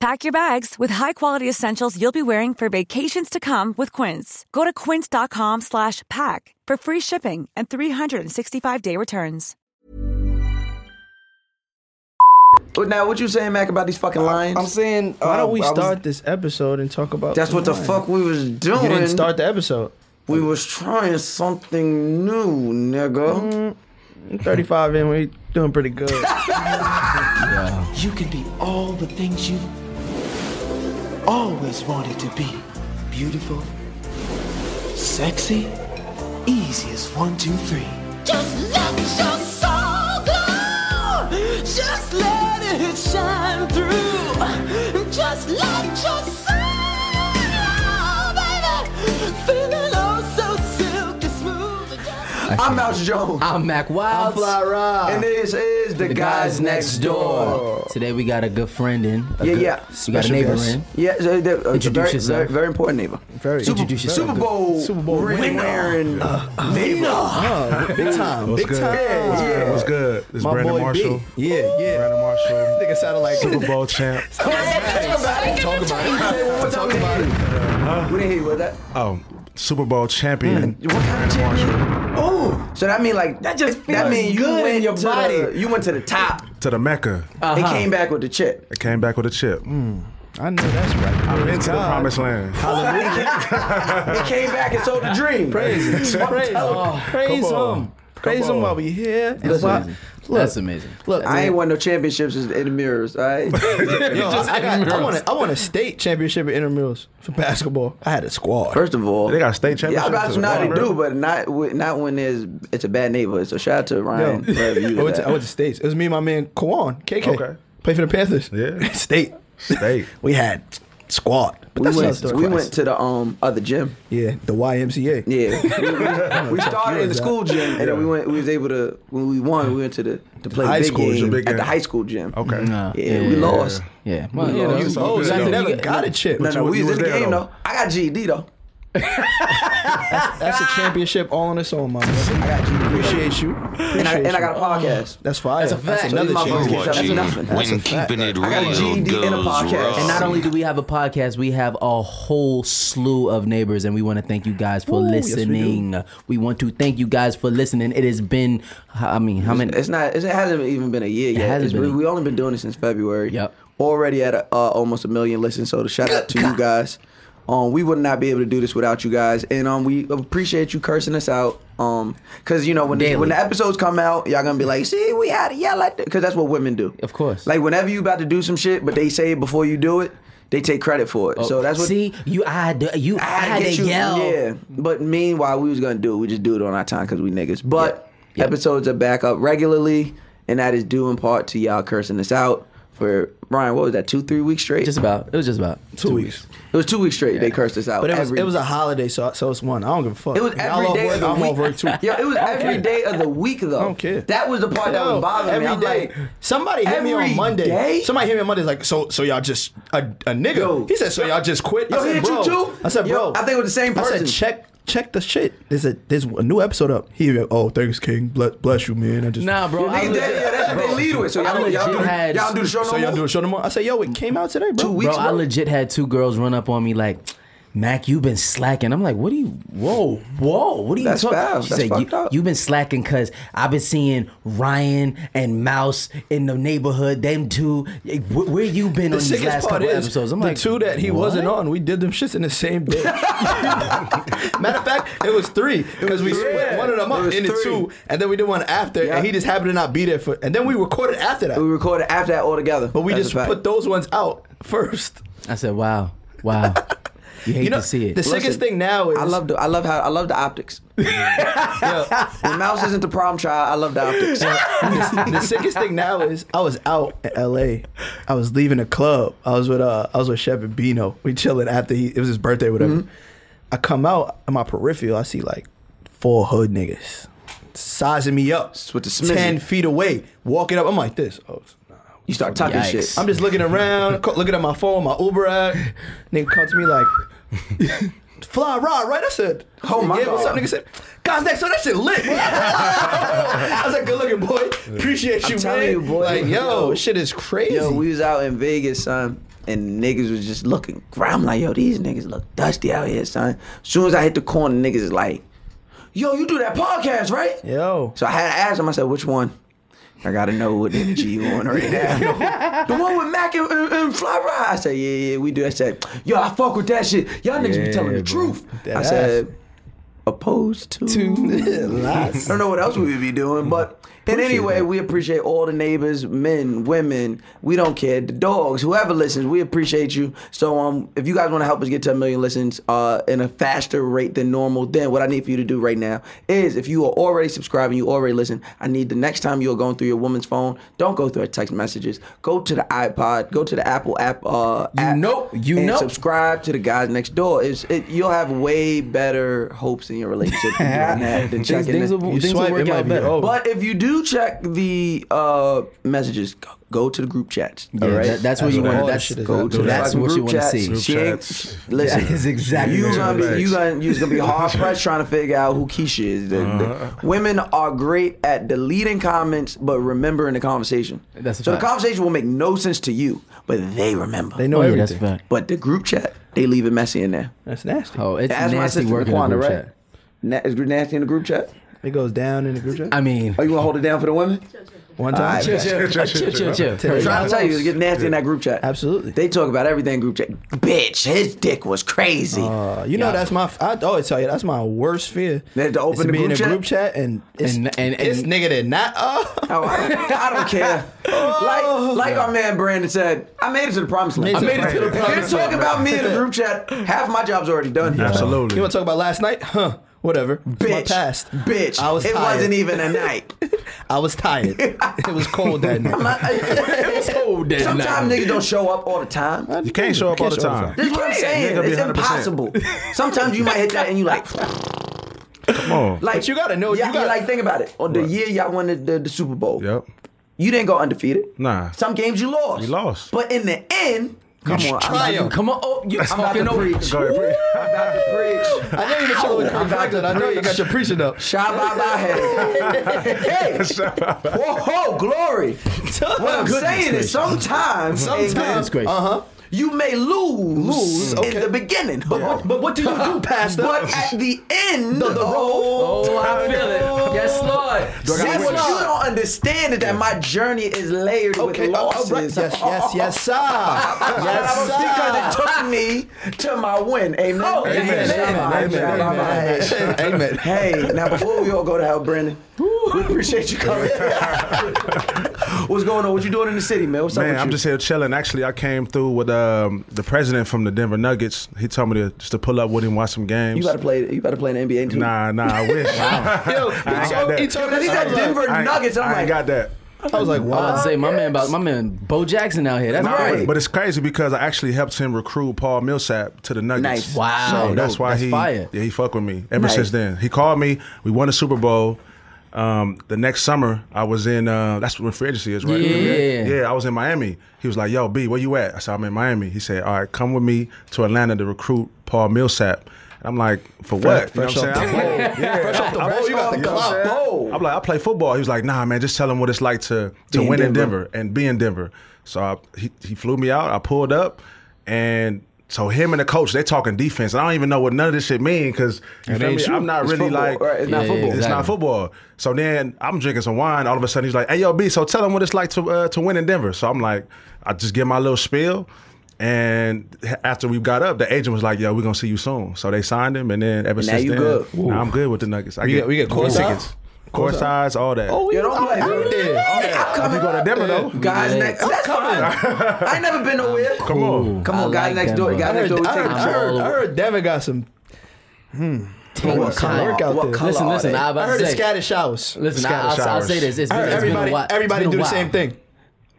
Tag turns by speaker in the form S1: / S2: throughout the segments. S1: Pack your bags with high-quality essentials you'll be wearing for vacations to come with Quince. Go to quince.com slash pack for free shipping and 365-day returns.
S2: Now, what you saying, Mac, about these fucking lions?
S3: I'm saying, uh,
S2: Why
S3: why
S2: don't
S3: don't we
S2: um, I was-
S3: start this episode and talk about?
S2: That's what the
S3: Lions?
S2: fuck we was doing.
S3: You didn't start the episode.
S2: We was trying something new, nigga.
S3: I'm 35 in, we doing pretty good.
S4: You can be all the things you've always wanted to be. Beautiful, sexy, easy as one, two, three. Just let your soul glow. Just let it shine through. Just let your soul glow, baby. Feeling oh so silky smooth.
S2: I'm Ouch Jones.
S5: I'm Mac Wild.
S2: And this is the,
S5: The
S2: guys, next door.
S5: Today we got a good friend in. a
S2: Yeah,
S5: good- We
S2: yeah.
S5: got a
S3: Special
S5: neighbor
S3: guest.
S5: in.
S2: Yeah, so the, uh,
S5: Introduce
S2: very,
S5: yourself.
S2: Very, very important neighbor.
S3: Very
S5: Introduce yourself.
S2: Super Bowl,
S3: Super Bowl
S2: ring
S3: winner.
S2: wearing neighbor.
S3: Oh, big time,
S6: What's
S3: big
S6: good? What's
S3: time.
S2: Yeah,
S6: good?
S2: yeah.
S6: What's good? This is
S3: My
S6: Brandon
S3: boy
S6: Marshall.
S3: B. Yeah, yeah.
S6: Brandon Marshall.
S3: Nigga sounded like
S6: Super Bowl champ.
S2: Talk about it. Talk about it. Talk about it. We didn't hear you with that.
S6: Oh, Super Bowl champion.
S2: What kind of champion? Oh, so that mean like that just that mean you
S5: good in
S2: went
S5: your
S2: to
S5: body.
S2: The, you went to the top
S6: To the Mecca.
S2: and came back with the chip.
S6: I came back with a chip.
S3: I know that's right.
S6: I'm into the promised land.
S2: It came back and sold the dream.
S3: Praise him. Praise him.
S5: Oh,
S3: Praise
S6: come on.
S3: him. Praise
S6: Come
S3: him
S6: on.
S3: while we here. And
S5: That's
S3: why-
S5: amazing.
S3: Look,
S5: That's amazing.
S3: Look,
S2: I ain't
S3: man,
S2: won no championships in the mirrors. All right.
S3: yo, I, got, I,
S5: intramurals.
S3: want a, I want a state championship at intramurals for basketball. I had a squad.
S2: First of all,
S6: They got state
S2: Yeah,
S6: championships.
S2: I'm not
S6: as well,
S2: now they
S6: bro.
S2: do, but not wi- not when there's it's a bad neighborhood. So shout out to Ryan. wherever you
S3: I,
S2: was
S3: went to, I
S2: at.
S3: went to states. It was me and my man Kawan, KK.
S6: Okay.
S3: Play for the Panthers.
S6: Yeah.
S3: State.
S6: State.
S3: we had squad. But
S2: we
S3: that's another
S2: went,
S3: story.
S2: we went to the um other gym.
S3: Yeah, the YMCA.
S2: Yeah, we, we started in the
S3: Yeah.
S2: school gym, and then we went. We was able to when we won. We went to the to play
S3: high
S2: big
S3: school
S2: game
S3: gym,
S6: big
S2: at the
S6: game.
S2: high school gym.
S6: Okay.
S5: Nah,
S2: Yeah, we lost.
S5: Yeah. Well,
S6: lost.
S5: you
S6: It's all
S5: know,
S6: good,
S5: you
S6: though.
S5: got-
S3: never
S5: you
S3: got a chip.
S2: No,
S6: But
S2: no,
S6: you-
S2: we
S6: you
S2: was in
S6: was
S2: the
S6: there,
S2: game
S6: though.
S2: though. I got GED though.
S3: That's a championship all on its own, my brother.
S2: Ah. I got GED,
S3: Appreciate you. Appreciate
S2: and I, and I
S3: you.
S2: got a podcast.
S3: That's fire. That's,
S5: fact.
S3: another
S2: These motherfuckers
S3: championship.
S2: get That's nothing. That's
S7: When keeping it
S2: I got
S7: real
S2: GED in a
S7: goes
S2: podcast,
S7: wrong.
S5: And not only do we have a podcast, we have a whole slew of neighbors, and we want to thank you guys for
S3: Ooh, yes, we do.
S5: listening. we, want to thank you guys for listening. It has been, I mean, how many?
S2: It's not. It hasn't even been a year yet.
S5: hasn't
S2: It's
S5: been
S2: really-
S5: a-
S2: we only been doing it since February.
S5: Yep.
S2: Already at a, uh, almost a million listens. So the shout out to you guys. Um, we would not be able to do this without you guys, and um, we appreciate you cursing us out. Um, cause you know when the,
S5: Daily.
S2: when the episodes come out, y'all gonna be like, see, we had to yell at, th-" cause that's what women do.
S5: Of course.
S2: Like whenever you about to do some shit, but they say it before you do it, they take credit for it. so that's what.
S5: Oh, See, you, I had to, you, I
S2: I had to get you.
S5: yell.
S2: Yeah, but meanwhile, we was gonna do it. We just do it on our time because we niggas. But episodes are back up regularly, and that is due in part to y'all cursing us out for Ryan. What was that? Two, three weeks straight.
S5: Just about. It was just about
S3: Two weeks.
S2: it was two weeks straight. They cursed us out.
S3: But it was,
S2: every,
S3: it was a holiday, so so it's one. I don't give a fuck.
S2: It was
S3: Y'all
S2: every
S3: off
S2: day
S3: work,
S2: of the
S3: I'm
S2: week.
S3: off work too.
S2: Yo, it was every
S3: care.
S2: day of the week though.
S3: don't care.
S2: That was the part that was
S3: Oh.
S2: bothering
S3: every
S2: me. I'm
S3: day.
S2: like,
S3: somebody hit me
S2: every
S3: on Monday.
S2: day?
S3: Somebody hit me on Monday. Like, so, so y'all just a, a nigga.
S2: Yo.
S3: he said, so y'all just quit.
S2: Yo,
S3: I said,
S2: he hit you
S3: bro.
S2: too?
S3: I said,
S2: Yo,
S3: bro.
S2: I think it was the same
S3: I
S2: person.
S3: said, check, check the shit. There's a there's a new episode up. He, oh, thanks, King. Bless, bless you, man. I just
S5: Nah, bro. I
S2: niggas,
S5: legit-
S2: that, yeah, that's what they lead with. So
S5: I
S2: y'all, y'all,
S5: legit
S2: do,
S5: had-
S2: y'all do the show no
S3: So y'all
S2: more?
S3: do a show tomorrow? I said, yo, it came out today, bro.
S2: Two weeks.
S5: Bro, I
S2: bro.
S5: legit had two girls run up on me like, Mac, you've been slacking. I'm like, what are you? Whoa, whoa, what are you
S2: That's
S5: talking?
S2: foul. That's fucked
S5: you,
S2: up.
S5: you've been slacking because I've been seeing Ryan and Mouse in the neighborhood. Them two, Eh, wh- where, you been
S3: The
S5: on these
S3: sickest
S5: last
S3: part
S5: couple
S3: is
S5: episodes? I'm
S3: the
S5: like,
S3: two that he
S5: what?
S3: wasn't on. We did them shits in the same day. Matter of fact, it was three because we split one of them
S2: It
S3: up
S2: was
S3: into
S2: three.
S3: two, and then we did one after,
S2: Yeah.
S3: and he just happened to not be there for. And then we recorded after that,
S2: We recorded after that all together.
S3: but we
S2: That's
S3: just
S2: a fact.
S3: put those ones out first.
S5: I said, wow, wow. You hate
S3: You know,
S5: to see it.
S3: the sickest thing now is
S2: I love the I love how I love the optics.
S3: Yeah.
S2: When Mouse isn't the problem child, I love the optics.
S3: the sickest thing now is I was out in LA. I was leaving a club. I was with uh I was with Chef and Bino. We chilling after he it was his birthday, whatever.
S2: Mm-hmm.
S3: I come out in my peripheral, I see like four hood niggas sizing me up.
S2: with the smizzy.
S3: ten feet away, walking up. I'm like this. Oh, nah.
S2: You start talking
S5: Yikes.
S2: shit.
S3: I'm just looking around, co- looking at my phone, my Uber app. Nigga comes to me like, fly rod, right? I said,
S2: Oh, my
S3: yeah, what's up?
S2: God.
S3: Nigga said, guys, next, so that shit lit. I was like, good looking boy. Appreciate
S2: I'm
S3: you,
S2: telling
S3: man.
S2: you, boy.
S3: Like, yo,
S2: Yo.
S3: shit is crazy.
S2: Yo, we was out in Vegas, son, and niggas was just looking. I'm like, yo, these niggas look dusty out here, son. soon as I hit the corner, niggas is like, yo, you do that podcast, right?
S3: yo.
S2: So I had to ask him. I said, which one? I gotta know what energy you on right now. the one with Mac and, and, and Fly Rod. I said, yeah, yeah, we do. I said, yo, I fuck with that shit. Y'all niggas be telling the truth. I
S3: ass.
S2: said, opposed to.
S3: Lies.
S2: I don't know what else we would be doing, but in any way, we appreciate all the neighbors, men, women. We don't care. The dogs, whoever listens, we appreciate you. So, um, if you guys want to help us get to a million listens, uh, in a faster rate than normal, then what I need for you to do right now is, if you are already subscribing, you already listen. I need the next time you're going through your woman's phone, don't go through her text messages. Go to the iPod, go to the Apple app. Uh,
S5: You
S2: app,
S5: know- you
S2: and
S5: know.
S2: Subscribe to the guys next door. It's, it, you'll have way better hopes in your relationship from doing that than
S5: things,
S2: checking
S5: things,
S2: it.
S5: will,
S3: You
S5: things will
S3: swipe, it
S5: work
S3: might
S5: out
S3: be
S5: better.
S3: over.
S2: But if you do check the uh, messages, go, go to the group chats.
S5: Yeah,
S2: all right?
S5: that- that's what you
S3: what
S5: want.
S3: all
S5: That's,
S3: the shit is
S2: go
S3: about.
S2: to the
S5: that's
S2: fucking
S5: what you
S2: group
S5: want to
S2: chats.
S5: see.
S6: Group
S2: She ain't-
S6: chats.
S2: Listen,
S5: That is exactly
S2: you
S5: what
S2: gonna
S6: it
S2: be
S6: is.
S2: you gonna you gonna be hard pressed trying to figure out who Keisha is. The- the-
S3: Uh-huh.
S2: women are great at deleting comments, but remembering the conversation.
S5: That's a
S2: so the
S5: fact.
S2: conversation will make no sense to you, but they remember.
S3: They know
S5: Oh, yeah, that's a
S3: everything.
S5: fact.
S2: But the group chat, they leave it messy in there.
S3: That's nasty.
S5: Oh, it's
S2: That's my
S5: nasty
S2: sister
S5: working in
S2: Laquanda,
S5: the group
S2: right?
S5: chat.
S2: Na- is nasty in the group chat?
S3: It goes down in the group chat.
S5: I mean,
S2: Oh, you wanna hold it down for the women?
S3: One time.
S2: All right.
S5: chill, chill, chill,
S2: I'm
S5: chill.
S2: trying to tell you, it's getting nasty in that group chat.
S3: Absolutely.
S2: They talk about everything in group chat. Bitch, his dick was crazy.
S3: Uh, you know that's my. I always tell you that's my worst fear.
S2: They had to
S3: is
S2: open the
S3: be in
S2: group
S3: a
S2: chat?
S3: group chat and it's,
S5: And- and- and-
S3: this nigga did not. Uh,
S2: Oh, I don't, I don't care. Like, like our man Brandon said, I made it to the promised land.
S3: Oh. I made it to the
S2: If you're
S3: promised
S2: talking
S3: land.
S2: about me in the group chat, half my job's already done.
S3: you
S6: Absolutely.
S3: want to talk about last night? Huh? Whatever. It's
S2: Bitch,
S3: my past.
S2: bitch,
S3: I was.
S2: it
S3: tired.
S2: wasn't even a night.
S3: I was tired. it was cold that night.
S5: cold that
S2: Sometimes
S5: night.
S2: niggas don't show up all the time.
S6: You can't show up all the
S3: show
S6: time.
S3: up.
S2: This is what I'm saying.
S6: Nigga be
S2: It's
S6: 100%.
S2: impossible. Sometimes you might hit that and you like,
S6: Come on.
S2: like
S3: But you gotta know-
S2: Yeah,
S3: you gotta-
S2: like think about it. On the year y'all won the, the, the Super Bowl,
S6: Yep.
S2: you didn't go undefeated.
S6: Nah.
S2: Some games you lost.
S6: You lost.
S2: But in the end, come on, I'm
S3: triumph.
S2: about
S3: Yo.
S5: Come on, oh, you're
S2: I'm about
S5: talking
S2: to
S5: over.
S2: preach.
S6: Go ahead, preach.
S2: I'm about to preach.
S3: I know you chilling with Kirk
S2: I'm about
S3: Franklin.
S2: to
S3: I know you got
S2: preach.
S3: your preaching up.
S2: Shabba Hey! Whoa, glory! What I'm saying is sometimes,
S3: Sometimes,
S5: gracious.
S3: uh huh.
S2: you may lose,
S3: Lose, okay.
S2: in the beginning. But, what-
S3: But what do you do, Pastor?
S2: but at the end,
S3: The- the road.
S5: Oh, I feel it. Yes, Lord.
S2: See,
S5: Yes,
S2: what you
S5: Lord.
S2: don't understand is that my journey is layered
S3: Okay,
S2: with
S3: all
S2: losses.
S3: right. Yes, yes, yes, sir. yes,
S2: oh, But I
S3: sir. Oh,
S2: was- because it took me to my win. Amen.
S3: Amen. Amen. Amen. Amen. Amen.
S2: Hey, now before we all go to hell, Brandon, we appreciate you coming. What's going on? What you doing in the city, man? What's up
S6: Man,
S2: with
S6: I'm
S2: you?
S6: just here chilling. Actually, I came through with um, the president from the Denver Nuggets. He told me to just to pull up with him, watch some games.
S2: you about to play? You about to play in the NBA? Too?
S6: Nah, nah, I wish.
S3: Yo,
S6: I ain't got that.
S3: he told
S2: Yo,
S3: me
S2: he said Denver
S6: I ain't-
S2: Nuggets, and I'm
S6: I ain't got
S2: like-
S6: that.
S3: I was like,
S5: I was about to
S3: wow.
S5: say, my man, about my man, Bo Jackson out here. That's
S6: Nah,
S5: right.
S6: but- But it's crazy because I actually helped him recruit Paul Millsap to the Nuggets.
S2: Nice.
S5: Wow.
S6: So that's
S5: Dope.
S6: why
S5: That's
S6: he
S5: fire.
S6: yeah he fucked with me ever
S2: Nice.
S6: since then. He called me. We won the Super Bowl. Um, the next summer I was in. Uh, that's when free agency is, right?
S5: Yeah.
S6: Yeah, I was in Miami. He was like, "Yo, B, where you at?" I said, "I'm in Miami." He said, "All right, come with me to Atlanta to recruit Paul Millsap." And I'm like, "For what?"
S3: fresh
S6: you know what
S3: off
S6: I'm saying?
S3: the
S6: I'm
S3: boat.
S6: like, yeah.
S3: Fresh off the
S6: I'm-
S3: boat, you got the
S6: know what I'm
S3: club
S6: saying?
S3: boat.
S6: I'm like, I play football. He was like, Nah, man, just tell him what it's like to to
S2: in
S6: win in
S2: Denver.
S6: Denver and be in Denver. So I, he he flew me out. I pulled up, and So him and the coach, they talking defense. I don't even know what none of this shit mean because you
S7: It
S6: feel
S7: ain't
S6: me?
S7: true.
S6: I'm not
S2: It's
S6: really
S2: football,
S6: like
S2: right? It's not
S5: Yeah,
S2: football.
S6: it's not
S5: Exactly.
S6: football. So then I'm drinking some wine. All of a sudden he's like, "Hey yo, B, so tell him what it's like to uh, to win in Denver." So I'm like, I just give my little spiel, and h- after we got up, the agent was like, "Yo, we're gonna see you soon." So they signed him, and then ever
S2: now
S6: since
S2: you
S6: then,
S2: good.
S6: now I'm good with the Nuggets. I
S7: We get- we get course
S6: course
S7: tickets.
S6: course size, all that.
S3: Oh, we
S2: Yo, don't play.
S3: I'm
S2: bro.
S3: out there.
S2: I'm coming.
S6: you go to Denver though.
S2: Guys next. That's fine. I ain't never been nowhere.
S6: Come on.
S2: Come
S5: I
S2: on, guys
S5: like
S2: next door.
S5: Denver.
S3: I
S2: Guys next
S3: heard,
S2: door. We
S3: I heard,
S2: taking a
S3: I
S2: trip.
S3: heard, I heard Devin got some
S5: Take
S3: What
S5: time.
S3: color? Workout
S2: What
S3: there.
S2: color?
S5: Listen, listen.
S2: are
S5: I,
S2: they?
S5: was about
S3: I heard
S5: to
S3: it's
S5: say,
S3: scattered showers.
S5: Listen,
S6: Scattered
S5: I, I'll, I'll say
S6: showers.
S5: this. It's
S3: I
S5: been,
S3: heard
S5: it's been
S3: everybody,
S5: a while. It's
S3: everybody
S5: been a
S3: do the
S5: while.
S3: same thing.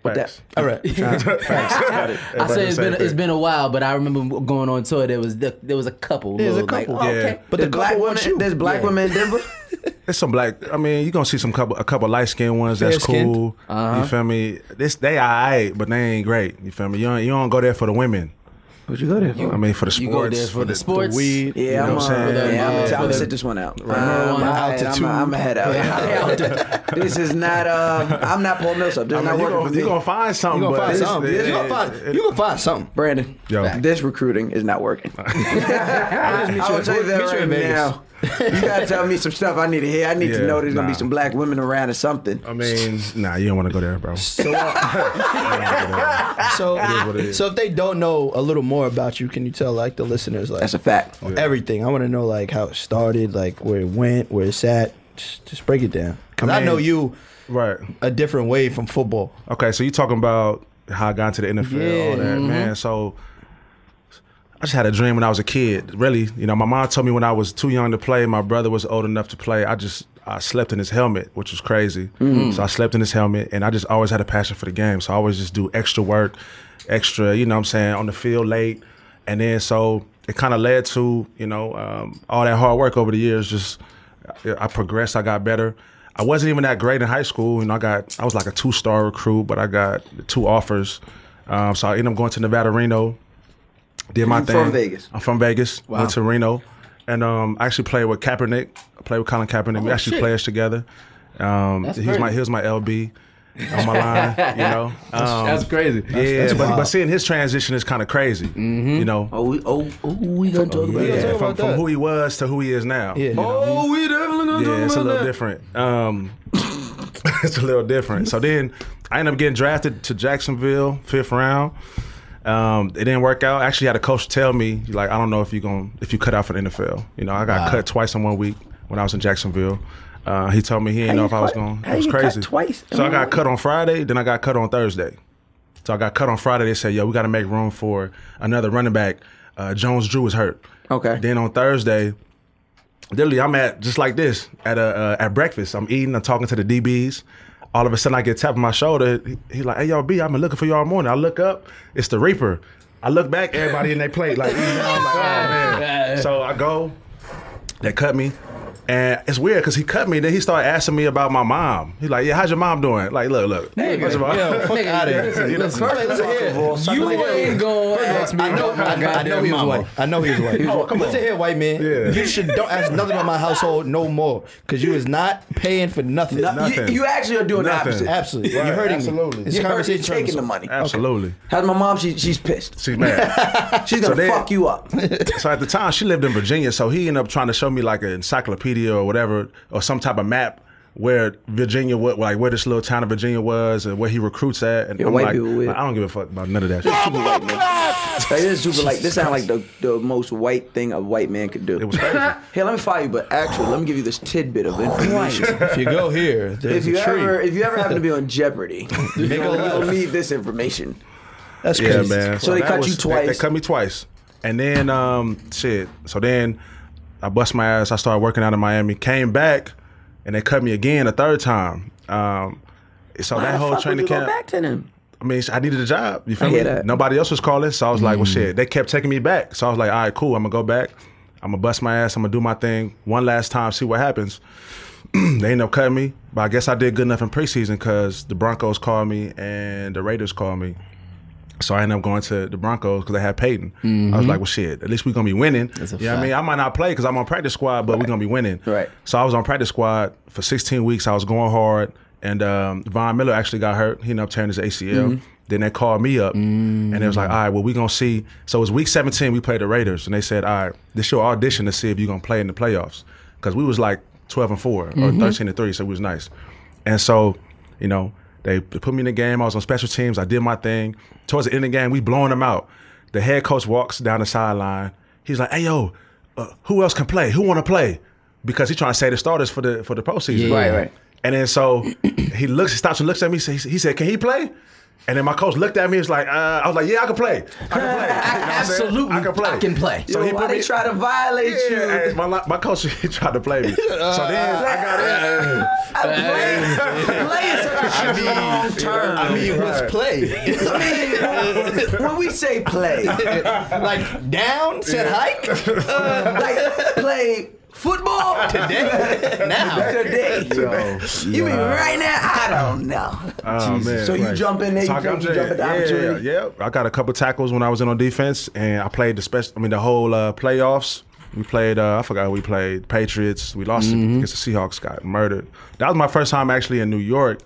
S6: Facts.
S3: All right.
S5: I
S6: Everybody
S5: say it's
S6: do the
S5: been
S6: same
S5: it's
S6: thing.
S5: been a while, but I remember going on tour. There was the, there was a couple.
S3: There's a
S5: little, like,
S3: couple.
S5: oh,
S6: Yeah.
S5: okay.
S3: But the
S2: There's black
S3: couple
S2: women.
S3: wants you.
S2: There's black women in Denver.
S6: There's some black. I mean, you gonna see some couple, a couple light skinned ones. That's
S3: Fair-skinned.
S6: cool. You feel me? This they alright, but they ain't great. You feel me? You don't, you don't go there for the women.
S2: Would you go there?
S6: I mean, for the sports,
S5: You go there for the sports.
S7: weed.
S2: Yeah, I'm,
S6: know
S2: uh,
S6: what I'm saying?
S2: yeah, I'm,
S5: Yeah,
S2: I'm
S5: for
S2: gonna
S5: the-
S2: sit this one out. Um,
S5: marijuana
S2: I'm,
S3: altitude.
S2: I'm a head out. this is not. Um, I'm not Paul Millsap. This
S6: I mean,
S2: is not
S6: you
S2: working
S6: gonna,
S2: for
S6: you
S2: me.
S6: gonna find something.
S3: You gonna
S6: but
S3: find
S6: it's-
S3: something.
S6: it-
S3: You gonna
S6: it-
S3: find. You gonna find Ah, something.
S2: Brandon,
S6: Yo.
S2: this recruiting is not working. I,
S3: meet
S2: I
S3: you
S2: will
S3: in-
S2: tell you that
S3: meet you
S2: right
S3: in Vegas.
S2: now. you gotta tell me some stuff I need to hear. I need
S6: Yeah,
S2: to know there's gonna be
S6: nah.
S2: some black women around or something.
S6: I mean, nah, you don't want to go there, bro.
S3: So, uh,
S6: is what it
S3: so,
S6: is.
S3: so if they don't know a little more about you, can you tell like the listeners like
S2: That's a fact.
S6: Oh,
S3: everything? I want to know like how it started, like where it went, where it's at. Just, just break it down. 'Cause I,
S6: mean-
S3: know you
S6: Right.
S3: a different way from football.
S6: Okay, so you talking about how I got into the NFL, all
S3: Yeah.
S6: that, man. So I just had a dream when I was a kid. Really, you know, my mom told me when I was too young to play, my brother was old enough to play. I just I slept in his helmet, which was crazy. So I slept in his helmet, and I just always had a passion for the game. So I always just do extra work, extra, you know, what I'm saying, on the field late, and then so it kind of led to you know um, all that hard work over the years. Just I I progressed, I got better. I wasn't even that great in high school, and I got I was like a two star recruit, but I got two offers. Um, so I ended up going to Nevada Reno did my
S2: You
S6: thing.
S2: from Vegas?
S6: I'm from Vegas. Went to Reno, and um, I actually played with Kaepernick. I played with Colin Kaepernick.
S7: Oh,
S6: we actually players together. Um, he was my he was my LB on my line. You know, um,
S7: That's crazy.
S6: yeah.
S3: that's
S6: but,
S3: wild.
S6: but seeing his transition is kind of crazy. You know,
S2: Oh, we, oh, oh, we gonna talk about
S6: yeah,
S2: that.
S6: from,
S3: about
S6: from
S3: that.
S6: who he was to who he is now.
S3: Yeah.
S6: You know?
S2: Oh, we definitely gonna
S6: Yeah, it's a little different. Um, it's a little different. So then I ended up getting drafted to Jacksonville, fifth round. Um, it didn't work out. I actually had a coach tell me, like, I don't know if you going if you cut out for the NFL. You know, I got cut twice in one week when I was in Jacksonville. Uh, he told me he didn't know if I was going. It was crazy. Twice. So I got cut on Friday, then I got cut on Thursday. So I got cut on Friday. They said, "Yo, we got to make room for another running back. Uh, Jones Drew is hurt."
S2: Okay.
S6: Then on Thursday, literally, I'm at just like this at a uh, at breakfast. I'm eating. I'm talking to the DBs. All of a sudden, I get tapped on my shoulder. He, he like, "Hey, y'all, B, I've been looking for you all morning." I look up. It's the Reaper. I look back. Everybody in their plate. Like, eating. I'm like, oh man. So I go. They cut me. And it's weird because he cut me. Then he started asking me about my mom. He's like, "Yeah, how's your mom doing?" Like, look, look. First of all,
S3: Yo, fuck out of here.
S6: You know,
S5: You
S3: Like,
S5: ain't gonna ask me.
S3: I know,
S5: about my
S3: I, know- I know
S5: goddamn
S3: he was
S5: mama.
S3: white. I know he was white.
S6: Oh, come
S3: Listen
S6: on.
S3: here, white man.
S6: Yeah.
S3: You should don't ask nothing about my household no more, because you is not paying for nothing.
S2: No-
S6: Nothing.
S2: You, you actually are doing
S6: Nothing.
S2: the opposite.
S3: Absolutely,
S6: Right,
S3: you're hurting
S6: absolutely.
S3: me. This
S2: You're
S3: conversation turned
S2: taking the
S3: us-
S2: money.
S6: absolutely.
S2: How's my mom? She, she's pissed.
S6: She's mad.
S2: She's gonna
S6: So then-
S2: fuck you up.
S6: so at the time, she lived in Virginia. So he ended up trying to show me like an encyclopedia or whatever, or some type of map where Virginia, what like where this little town of Virginia was, and where he recruits at. And
S2: Yeah,
S6: I'm
S2: white
S6: like,
S2: people weird.
S6: like, I don't give a fuck about none of that. shit.
S2: super white man. Like, this is super like this sounds like the, the most white thing a white man could do.
S6: It was crazy.
S2: Hey, let me fire you, but actually, let me give you this tidbit of information.
S3: If you go here, there's
S2: If you
S3: a tree.
S2: ever if you ever happen to be on Jeopardy, you
S3: Make a
S2: will
S3: left.
S2: need this information.
S3: That's
S6: yeah,
S3: crazy.
S6: man.
S2: So they
S6: that
S2: cut you
S6: was- They,
S2: twice.
S6: cut me twice, and then um, shit. So then I bust my ass. I started working out in Miami. Came back, and they cut me again a third time. Um, so that whole training camp.
S2: to them.
S6: I mean, I needed a job. You feel
S2: I
S6: me?
S2: hear that. Mm.
S6: Nobody else was calling, so I was like, well, shit. They kept taking me back, so I was like, all right, cool. I'm gonna go back. I'm gonna bust my ass. I'm gonna do my thing one last time, see what happens. they end up cutting me, but I guess I did good enough in preseason because the Broncos called me and the Raiders called me. So I ended up going to the Broncos because they had Peyton. I
S2: Mm-hmm.
S6: was like, well, shit. At least we're gonna be winning.
S5: a
S6: you know what I mean? I might not play because I'm on practice squad, but we're gonna be winning.
S2: Right.
S6: So I was on practice squad
S2: Mm-hmm.
S6: for 16 weeks. I was going hard, and um, Von Miller actually got hurt. He ended up tearing his ACL. Then they called me up and they was
S2: Mm.
S6: like, all right, well, we going to see. So it was week 17, we played the Raiders. And they said, all right, this is your audition to see if you're going to play in the playoffs. Because we was like 12 and 4
S2: Mm-hmm.
S6: or 13 and 3, so it was nice. And so, you know, they put me in the game. I was on special teams. I did my thing. Towards the end of the game, we blowing them out. The head coach walks down the sideline. He's like, hey, yo, uh, who else can play? Who want to play? Because he's trying to say the starters for the for the postseason.
S5: Yeah. Right,
S2: right.
S6: And then so he looks, he stops and looks at me. He said, he said, can he play? And then my coach looked at me. He was like, uh, I was like, yeah, I can play. I can play. You know what I'm saying?
S5: Absolutely,
S6: I can play.
S5: I can play.
S6: So he
S2: why
S6: put
S2: they
S6: me,
S2: try to violate you?
S6: yeah, hey, my, li- my coach he tried to play me. So then I got in.
S2: Players are
S6: mean,
S2: long term.
S6: I
S2: I
S6: mean,
S2: mean,
S6: Right.
S3: play?
S2: when we say play,
S3: like down, said hike
S2: like play football
S3: today. Now,
S2: today. You mean right now? I don't know.
S6: Oh, man.
S2: So you
S6: Right.
S2: jump in there,
S6: So
S2: you
S6: I got-
S2: jump- you jump at the
S6: yeah,
S2: opportunity.
S6: Yeah, yeah. I got a couple tackles when I was in on defense, and I played the special. I mean, the whole uh, playoffs. We played. Uh, I forgot who we played. Patriots. We lost
S2: Mm-hmm.
S6: against the Seahawks. Got murdered. That was my first time actually in New York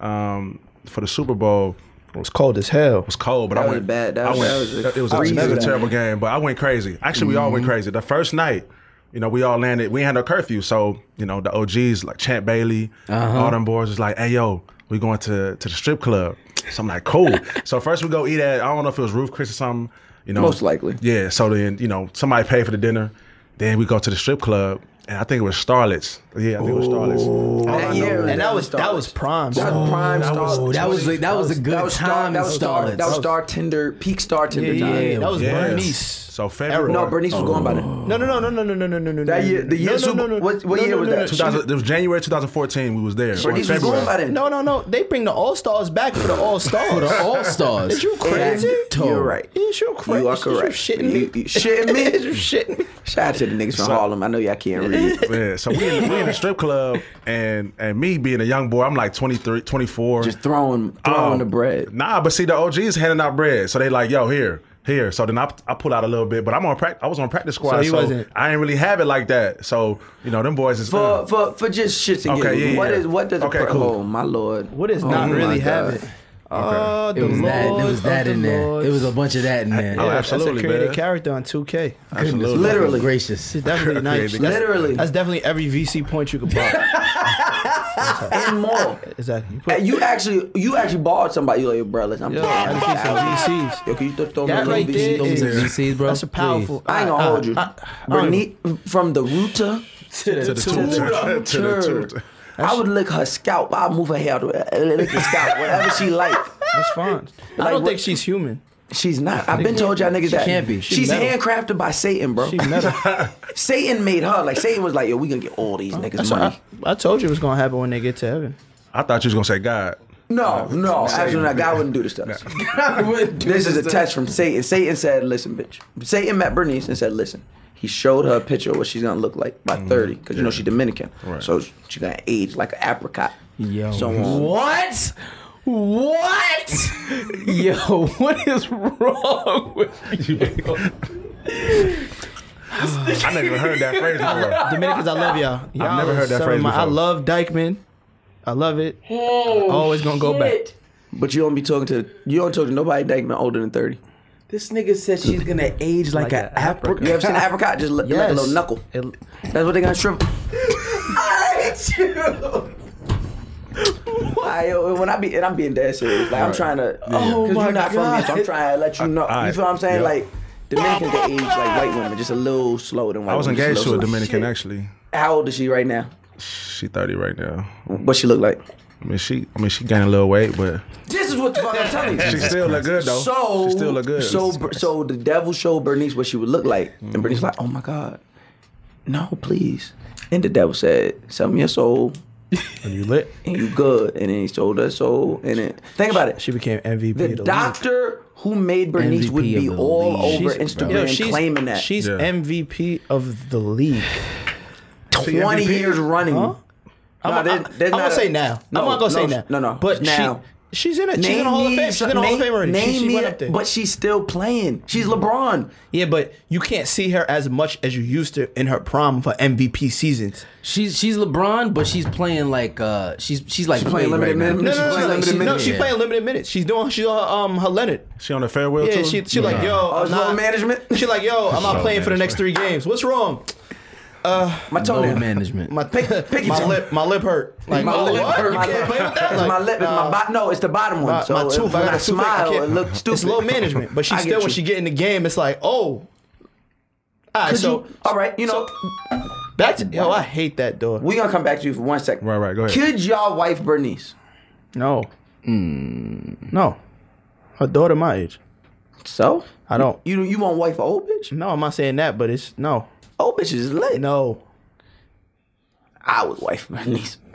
S6: um, for the Super Bowl. It was
S3: it's cold as hell.
S6: was cold, but
S2: That
S6: I
S2: was
S6: went
S2: bad. That
S6: I
S2: was-
S6: went,
S2: that was a
S6: it
S2: Mm-hmm.
S6: was, a- it was a
S2: freezer.
S6: terrible game, but I went crazy. Actually, we all went crazy. The first night, you know, we all landed. We had no curfew, so you know the OGs like Champ Bailey,
S2: Uh-huh.
S6: all them boys was like, "Hey yo, we going to to the strip club." So I'm like, "Cool." so first we go eat at I don't know if it was Roof Chris or something. You know,
S2: Most likely.
S6: Yeah. So then you know somebody paid for the dinner. Then we go to the strip club, and I think it was Starlets. Yeah, I think it was Starlets. All I
S2: That
S6: know
S2: year,
S6: is-
S3: And that was that was prime.
S2: That was prime
S5: that was-
S2: star.
S5: that was a- that was a good
S2: star,
S5: time
S2: That
S5: in
S2: was star.
S5: Starlets.
S2: That was star Tinder peak star Tinder
S3: Yeah,
S2: time.
S3: yeah, that was
S6: Yeah.
S3: Bernice.
S6: So February.
S2: No, Bernice was going by then.
S3: No, no, no, no, no, no, no, no, no, no.
S2: That year- the year
S3: no,
S2: Super-
S3: no, no, no.
S2: what- what
S3: no,
S2: year
S3: no,
S2: was
S3: no,
S2: that?
S3: no.
S6: 2000, it was January 2014. We was there. So in
S2: Bernice was
S6: February.
S2: going by then.
S3: No, no, no. They bring the All Stars back for the All Stars.
S5: For the All Stars.
S3: Is you crazy?
S2: You're right.
S3: Is you crazy?
S2: You are
S3: Is
S2: correct.
S3: You shitting me?
S2: You- you shitting me?
S3: Is you shitting me?
S2: Shout out to the niggas from Harlem. I know y'all can't read.
S6: Yeah, so we in, we in the strip club, and and me being a young boy, I'm like 23, 24.
S2: Just throwing throwing
S6: Um,
S2: the bread.
S6: Nah, but see, the OGs handing out bread, so they like, yo, here, here. So then I, I pull out a little bit, but I'm on practice. I was on practice squad, so,
S3: you wasn't-
S6: I ain't really have it like that. So you know, them boys is
S2: For,
S6: uh,
S2: for for just shits and
S6: Okay,
S2: giggles.
S6: yeah,
S2: What
S6: yeah.
S2: is what does
S6: Okay,
S2: a per-
S6: cool.
S2: oh my lord?
S3: What is not
S2: Oh, my
S3: really
S2: God.
S3: having? Oh,
S5: It was
S3: the
S5: that. It
S3: Lord
S5: was that
S3: of
S5: in
S3: the
S5: there.
S3: Lords.
S5: It was a bunch of that in there.
S6: Oh,
S3: Yeah,
S6: absolutely,
S3: That's a created
S6: man.
S3: character on 2K.
S6: Absolutely.
S2: Literally.
S5: gracious.
S3: It's definitely nice.
S6: Created
S3: That's,
S2: Literally.
S3: that's definitely every VC point you could buy.
S2: and more?
S3: Is that you
S2: Hey,
S3: put?
S2: You actually you actually borrowed somebody. You like your bro. Listen, I'm
S3: Yo,
S2: playing.
S3: I just see some VCs.
S2: Yo, can you th- throw me a
S3: That
S2: little
S3: right
S2: VC?
S3: there is
S5: VCs, bro.
S3: That's a powerful.
S2: I ain't gonna
S3: I-
S2: hold you.
S3: I- I- I don't even-
S2: Bernice, from the rooter
S6: to the
S2: to the
S6: tutor, to the
S2: tutor.
S6: tutor.
S2: I would lick her scalp. I'd move her hair. to- uh, Lick her scalp, whatever she like.
S3: That's fine. I
S2: Like,
S3: don't
S2: what-
S3: think she's human.
S2: She's not. I've been told y'all niggas that.
S5: can't be. She
S2: She's
S3: metal.
S2: handcrafted by Satan, bro.
S3: She metal.
S2: Satan made her. Like Satan was like, yo, we gonna get all these niggas
S3: That's
S2: money.
S3: I, I told you it was gonna happen when they get to heaven.
S6: I thought you was gonna say God.
S2: No, no, absolutely not. God wouldn't do this to us. this is a test from Satan. Satan said, "Listen, bitch." Satan met Bernice and said, "Listen." He showed her a picture of what she's gonna look like by thirty, because you know she's Dominican,
S6: Right.
S2: so she's gonna age like an apricot.
S5: Yo.
S2: So um, on.
S5: What? What? Yo, what is wrong with you?
S6: I never even heard that phrase before.
S3: Dominicans, I love y'all. y'all
S6: I've never
S3: are
S6: heard that
S3: some of
S6: phrase
S3: my- I
S6: before.
S3: love Dykeman. I love it. Always gonna go back.
S2: But you don't be talking to you don't talk to nobody Dykeman older than thirty.
S5: This nigga said she's gonna age like, an apricot.
S2: You ever seen an apricot just look like a little knuckle?
S3: It-
S2: That's what they gonna shrimp. I hate you. I, yo, when I be and I'm being dead serious, like I'm trying to,
S5: Oh
S2: because
S5: my
S2: you're not from here, so I'm
S5: God.
S2: trying to let you know.
S6: I-
S2: you feel what I'm saying?
S6: yeah.
S2: Like Dominicans that age like white women, just a little slower than white.
S6: I was
S2: women, just
S6: engaged to
S2: little
S6: a
S2: slower.
S6: Dominican actually.
S2: How old is she right now?
S6: She 30 right now.
S2: What she look like?
S6: I mean, she I mean she gained a little weight, but
S2: This is what the fuck I'm telling you.
S6: she still look good though.
S2: So
S6: she still look good.
S2: So so the devil showed Bernice what she would look like, and Bernice like, oh my god, no, please. And the devil said, sell me your soul,
S3: And you lit.
S2: and you good. And then he sold her soul, and then think about it.
S3: She became MVP.
S2: the
S3: of the league.
S2: doctor who made Bernice would
S5: MVP
S2: be
S5: of the
S2: all
S5: league.
S2: over
S3: She's-
S2: Instagram
S3: yo, she's-
S2: claiming that
S3: She's
S6: Yeah.
S3: MVP of the league.
S2: twenty years running.
S3: Huh?
S2: No,
S3: I'm,
S2: there's-
S3: I,
S2: there's
S3: am
S2: not
S3: gonna
S2: a-
S3: say now.
S2: No,
S3: I'm not gonna
S2: no,
S3: say now.
S2: No, no.
S3: But
S2: now,
S3: she, She's in it. She's in the Hall of
S2: me
S3: Fame. She's in the Hall
S2: some-
S3: of
S2: name-
S3: Fame already. She-
S2: Name
S3: she
S2: me,
S3: went up there.
S2: but she's still playing. She's LeBron.
S3: Yeah, but you can't see her as much as you used to in her prime for MVP seasons.
S7: She's she's LeBron, but she's playing like uh she's she's like
S2: playing
S7: Wade
S2: limited
S7: right now.
S3: No,
S2: minutes. She's
S3: no, no,
S2: playing
S3: no,
S2: limited
S3: she, no,
S2: minutes.
S3: she's playing limited minutes. She's doing she on her, um her Leonard.
S6: She on the farewell
S3: Yeah,
S6: tour.
S3: she she like yo,
S2: Oh, it's
S3: I'm
S2: low
S3: not-
S2: management?
S3: She like yo, I'm not
S6: Low
S3: playing for the next three
S6: management.
S3: games. What's wrong?
S2: My
S7: Load
S2: toenail.
S7: management.
S3: My
S2: pick
S3: my
S2: it.
S3: lip my lip hurt. Like
S2: my
S3: oh,
S2: lip,
S3: what?
S2: hurt.
S3: You
S2: my
S3: can't
S2: lip,
S3: play with that.
S2: It's
S3: Like,
S2: my lip,
S3: nah.
S2: my bo- no, it's the bottom one.
S3: my,
S2: so
S3: Uh, my
S2: if-
S3: tooth.
S2: when
S3: I got
S2: I
S3: a toothache. I
S2: smile,
S3: can't-
S2: it looks stupid.
S3: It's low management, but she
S2: I get
S3: still when
S2: you.
S3: she get in the game, it's like, oh, all right,
S2: Could
S3: so
S2: you, all right, you know,
S3: that's yo, I hate that dog.
S2: we gonna come back to you for one second.
S6: Right, right, go ahead.
S2: Could y'all wife Bernice?
S3: No,
S2: Hmm.
S3: no, her daughter my age.
S2: So
S3: I don't.
S2: you you want wife an old bitch?
S3: No, I'm not saying that, but it's no,
S2: Old bitch is lit.
S3: no.
S2: I would wife Bernice.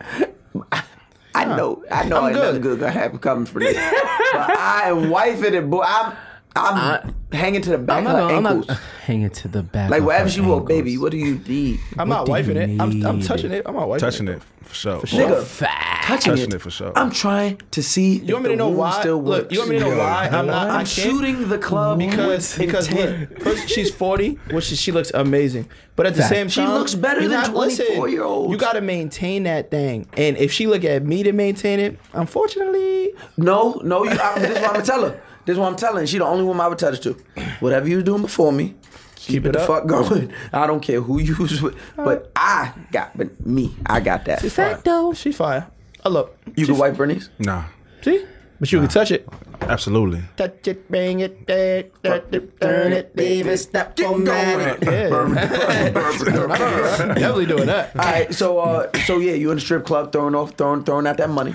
S2: I know, I know,
S3: I'm
S2: ain't
S3: good.
S2: nothing good gonna happen coming from this. but I am wifing it, boy. I'm I'm hanging to the back
S7: I'm not,
S2: of her
S7: gonna, I'm
S2: ankles.
S7: not hanging to the back.
S2: like
S7: of
S2: wherever
S7: her
S2: she will,
S7: ankles.
S2: baby. What do you need?
S3: I'm
S7: What
S3: not
S7: do you
S3: wifing it. I'm, I'm
S7: need?
S3: touching it. I'm not wifing
S6: touching
S3: it.
S6: it for sure.
S2: Nigga,
S7: Fact.
S2: touching,
S6: Touching
S2: it.
S6: it for sure.
S2: I'm trying to see.
S3: You want me to know why?
S2: Still works.
S3: Look, you want me to know
S6: Yeah.
S3: why I'm not? I
S2: I'm
S3: can't?
S2: shooting the club
S3: because
S2: with
S3: because
S2: intent.
S3: look, first she's 40, which is, she looks amazing. But at the
S7: Fact.
S3: same time,
S2: She looks better
S3: you
S2: than
S3: got- listen,
S2: 24-year-olds.
S3: You got to maintain that thing, and if she look at me to maintain it, unfortunately,
S2: No, no, you, I, this is what I'm gonna tell her. This is what I'm telling. her. She the only woman I would tell this to. Whatever you was doing before me, keep,
S3: Keep
S2: it
S3: it
S2: the
S3: up.
S2: fuck going. I don't care who you was with, but I got, but me, I got that.
S3: though. She fire. I love.
S2: You can wipe Bernice.
S6: Nah,
S3: See, but you can touch it.
S6: absolutely.
S3: Touch it, bring it, turn it, turn it, leave it.
S7: step
S2: Get going.
S3: Definitely doing that.
S2: All right, so uh, so yeah, you in the strip club throwing off, throwing, throwing out that money.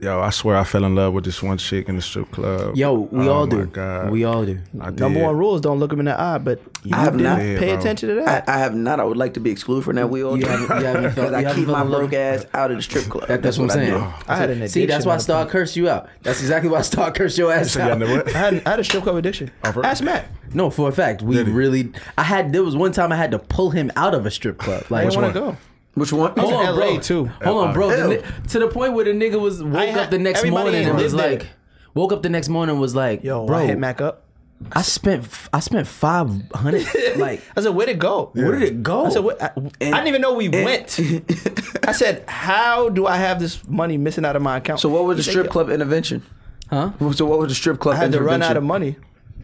S6: Yo, I swear I fell in love with this one chick in the strip club.
S7: Yo, we
S6: Oh
S7: all
S6: my
S7: do.
S6: God.
S7: We all do.
S6: I did.
S3: Number one rule is don't look him in the eye, but you
S2: have
S3: didn't
S2: not.
S3: pay
S6: Yeah, bro.
S3: attention to
S2: I,
S3: that.
S2: I have not. I would like to be excluded from that wheel
S7: You haven't- you haven't felt-
S2: because
S7: you
S2: I
S7: haven't
S2: keep
S7: felt
S2: my
S7: a little-
S2: broke ass out of the strip club.
S7: That, that's what I'm
S2: I
S7: saying.
S2: do.
S3: I had an
S7: See, that's
S3: addiction
S7: why
S3: at the
S7: Star cursed you out. That's exactly why Star cursed your ass
S6: So y'all
S7: out.
S6: know what?
S3: I had, I had a strip club addiction.
S6: Oh, for-
S3: Ask Matt.
S7: No, for a fact, we
S6: Did he?
S7: really. I had there was one time I had to pull him out of a strip club.
S3: I
S7: Like,
S3: didn't want to
S6: one?
S3: go.
S2: Which one?
S7: hold
S3: in
S7: on, bro.
S3: LA too.
S7: Hold on, bro. The
S2: Ew.
S7: ni- to the point where the nigga was woke
S3: I had-
S7: up the next
S3: everybody
S7: morning
S3: ain't
S7: and was
S3: lived
S7: like,
S3: it.
S7: woke up the next morning and was like,
S3: Yo,
S7: bro,
S3: I hit Mac up.
S7: I spent f- I spent five hundred. like,
S3: I said, where'd it go?
S7: where did it go?
S3: I said, what? I, I didn't even know we went. I said, how do I have this money missing out of my account?
S2: So what was the
S3: He said,
S2: strip
S3: "Yo,
S2: club intervention?
S7: huh?
S2: So what was the strip club?
S3: I had to
S2: intervention?
S3: run out of money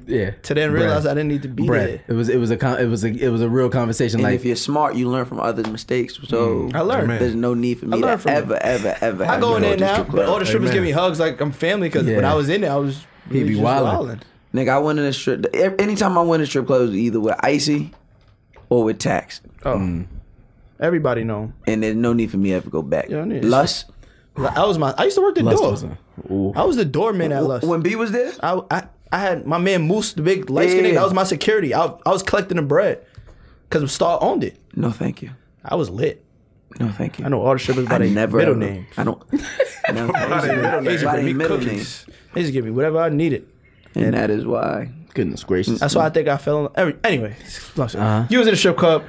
S7: Yeah.
S3: to then realize I didn't need to be
S7: Bread. It was it was a con- it was a it was a real conversation.
S2: And
S7: like,
S2: if you're smart, you learn from others' mistakes.
S7: Mm.
S2: So
S3: I learned.
S6: Amen.
S2: There's no need for me
S3: learned
S2: to
S3: from
S2: ever,
S3: it.
S2: ever, ever.
S3: there. I
S2: have
S3: go in
S2: to
S3: there
S2: to the
S3: now,
S2: strip
S3: but all
S2: club.
S3: the strippers
S6: Amen.
S3: give me hugs like I'm family because when
S7: Yeah.
S3: I was in there, I was
S7: He be
S3: really just
S7: wildin'.
S3: wildin'.
S2: Nigga, I went in a strip. e- Anytime I went in a strip club, it was either with icy or with tax,
S3: Oh, everybody know.
S2: and there's no need for me to ever go back.
S3: Yeah, I knew.
S2: Lust.
S3: I was my. I used to work the
S7: Lust
S3: door.
S7: wasn't. Ooh.
S3: I was the doorman at Lust.
S2: When B was there,
S3: I, I I had my man Moose, the big light skin
S2: Yeah.
S3: nigga. That was my security. I, I was collecting the bread because Star owned it.
S2: no, thank you.
S3: I was lit.
S2: No, thank you.
S3: I know all the strippers by
S2: I
S3: their
S2: never
S3: middle
S2: ever-
S3: name.
S2: I don't. No,
S6: By their middle
S3: They
S6: name.
S3: used to
S2: by
S3: give me
S2: their middle name,
S3: cookies. They used to give me whatever I needed.
S2: and that is why.
S7: goodness gracious.
S3: That's why I think I fell in every anyway.
S7: Uh-huh.
S3: You was in the strip club.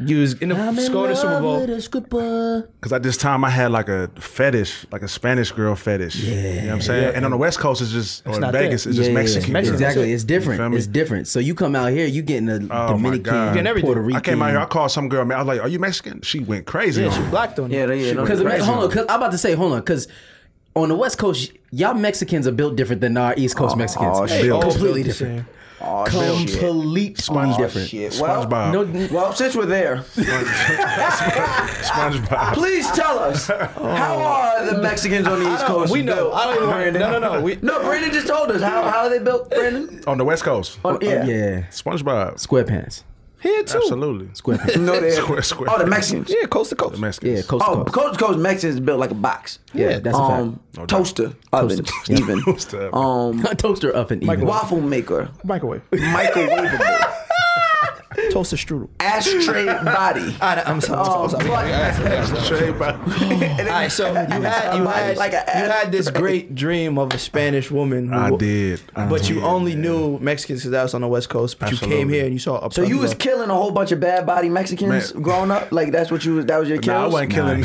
S3: You was in the scoring the Super Bowl.
S6: Cause at this time I had like a fetish, like a Spanish girl fetish. Yeah. You know what I'm saying? And on the West Coast it's just or
S3: not
S6: in Vegas,
S3: that.
S6: it's just
S7: Yeah, yeah,
S6: Mexican.
S7: yeah.
S6: girls.
S7: Exactly. It's
S6: You feel
S7: different.
S6: me?
S7: It's different. So you come out here, you getting a
S6: Oh my
S7: Dominican,
S6: God. You
S3: getting everything.
S7: Puerto Rican.
S6: I came out here, I called some girl, man. I was like, Are you Mexican? She went crazy
S3: Yeah,
S6: on
S3: she
S6: me.
S3: blocked on
S2: Yeah,
S3: you.
S2: yeah.
S7: Because
S2: no,
S7: hold on, 'cause I'm about to say, hold on, because on the West Coast, y'all Mexicans are built different than our East
S6: Oh,
S7: Coast Mexicans.
S2: shit. They
S3: all
S7: completely
S3: built the
S7: different.
S3: same.
S2: oh, shit.
S7: Completely different.
S2: Shit. Well,
S6: SpongeBob.
S7: No,
S2: well, since we're there,
S6: SpongeBob.
S2: please tell us how are the Mexicans on the East Coast?
S3: We know.
S2: built,
S3: I don't even.
S2: Brandon?
S3: No, no, no. We,
S2: No, Brandon just told us how how they built Brandon.
S6: on the West Coast.
S2: Oh,
S7: yeah.
S2: yeah.
S6: SpongeBob.
S7: SquarePants.
S3: here too.
S6: Absolutely.
S7: SquarePants.
S2: No, they
S6: Square, square.
S2: Oh, the Mexicans.
S3: Yeah, coast to coast.
S6: Mexicans.
S7: yeah, coast to
S2: Oh,
S7: coast.
S2: coast to coast Mexicans built like a box.
S7: Yeah, that's
S2: um,
S7: a
S6: doubt.
S2: toaster oven,
S7: Yeah.
S2: even
S6: Toaster oven.
S2: um,
S7: fact. Toaster up and even.
S2: waffle maker,
S3: Microwave.
S2: microwavable,
S3: Toaster strudel.
S2: ashtray body.
S3: I, am sorry.
S2: Um,
S3: I'm sorry.
S6: SpongeBob.
S3: Oh. All right, so you had you had
S2: Like a-
S3: you had this great dream of a Spanish woman.
S6: I did. I
S3: but you
S6: did,
S3: only
S6: man.
S3: knew Mexicans because that was on the West Coast. But you came
S6: Absolutely.
S3: here and you saw a.
S2: So you was
S3: plethora.
S2: killing a whole bunch of bad body Mexicans
S6: Man.
S2: growing up. Like that's what you was. That was your kills.
S6: Nah, I wasn't killing.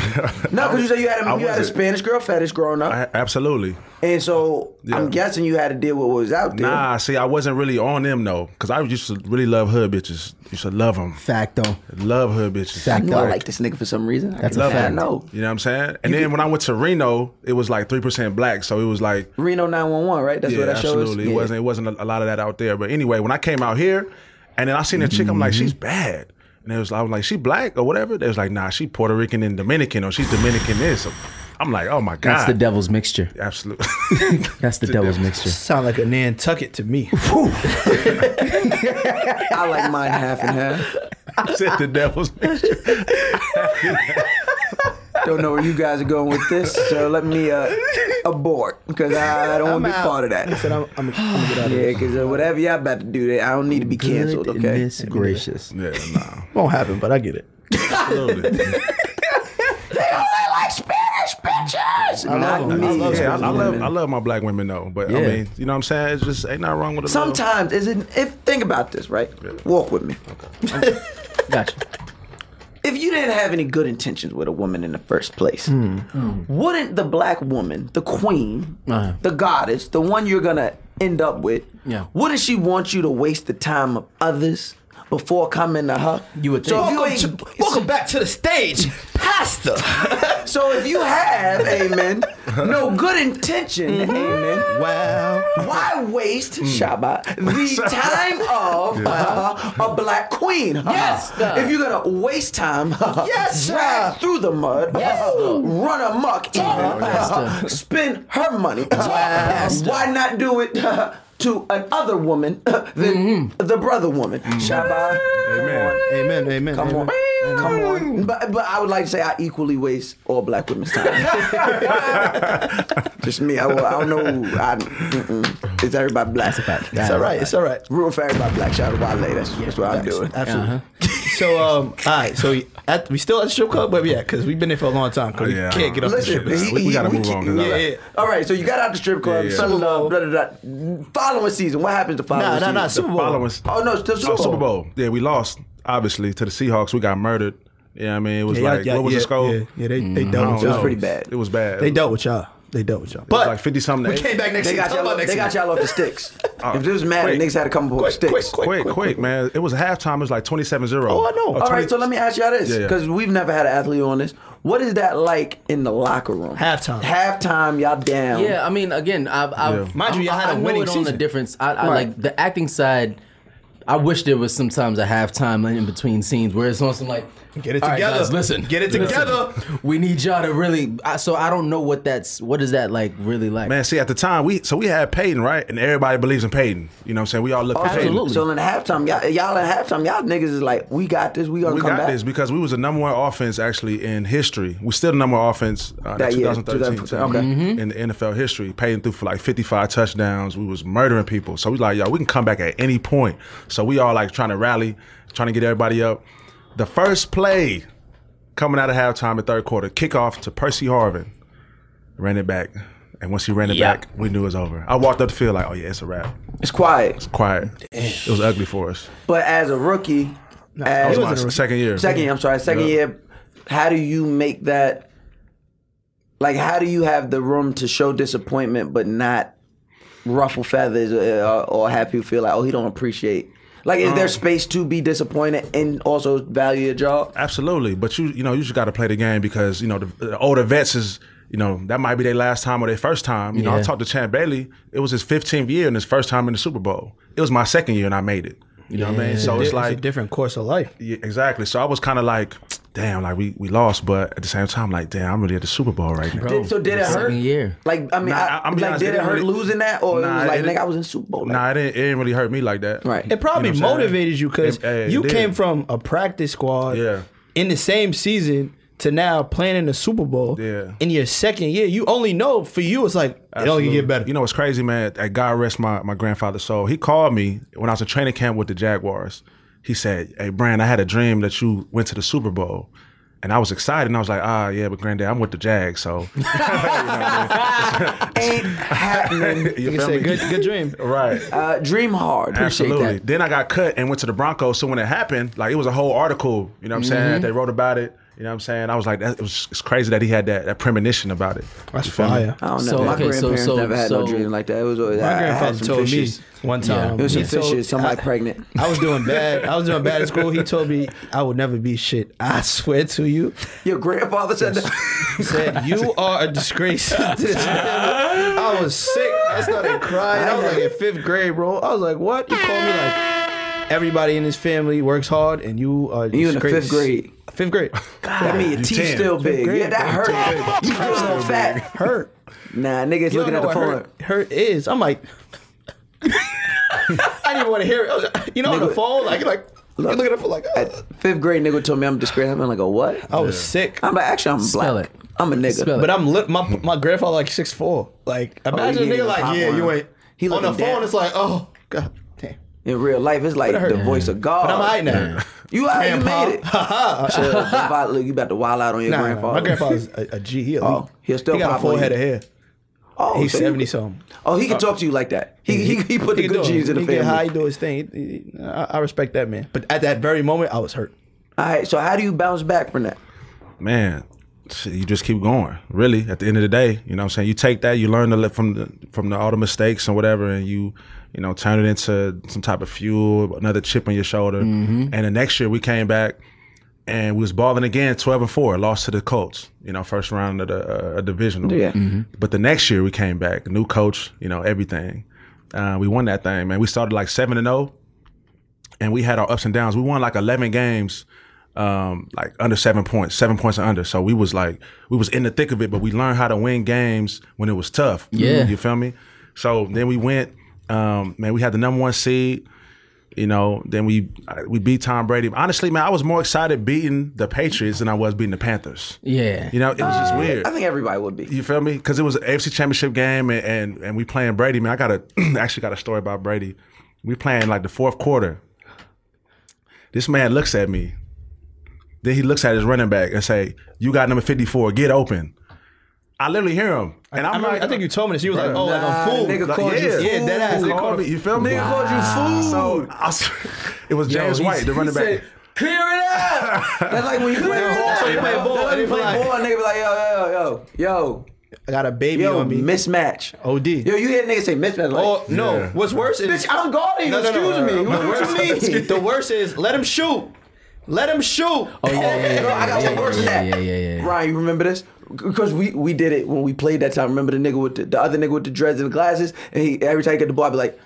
S2: No, because you said you had
S6: I
S2: a you had a
S6: wasn't.
S2: Spanish girl fetish growing up.
S6: I, absolutely.
S2: And so
S6: Yeah.
S2: I'm guessing you had to deal with what was out there.
S6: Nah, see, I wasn't really on them though, because I used to really love hood bitches. Used to love them,
S3: Facto.
S6: love hood bitches.
S2: I
S3: Fact.
S2: knew I
S3: Right.
S2: liked this nigga for some reason.
S3: That's
S2: That's
S3: a
S2: I
S3: fact.
S2: know.
S6: You know what I'm saying? And then when I went to Reno, it was like three percent black, so it was like
S2: Reno 911, right? That's
S6: yeah,
S2: what that show
S6: absolutely. It
S2: is. Yeah.
S6: wasn't it wasn't a, a lot of that out there. But anyway, when I came out here, and then I seen a chick, I'm
S2: Mm-hmm.
S6: like, she's bad. And it was, I was like, she black or whatever. They was like, nah, she Puerto Rican and Dominican, or she's Dominican this. I'm like, oh my god,
S5: That's the devil's mixture.
S6: Absolutely.
S5: That's the devil's mixture.
S3: Sound like a Nantucket to me.
S2: I like mine half and half.
S6: I said the devil's mixture.
S2: Don't know where you guys are going with this, so let me uh, abort because I, I don't want to be
S3: out.
S2: part of that.
S3: I said, I'm, I'm, I'm gonna get out of
S2: Yeah,
S3: this.
S2: because uh, whatever y'all about to do, I don't need to be canceled. Okay.
S5: Goodness gracious.
S6: yeah, nah.
S3: Won't happen, but I get it.
S6: Absolutely.
S2: Oh, Not
S3: I
S2: me.
S3: love
S6: Yeah, I, I
S2: Women.
S6: love I love my black women though, but I
S5: Yeah.
S6: mean, you know what I'm saying? It's just ain't nothing wrong with a little-
S2: Sometimes is it if think about this, right? Walk with me.
S5: Gotcha.
S2: If you didn't have any good intentions with a woman in the first place,
S5: Hmm.
S2: wouldn't the black woman, the queen,
S5: Uh-huh.
S2: the goddess, the one you're gonna end up with,
S5: Yeah.
S2: wouldn't she want you to waste the time of others before coming to her?
S5: You would
S2: So
S5: think.
S2: if you
S3: Welcome,
S2: ain't,
S3: to, welcome back to the stage, Pastor.
S2: so if you have, amen, no good intention,
S5: Mm-hmm.
S2: amen.
S3: wow.
S2: Why waste
S5: Mm.
S2: Shabbat the time of uh, a black queen? Uh-huh.
S3: Yes, sir.
S2: if you're gonna waste time,
S3: Yes, sir.
S2: drag through the mud, uh-huh, run amok, even,
S5: Pastor.
S2: spend her money. Uh-huh. Why not do it uh-huh, to another woman uh-huh, than the brother woman? Shabbat.
S6: Amen.
S3: Mm-hmm. Amen, amen.
S2: Come on.
S3: amen.
S2: Come on. But, but I would like to say I equally waste all black women's time. Just me. I, will- I don't know. I, mm-mm. it's everybody black.
S3: It's all right. It's all right.
S2: Rule for everybody black. Shout out to Wale. That's, that's what I'm doing.
S3: Absolutely.
S6: Uh-huh.
S3: So, um, all right. So, we- at, we still at the strip club? Where we at? Because we've been there for a long time. Because
S6: Yeah,
S3: we can't get off the
S2: Listen,
S3: strip.
S6: Nah, we,
S2: he-
S6: we
S2: he-
S6: gotta
S2: we
S6: move
S2: keep-
S6: on. 'cause I-
S3: yeah, yeah.
S2: All right, so you got out the strip club,
S6: Yeah, yeah.
S2: Southern
S3: Super Bowl.
S2: love, blah, blah, blah. Following season, what happens the following
S3: Nah, nah,
S2: season?
S3: nah. Super Bowl.
S6: Following,
S2: Oh, no, still Super
S6: Oh, Super
S2: Bowl.
S6: Bowl. Yeah, we lost obviously to the Seahawks. We got murdered. Yeah, I mean, it was like what was
S3: yeah,
S6: the score? Mm-hmm.
S3: Yeah, yeah they, they
S6: I don't
S3: dealt with
S6: know.
S2: It was
S3: y'all.
S2: pretty bad.
S6: It was bad.
S3: They
S6: It was
S3: dealt with y'all. They dealt with y'all.
S6: like fifty something.
S3: we came back next
S2: They
S3: year.
S2: got
S3: Talk
S2: y'all.
S3: about next
S2: They got
S3: year.
S2: y'all off the sticks.
S6: Oh,
S2: if this was mad,
S6: quick.
S2: niggas had to come up with
S3: Quick,
S2: sticks.
S3: quick, quick.
S6: Quick, quick, man. It was halftime. It was like 27-0. Oh,
S3: I know.
S2: All right, so let me ask y'all this
S6: Yeah, yeah.
S2: because we've never had an athlete on this. What is that like in the locker room?
S3: Halftime.
S2: Halftime, y'all down.
S5: Yeah, I mean, again, I've, I've
S6: Yeah.
S3: Mind you, y'all
S5: I-
S3: had
S5: I
S3: a
S5: know
S3: winning
S5: it on the
S3: season.
S5: difference. I, I
S2: Right.
S5: like the acting side. I wish there was sometimes a halftime in between scenes where it's on some like
S3: Get it
S5: "All right,
S3: together.
S5: guys, listen,
S3: Get it
S5: listen.
S3: together."
S5: We need y'all to really. I, so I don't know what that's. What is that like really like?
S6: Man, see at the time we so we had Peyton, right? And everybody believes in Peyton. You know what I'm saying? We all look at Peyton.
S5: Absolutely.
S2: So in the halftime, y'all, y'all in halftime, y'all niggas is like, we got this. We gonna
S6: We
S2: come
S6: got
S2: back.
S6: this because we was the number one offense actually in history. We still the number one offense uh,
S2: That
S6: in
S2: year,
S6: 2013
S2: 2014, okay. Mm-hmm.
S6: team in the NFL history. Paying through for like 55 touchdowns. We was murdering people. So we like, yo, we can come back at any point. So we all like trying to rally, trying to get everybody up. The first play coming out of halftime in third quarter, kickoff to Percy Harvin, ran it back. And once he ran it
S5: Yeah.
S6: back, we knew it was over. I walked up the field like, oh yeah, it's a wrap.
S2: It's quiet.
S6: Quiet. It was ugly for us.
S2: But as a rookie,
S6: It
S2: as
S6: was my second year.
S2: second, I'm sorry, second
S6: Yeah.
S2: year, how do you make that? Like, how do you have the room to show disappointment but not ruffle feathers or, or have people feel like, oh, he don't appreciate? Like, is
S6: Um,
S2: there space to be disappointed and also value your job?
S6: Absolutely, but you you know you just got to play the game because you know the, the older vets is you know that might be their last time or their first time. You know I
S5: Yeah.
S6: talked to Chan Bailey. It was his 15th year and his first time in the Super Bowl. It was my second year and I made it. You know what I mean? So it's,
S3: It's a
S6: like
S3: different course of life.
S6: yeah, exactly. So I was kind of like, damn, like we we lost, but at the same time, like damn, I'm really at the Super Bowl right now.
S2: Did- so did it hurt?
S5: Second year.
S2: Like I mean,
S6: Nah,
S2: I,
S6: I- I'm
S2: like
S6: honest, it
S2: did it
S6: didn't
S2: hurt
S6: really-
S2: losing that, or
S6: Nah,
S2: it was like
S6: it
S2: nigga,
S6: didn't-
S2: I was in Super Bowl. Like,
S6: Nah, it didn't, it didn't really hurt me like that.
S2: Right.
S3: It probably
S6: You know what I'm saying?
S3: motivated you because
S6: It- eh, it
S3: you
S6: did.
S3: came from a practice squad
S6: Yeah.
S3: in the same season to now playing in the Super Bowl.
S6: Yeah.
S3: In your second year, you only know for you it's like it only can
S6: Absolutely.
S3: get better.
S6: You know what's crazy, man? At God rest my, my grandfather's soul. He called me when I was in training camp with the Jaguars. He said, Hey, Brian, I had a dream that you went to the Super Bowl. And I was excited and I was like, ah, yeah, but granddad, I'm with the Jags, so you know what I
S2: ain't happening.
S6: mean? You
S3: Like I
S6: feel
S3: said,
S6: me?
S3: good, good dream.
S6: Right.
S2: Uh, dream hard.
S6: Absolutely.
S3: Mm-hmm.
S6: Then I got cut and went to the Broncos. So when it happened, like it was a whole article, you know what I'm saying? They wrote about it. You know what I'm saying? I was like, that, it was it's crazy that he had that, that premonition about it.
S3: That's
S6: You feel me?
S3: fire.
S2: I don't know.
S7: So,
S2: my
S7: okay, so-
S2: grandparents
S7: so-
S2: never had no
S7: so-
S2: dream like that. It was always Oh, I- I
S3: My
S2: had
S3: grandfather
S2: some
S3: told me
S2: fishes.
S3: one time.
S2: It was some
S3: he told-
S2: fishes. Somebody
S3: I-
S2: pregnant.
S3: I was doing bad. I was doing bad at school. He told me I would never be shit. I swear to you.
S2: Your grandfather said that.
S3: He said, You are a disgrace to this family." I was sick. I started crying. I was like in fifth grade, bro. I was like, What? You call me like everybody in this family works hard and you are
S2: You in the
S3: disgrace."
S2: fifth grade.
S3: Fifth grade.
S2: That mean your
S6: you
S2: teeth
S6: tan.
S2: still big.
S3: Great,
S2: Yeah, that
S3: bro.
S2: hurt. You
S3: Hurt.
S2: still fat.
S3: Hurt.
S2: Nah, niggas
S3: You
S2: looking at
S3: don't know what
S2: the phone.
S3: Hurt, hurt is. I'm like, I didn't even want to hear it. I was like, you know, on
S2: Nigga.
S3: the phone, like, like look, looking at the phone, like,
S2: At fifth grade, nigga told me I'm disgraced. I'm like, a what?
S3: I was sick.
S2: I'm like, actually, I'm
S7: Spell
S2: black.
S7: it.
S2: I'm a nigga.
S7: Spell it.
S3: Oh. but I'm lit. My my grandfather like six four. Like, imagine
S2: didn't
S3: a
S2: even
S3: nigga
S2: pop
S3: like, Oh, yeah,
S2: one.
S3: you ain't.
S2: He
S3: on the
S2: looking
S3: phone,
S2: down.
S3: it's like, oh god, damn.
S2: In real life, it's like
S3: But it
S2: the
S3: hurt.
S2: voice of God.
S3: But I'm alright now.
S2: You all right, you
S3: Grandpa.
S2: made it. Shut up. Grandpa, look, you about to wild out on your
S3: Nah, nah,
S2: grandfather.
S3: my grandfather's a, a G. He elite.
S2: Oh, he'll still
S3: he got
S2: pop
S3: a
S2: on
S3: full
S2: you.
S3: head of hair.
S2: oh,
S3: he's
S2: so you-
S3: seventy something.
S2: Oh, he can talk to you like that. He he, he put the
S3: can
S2: good
S3: do it.
S2: genes in the
S3: He
S2: family.
S3: Get how he do his thing. He- he- I, I respect that man. But at that very moment, I was hurt.
S2: All right, so how do you bounce back from that?
S6: man, shit, you just keep going. Really, at the end of the day, you know what I'm saying? You take that, you learn the, le- from the, from the, all the mistakes and whatever, and you you know turn it into some type of fuel, another chip on your shoulder. And the next year we came back and we was balling again, twelve and four, lost to the Colts. You know, first round of the uh, divisional.
S2: Yeah.
S6: But the next year we came back, new coach, you know everything. Uh, we won that thing, man. We started like seven and oh. zero and we had our ups and downs. We won like eleven games, um, like under seven points, seven points and under. So we was like we was in the thick of it, but we learned how to win games when it was tough.
S7: Yeah.
S6: you feel me? So then we went, um, man. We had the number one seed. You know, then we we beat Tom Brady. Honestly, man, I was more excited beating the Patriots than I was beating the Panthers.
S7: Yeah.
S6: You know, it was just weird.
S2: I think everybody would be.
S6: You feel me? Because it was an AFC Championship game, and, and and we playing Brady. Man, I got a actually got a story about Brady. We playing like the fourth quarter. This man looks at me. Then he looks at his running back and say, "You got number fifty four. Get open." I literally hear him, and
S3: I,
S6: I'm
S3: remember,
S6: like,
S3: I think you told me this. You was like,
S6: Bruh.
S3: oh, like
S2: Nah,
S3: a fool.
S2: nigga
S6: Like,
S2: called you
S6: yeah,
S2: fool.
S3: yeah, that ass.
S6: They
S3: Nigga
S6: called me. You feel me? They
S2: called you fool.
S6: So I was- it was James
S7: he's-
S6: White, the
S7: he
S6: running back.
S7: said-
S2: Clear it out. That's like when you play
S3: Yeah,
S2: ball.
S3: so you play ball,
S2: That's like
S3: and
S2: you
S3: you
S2: play
S3: like-
S2: ball, and they be like, yo, yo, yo,
S3: I got a baby
S2: yo, yo,
S3: on me.
S2: mismatch.
S3: OD.
S2: Yo, you hear niggas say mismatch. Like,
S3: Oh no!
S6: Yeah.
S3: What's worse is
S2: Bitch, I'm guarding you, excuse me. What-
S3: The
S2: what you
S3: worst-
S2: mean?
S3: The worst is let him shoot. Let him shoot.
S7: Oh, yeah, yeah, yeah,
S2: Yo, I got
S7: yeah,
S2: one worse than
S7: yeah,
S2: that.
S7: yeah, yeah, yeah.
S2: Ryan, you remember this? Because we we did it when we played that time. Remember the nigga with the, the other nigga with the dreads and the glasses, and he every time he get the ball, I be like,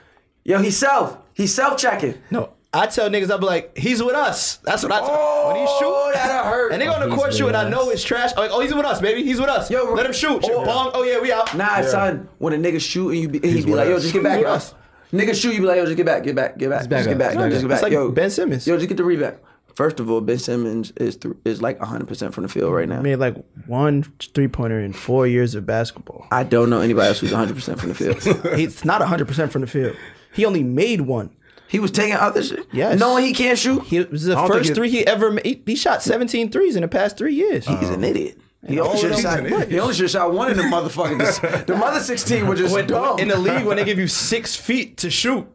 S2: yo, he self, he self checking.
S3: No, I tell niggas I be like, he's with us. That's what I tell. when he
S2: Oh,
S3: shoot,
S2: that'll hurt.
S3: and they go on the
S7: He's
S3: court shoot,
S7: with
S3: and I know
S7: us.
S3: it's trash. I'm like, oh, he's with us, baby. He's with us.
S2: Yo,
S3: let him shoot. Shit,
S2: oh.
S3: bong. Oh yeah, we out.
S2: Nah, son, when a nigga shoot and you be, and he
S6: He's
S2: be
S6: with
S2: like, yo,
S6: us.
S2: just get back,
S3: He's
S2: yo.
S3: with us.
S2: Nigga shoot, you be like, yo, just get back, get back, get back,
S7: back
S2: just get
S7: up,
S2: back,
S7: it's back
S2: just get
S7: up.
S2: back.
S3: It's like
S2: yo,
S3: Ben Simmons.
S2: Yo, just get the rebound. First of all, Ben Simmons is th- is like 100% from the field right now.
S3: Made like one three pointer in four years of basketball.
S2: I don't know anybody else who's 100% from the field.
S3: It's not 100 percent from the field. He only made one.
S2: He was taking other shit.
S3: Yes.
S2: Knowing he can't shoot,
S3: He it was the
S6: don't think
S3: first
S6: it-
S3: three he ever made. He, he shot 17 threes in the past three years.
S2: he's an idiot. He only
S3: all
S2: should
S3: of them-
S2: have shot,
S3: He's an idiot.
S2: he only should've shot one in the motherfucking. the mother 16 was just
S3: when,
S2: dumb.
S3: in the league when they give you six feet to shoot,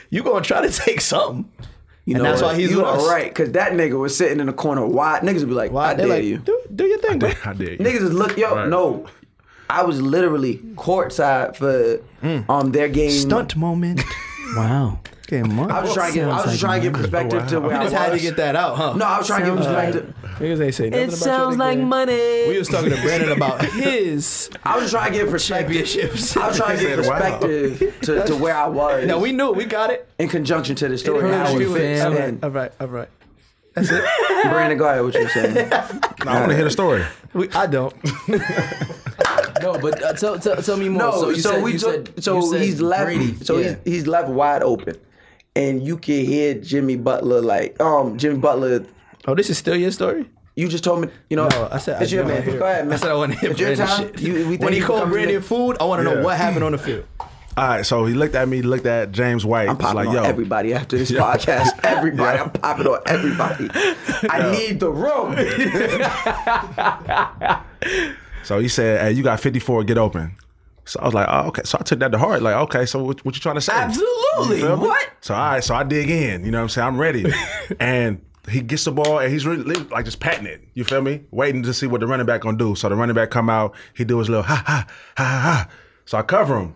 S3: you gonna try to take something.
S2: You
S3: and
S2: know
S3: that's
S2: what?
S3: why he's
S2: you
S3: with
S2: are
S3: us.
S2: right, because that nigga was sitting in the corner wide. Niggas would be like,
S3: Why
S2: I
S3: they
S2: dare
S3: like
S2: you.
S3: do do your thing, bro.
S6: I did.
S2: Niggas is look, yo,
S6: Right.
S2: no. I was literally courtside for um their game.
S3: Hmm. Stunt moment.
S7: Wow.
S3: Game on.
S2: I was trying to get, I was
S7: Sounds
S2: just trying to get perspective to where I
S3: just had to
S2: was.
S3: get that out, huh?
S2: No, I was trying to get
S7: Sounds like-
S2: perspective.
S3: Niggas ain't say nothing about your nigga. We
S7: money.
S3: was talking to Brandon about his
S2: I was trying to get perspective.
S3: championships.
S2: I was trying to get
S6: Said, wow.
S2: perspective to, to where I was
S3: No, we knew. We got it.
S2: in conjunction to the story.
S7: hurt
S2: How it
S7: you,
S2: fits
S7: fam.
S2: in.
S3: All right, all right.
S2: Brandon, go ahead. What you saying?
S6: No, I want to hear the story.
S3: We, I don't.
S7: No, but uh, tell, tell, tell me more.
S2: No,
S7: so,
S2: so,
S7: you said,
S2: we
S7: you
S2: took,
S7: said,
S2: so
S7: you said
S2: he's left
S7: Brady.
S2: so
S7: yeah.
S2: he's, he's left wide open, and you can hear Jimmy Butler like um Jimmy Butler.
S3: Oh, this is still your story.
S2: You just told me, you know.
S3: No, Oh, I said
S2: it's
S3: I
S2: your
S3: don't
S2: man.
S3: wanna hear
S2: Go
S3: it.
S2: ahead, man.
S3: I said I want to hear
S2: It's your
S3: Brandon
S2: time.
S3: shit.
S2: You- we think
S3: when he
S2: you
S3: called
S2: come to
S3: Brandon
S2: the-
S3: food, I want to know
S6: Yeah.
S3: what happened on the field.
S6: All right, so he looked at me, looked at James White.
S2: I'm
S6: was
S2: popping
S6: like,
S2: on
S6: yo,
S2: everybody after this podcast. Everybody, I'm popping on everybody. I need the room.
S6: So he said, "Hey, you got 54. Get open." So I was like, "Oh, okay." So I took that to heart. Like, okay, so what, what you trying to say?
S7: Absolutely.
S6: You feel me?
S7: What?
S6: So I so I dig in. You know what I'm saying? I'm ready. and he gets the ball and he's really like just patting it. You feel me? Waiting to see what the running back gonna do. So the running back come out, he do his little ha ha ha ha. ha. So I cover him.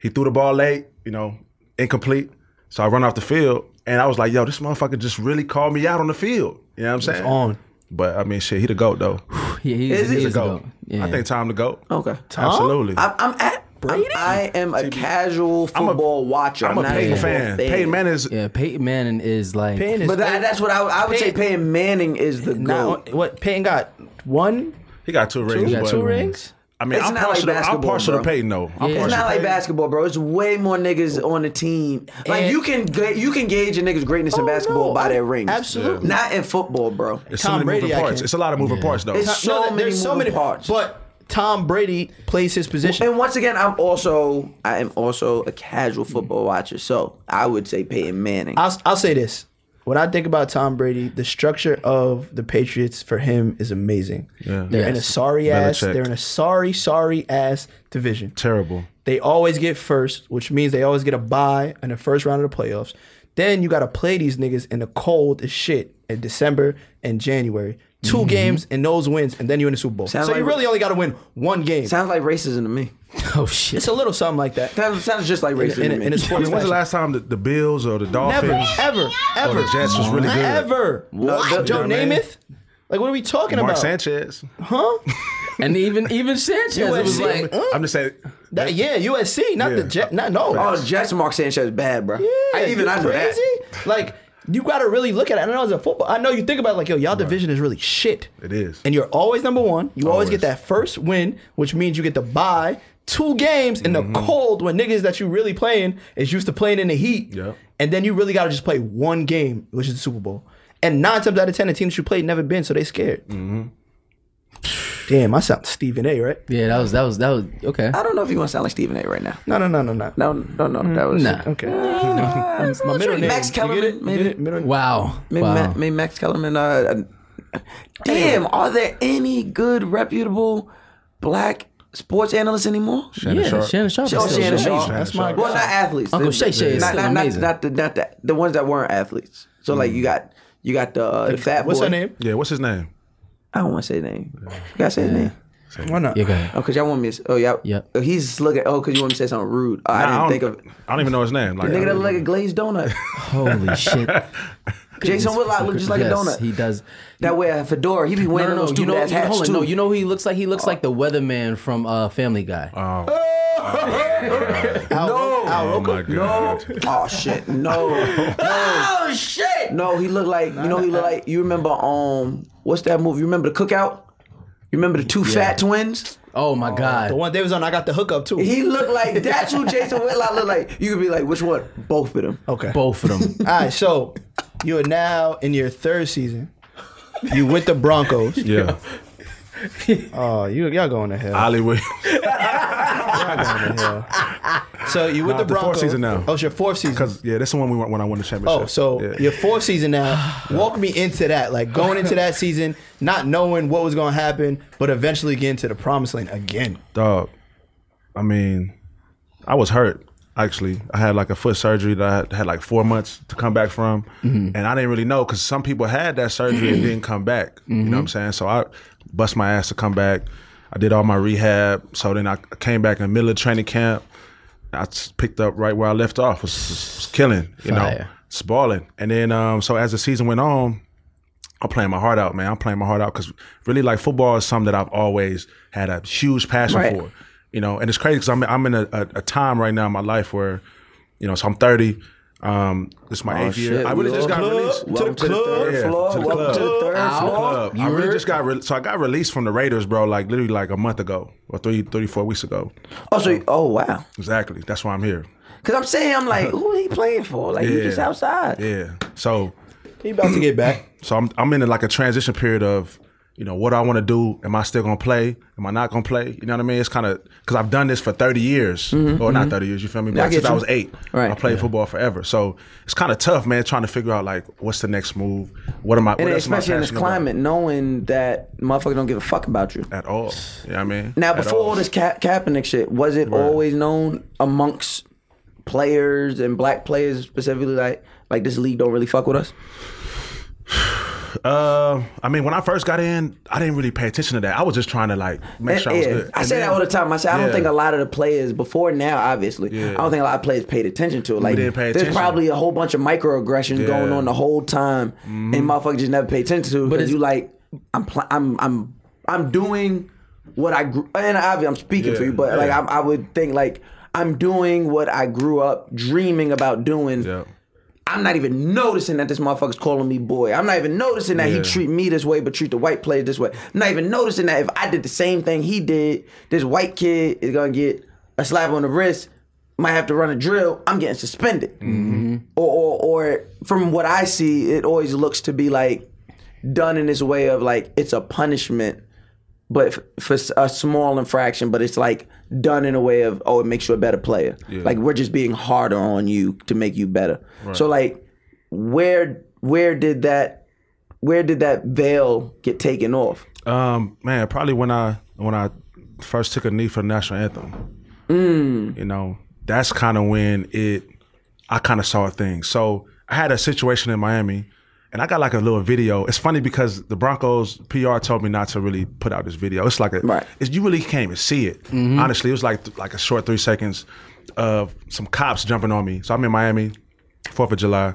S6: He threw the ball late, you know, incomplete. So I run off the field and I was like, yo, this motherfucker just really called me out on the field. You know what I'm saying?
S3: on.
S6: But I mean, shit, he the goat though.
S7: Yeah, he is,
S2: Is he
S7: he
S2: the
S7: is a goat. Yeah.
S6: I think time to go.
S2: Okay.
S6: Absolutely.
S2: I'm, I'm at. I'm, I am a casual football watcher.
S6: I'm a
S2: not
S6: Peyton
S2: even
S6: fan.
S2: fan.
S6: Peyton Manning is
S7: yeah, Peyton Manning is like
S3: Peyton is
S2: But that, that's what I, would- I would say. Peyton Manning is the
S3: not,
S2: goat.
S3: what Peyton got one,
S6: he got two
S3: two,
S6: rings.
S3: two
S6: but,
S3: rings.
S6: I mean,
S2: It's
S6: I'm
S2: not like
S6: partial. to- I'm
S2: basketball,
S6: partial to
S2: bro.
S6: Peyton though.
S7: Yeah.
S6: I'm
S2: It's
S6: partial
S2: not
S6: to
S2: like
S6: Peyton.
S2: basketball, bro. It's way more niggas on the team. Like
S3: And-
S2: you can ga- you can gauge a nigga's greatness in basketball
S3: no,
S2: by
S3: I-
S2: their rings.
S3: absolutely.
S2: Not in football, bro.
S6: It's
S3: Tom
S6: so many
S3: Brady, I
S6: moving parts.
S3: can't-
S6: It's a lot of moving parts though.
S2: It's- So
S3: that-
S2: many
S3: there's so
S2: moving
S3: many
S2: parts.
S3: But Tom Brady plays his position.
S2: And once again, I'm also I am also a casual football watcher, so I would say Peyton Manning.
S3: I'll, I'll say this. When I think about Tom Brady, the structure of the Patriots for him is amazing. They're in a
S7: Yes.
S3: sorry ass.
S6: Belichick.
S3: They're in a sorry, sorry ass division.
S6: Terrible.
S3: They always get first, which means they always get a bye in the first round of the playoffs. Then you got to play these niggas in the cold as shit in December and January. 2
S6: Mm-hmm.
S3: games and those wins, and then you're in the Super Bowl.
S2: Sounds
S3: so you
S2: like-
S3: really only got to win one game.
S2: sounds like racism to me.
S7: oh shit.
S3: it's a little something like that.
S2: Sounds, sounds just like racism
S3: In,
S2: to
S3: a-
S2: me.
S3: in a sports
S6: When's the
S3: fashion.
S6: last time the, the Bills or the Dolphins?
S3: Never, ever,
S6: Or
S3: ever.
S6: Oh, the Jets was really good.
S3: Ever. What?
S2: the-
S3: Joe
S6: You know what I mean?
S3: Namath? Like, what are we talking
S6: Mark
S3: about?
S6: Sanchez.
S3: Huh?
S7: And even even Sanchez it was
S3: USC.
S7: like
S6: I'm just saying.
S3: That- yeah, USC, not the
S6: Yeah.
S3: Jet. Not, no.
S2: oh, Jets Mark Sanchez bad, bro.
S3: Yeah,
S2: I, even
S3: you
S2: I know
S3: crazy?
S2: that.
S3: Like, you got to really look at it. I know as a football, I know you think about it, like, yo, y'all all division is really shit.
S6: It is.
S3: And you're always number one. You always, get
S6: Always.
S3: that first win, which means you get to buy two games in the cold when niggas that you really playing is used to playing in the heat.
S6: Yep.
S3: And then you really got to just play one game, which is the Super Bowl. And nine times out of ten, the team that you played never been, so they scared. Damn, I sound Stephen A, right?
S7: Yeah, that was that was that was okay.
S2: I don't know if you want to sound like Stephen A. right now.
S3: No, no, no, no, no.
S2: No, no, no. That was
S7: Nah.
S3: Okay. Mm, My middle name.
S2: Max
S3: You get
S2: Kellerman,
S3: it? You
S2: maybe.
S3: get it? Middle name.
S7: Wow.
S2: Maybe,
S7: wow.
S2: Ma- maybe Max Kellerman. Uh, uh, damn, are there any good, reputable black sports analysts anymore?
S6: Shannon
S7: yeah,
S6: Sharp.
S7: Shannon Sharp. is
S2: Oh,
S7: still
S2: Shannon
S7: good.
S2: Sharp.
S3: That's my
S2: Well, not athletes.
S7: Uncle
S2: The-
S7: Shay Shay is
S2: not,
S7: still
S2: not, not,
S7: amazing.
S2: not the not the, the ones that weren't athletes. So like you got you got the, uh, the fat
S3: Mm. What's
S2: boy.
S3: her name?
S6: Yeah, what's his name?
S2: I don't want to say the name. You gotta say the name.
S3: Why not?
S7: Yeah, go ahead.
S2: Oh, cause y'all want me. To, oh, y'all.
S7: Yep.
S2: Oh, he's looking. Oh, cause you want me to say something rude. Oh, I
S6: I
S2: didn't
S6: don't,
S2: think of.
S6: I don't even know his name. Like,
S2: Nigga,
S6: I
S2: that
S6: don't-
S2: look like a glazed donut.
S7: Holy shit.
S2: Jason Whitlock looks just like
S7: yes,
S2: a donut.
S7: He does.
S2: that way a fedora. He be
S7: No,
S2: wearing
S7: no, no.
S2: those
S7: You
S2: stupid
S7: know,
S2: ass
S7: you, know-
S2: hats
S7: hold on,
S2: too.
S7: no, you know who he looks like? He looks like the weatherman from uh, Family Guy.
S3: No.
S6: oh my god.
S2: Oh shit! No, no, oh shit! No, he looked like you know he looked like you remember um what's that movie? You remember the cookout? You remember the two fat twins?
S7: oh my god.
S3: The one they was on, I got the hookup too.
S7: Oh.
S2: He looked like that's who Jason Whitlock looked like. You could be like, which one? Both of
S7: Oh.
S2: them.
S3: okay. All
S7: Both of them.
S3: right, so you are now in your third season. You with the Broncos.
S6: Yeah.
S3: Oh, you y'all going to hell.
S6: Hollywood.
S3: Y'all going to hell. So you with
S6: Nah,
S3: the
S6: the fourth
S3: Broncos.
S6: season now.
S3: Oh, it's your fourth season.
S6: Because, yeah, that's the one we won when I won the championship.
S3: Oh, so
S6: yeah.
S3: your fourth season now. Walk me into that. Like going into that season, not knowing what was going to happen, but eventually getting to the promised land again.
S6: Dog, I mean, I was hurt. Actually, I had like a foot surgery that I had- had like four months to come back from, and I didn't really know because some people had that surgery and didn't come back. You know what I'm saying? So I bust my ass to come back. I did all my rehab. So then I came back in the middle of training camp. I s- picked up right where I left off. Was, was killing, you know,
S7: Fire.
S6: it's balling. And then um, so as the season went on, I'm playing my heart out, man. I'm playing my heart out because really, like football is something that I've always had a huge passion
S2: Right.
S6: for. You know, and it's crazy because I'm I'm in a, a, a time right now in my life where, you know, so I'm 30. Um, this is my eighth year.
S2: Oh, shit,
S6: I really
S2: we
S6: just
S2: all
S6: got
S2: club.
S6: released.
S2: Welcome to the third floor.
S6: to the
S2: Welcome
S6: club.
S2: to the third
S6: To the
S2: floor.
S6: club. I really just got re- so I got released from the Raiders, bro. Like literally like a month ago or three, three, four weeks ago.
S2: Oh, so oh wow.
S6: Exactly. That's why I'm here.
S2: Cause I'm saying I'm like, who he playing for? Like he
S6: Yeah.
S2: just outside.
S6: Yeah. So
S3: He about to get back.
S6: So I'm I'm in like a transition period of, you know, what do I want to do? Am I still gonna play? Am I not gonna play? You know what I mean? It's kind of because I've done this for 30 years, or not 30 years. You feel me? But
S2: Mm-hmm, I get
S6: since I
S2: you.
S6: was eight,
S2: Right.
S6: I played football forever. So it's kind of tough, man, trying to figure out like what's the next move? What am I?
S2: And
S6: what else am I
S2: especially in this
S6: passionate about?
S2: climate, knowing that motherfuckers don't give a fuck about you.
S6: at all. You know what I mean?
S2: Now,
S6: At
S2: before all this Ka- Kaepernick shit, was it always known amongst players and black players specifically, like like this league don't really fuck with us?
S6: Uh, I mean, when I first got in, I didn't really pay attention to that. I was just trying to like make
S2: And-
S6: sure I was
S2: yeah.
S6: good.
S2: I
S6: And
S2: say that
S6: then-
S2: all the time. I say I don't
S6: Yeah.
S2: think a lot of the players before now, obviously, I don't think a lot of players paid attention to it. Like
S6: didn't pay
S2: there's
S6: attention.
S2: probably a whole bunch of microaggressions
S6: Yeah. Mm-hmm.
S2: going on the whole time, and motherfuckers just never pay attention to it. But
S7: it's-
S2: you like, I'm, pl- I'm, I'm, I'm doing what I grew, and obviously I'm speaking for
S6: Yeah,
S2: you, but like
S6: yeah.
S2: I'm, I would think like I'm doing what I grew up dreaming about doing.
S6: Yeah.
S2: I'm not even noticing that this motherfucker's calling me boy. I'm not even noticing that he
S6: Yeah.
S2: treat me this way, but treat the white player this way. I'm not even noticing that if I did the same thing he did, this white kid is gonna get a slap on the wrist, might have to run a drill. I'm getting suspended. Or, or, or from what I see, it always looks to be like done in this way of like it's a punishment, but f- for s- a small infraction. But it's like done in a way of oh, it makes you a better player. Like we're just being harder on you to make you better. So like where where did that where did that veil get taken off?
S6: Um, man, probably when I when I first took a knee for the national anthem. You know, that's kind of when it I kind of saw things. So I had a situation in Miami, and I got like a little video. It's funny because the Broncos PR told me not to really put out this video. It's like a
S2: Right.
S6: it's, you really can't even see it. Honestly, it was like like a short three seconds of some cops jumping on me. So I'm in Miami, Fourth of July.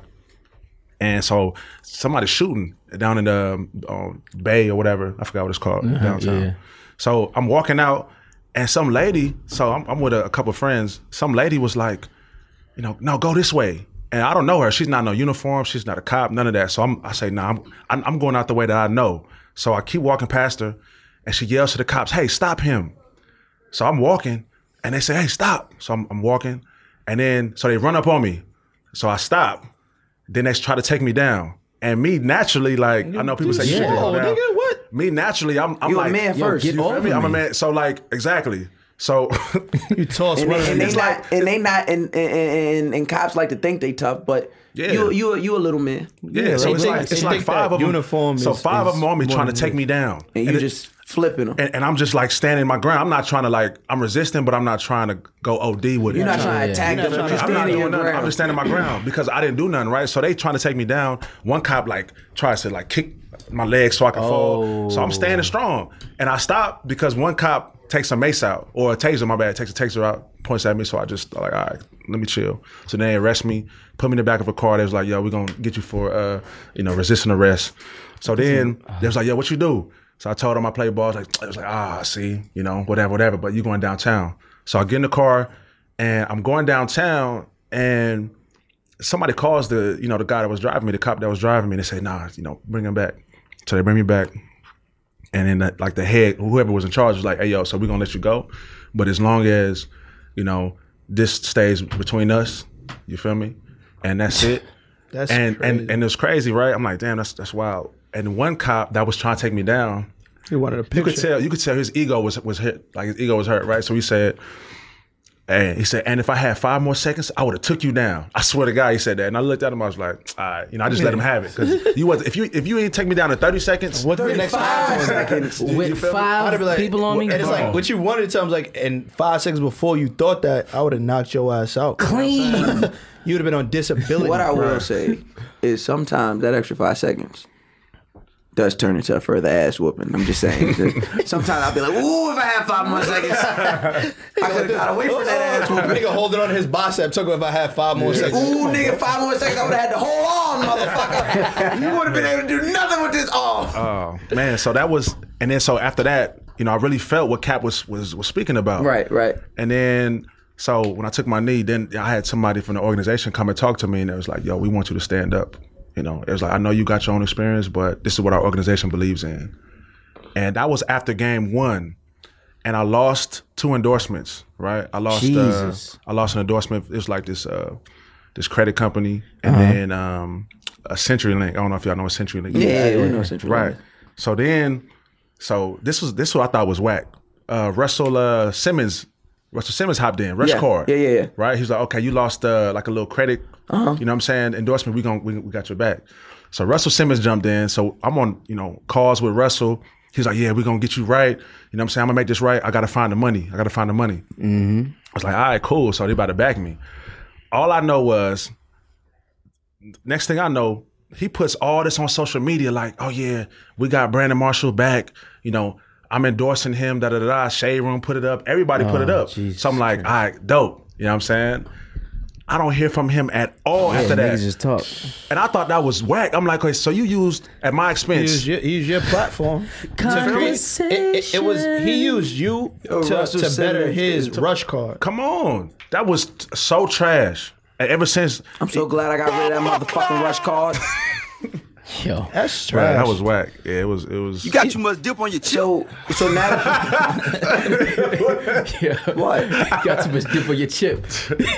S6: And so somebody's shooting down in the um, um, bay or whatever. I forgot what it's called downtown. So I'm walking out, and some lady. So I'm, I'm with a, a couple of friends. Some lady was like, you know, no, go this way. And I don't know her. She's not in no uniform. She's not a cop. None of that. So I'm, I say, nah, I'm, I'm, I'm going out the way that I know. So I keep walking past her, and she yells to the cops, "Hey, stop him!" So I'm walking, and they say, "Hey, stop!" So I'm, I'm walking, and then so they run up on me. So I stop. Then they try to take me down, and me naturally, like I know people say, "You should
S5: Yeah.
S6: go
S3: Whoa,
S6: down."
S3: nigga, what?
S6: Me naturally, I'm, I'm
S2: You a
S6: like,
S2: man Yo, first.
S6: You
S5: get
S6: feel
S5: over
S6: me? I'm a
S5: me.
S6: man. So like exactly. So
S3: You toss
S2: And
S3: one
S2: they,
S3: of
S2: and they
S3: these.
S2: not and they not and, and and and cops like to think they tough, but
S6: Yeah.
S2: you you you a little man.
S6: Yeah, so
S3: they
S6: it's
S3: think-
S6: like
S3: they
S6: it's like
S3: think that
S6: five of them.
S3: uniform
S6: so
S3: is-
S6: five
S3: is
S6: of them on me
S3: more
S6: trying to
S3: than
S6: take me down,
S2: And you
S6: it-
S2: just flipping them.
S6: and, and I'm just like standing my ground. I'm not trying to like I'm resisting, but I'm not trying to go OD with it.
S2: You're not trying to attack
S3: You're not
S2: them. You're
S3: trying to-
S2: just
S6: I'm not
S2: standing your
S6: doing nothing. I'm
S2: ground.
S6: just standing my ground because I didn't do nothing, right? So they trying to take me down. One cop like tries to like kick my leg so I can fall. So I'm
S2: Oh.
S6: standing strong, and I stop because one cop takes a mace out or a taser. My bad, takes a taser out, points at me. So I just like, all right, let me chill. So they arrest me, put me in the back of a car. They was like, yo, we're gonna get you for uh, you know, resisting arrest. So then they was like, yo, what you do? So I told them I play ball. I was like, I was like, ah, see, you know, whatever, whatever. But you going downtown. So I get in the car and I'm going downtown and somebody calls the, you know, the guy that was driving me, the cop that was driving me, and they say, nah, you know, bring him back. So they bring me back. And then that, like the head, whoever was in charge was like, hey yo, so we're gonna let you go. But as long as, you know, this stays between us, you feel me? And that's it.
S3: That's
S6: and,
S3: crazy.
S6: and and it was crazy, right? I'm like, damn, that's that's wild. And one cop that was trying to take me down,
S3: He wanted a picture.
S6: you could tell. You could tell his ego was was hit. Like his ego was hurt, right? So he said, "Hey," he said, "And if I had five more seconds, I would have took you down." I swear to God, he said that. And I looked at him. I was like, "All right, you know, I just let him have it because you was if you if you didn't take me down in thirty seconds,
S3: What the next five
S5: With five people on me,
S3: And it's
S5: Bro.
S3: like what you wanted to. I was like, and five seconds before you thought that, I would have knocked your ass out.
S5: clean.
S3: You would have been on disability.
S2: What I
S3: bro.
S2: will say is sometimes that extra five seconds does turn into a further ass whooping. I'm just saying. sometimes I'll be like, ooh, if I had five more seconds, I could have got away from that ass whooping.
S3: Nigga holding on to his bicep. Talking about if I had five more seconds.
S2: Ooh, nigga, five more seconds, I would have had the whole arm, motherfucker. You would have been able to do nothing with this arm.
S6: Oh man, so that was, and then so after that, you know, I really felt what Cap was was was speaking about.
S2: Right, right.
S6: And then so when I took my knee, then I had somebody from the organization come and talk to me, and it was like, "Yo, we want you to stand up." You know, it was like, "I know you got your own experience, but this is what our organization believes in." And that was after game one, and I lost two endorsements. Right, I lost.
S5: Jesus.
S6: Uh, I lost an endorsement. It was like this. Uh, this credit company, and
S2: Uh-huh.
S6: then um, a CenturyLink. I don't know if y'all know what CenturyLink. is.
S2: Yeah, we know Central
S6: Right. So then, so this was this what I thought was whack. Uh, Russell uh, Simmons, Russell Simmons hopped in. Rush
S2: Yeah.
S6: Card.
S2: Yeah, yeah, yeah. Uh-huh.
S6: Right. He's like, okay, you lost uh, like a little credit. You know what I'm saying? Endorsement. We gonna we, we got your back. So Russell Simmons jumped in. So I'm on you know calls with Russell. He's like, yeah, we're gonna get you right. You know what I'm saying? I'm gonna make this right. I gotta find the money. I gotta find the money. Mm-hmm. I was like, all right, cool. So they about to back me. All I know was next thing I know, he puts all this on social media, like, oh yeah, we got Brandon Marshall back. You know, I'm endorsing him. Da da da. da. Shade room put it up. Everybody put it up. so I'm like, all right, dope. You know what I'm saying? I don't hear from him at all
S5: Yeah,
S6: after that.
S5: niggas just talk.
S6: and I thought that was whack. I'm like, okay, so you used at my expense.
S3: Use your, use your platform. to create- it, it, it was he used you
S2: Yo,
S3: to,
S2: Russell
S3: to better
S2: Simmons.
S3: his rush card.
S6: Come on, that was t- so trash. And ever since,
S2: I'm so glad I got rid of that motherfucking rush card.
S5: Yo,
S3: That's
S6: Bruh,
S3: trash.
S6: that was whack. Yeah, it was. It was.
S8: You got too much dip on your chip.
S2: So so now what?
S7: got too much dip on your chip.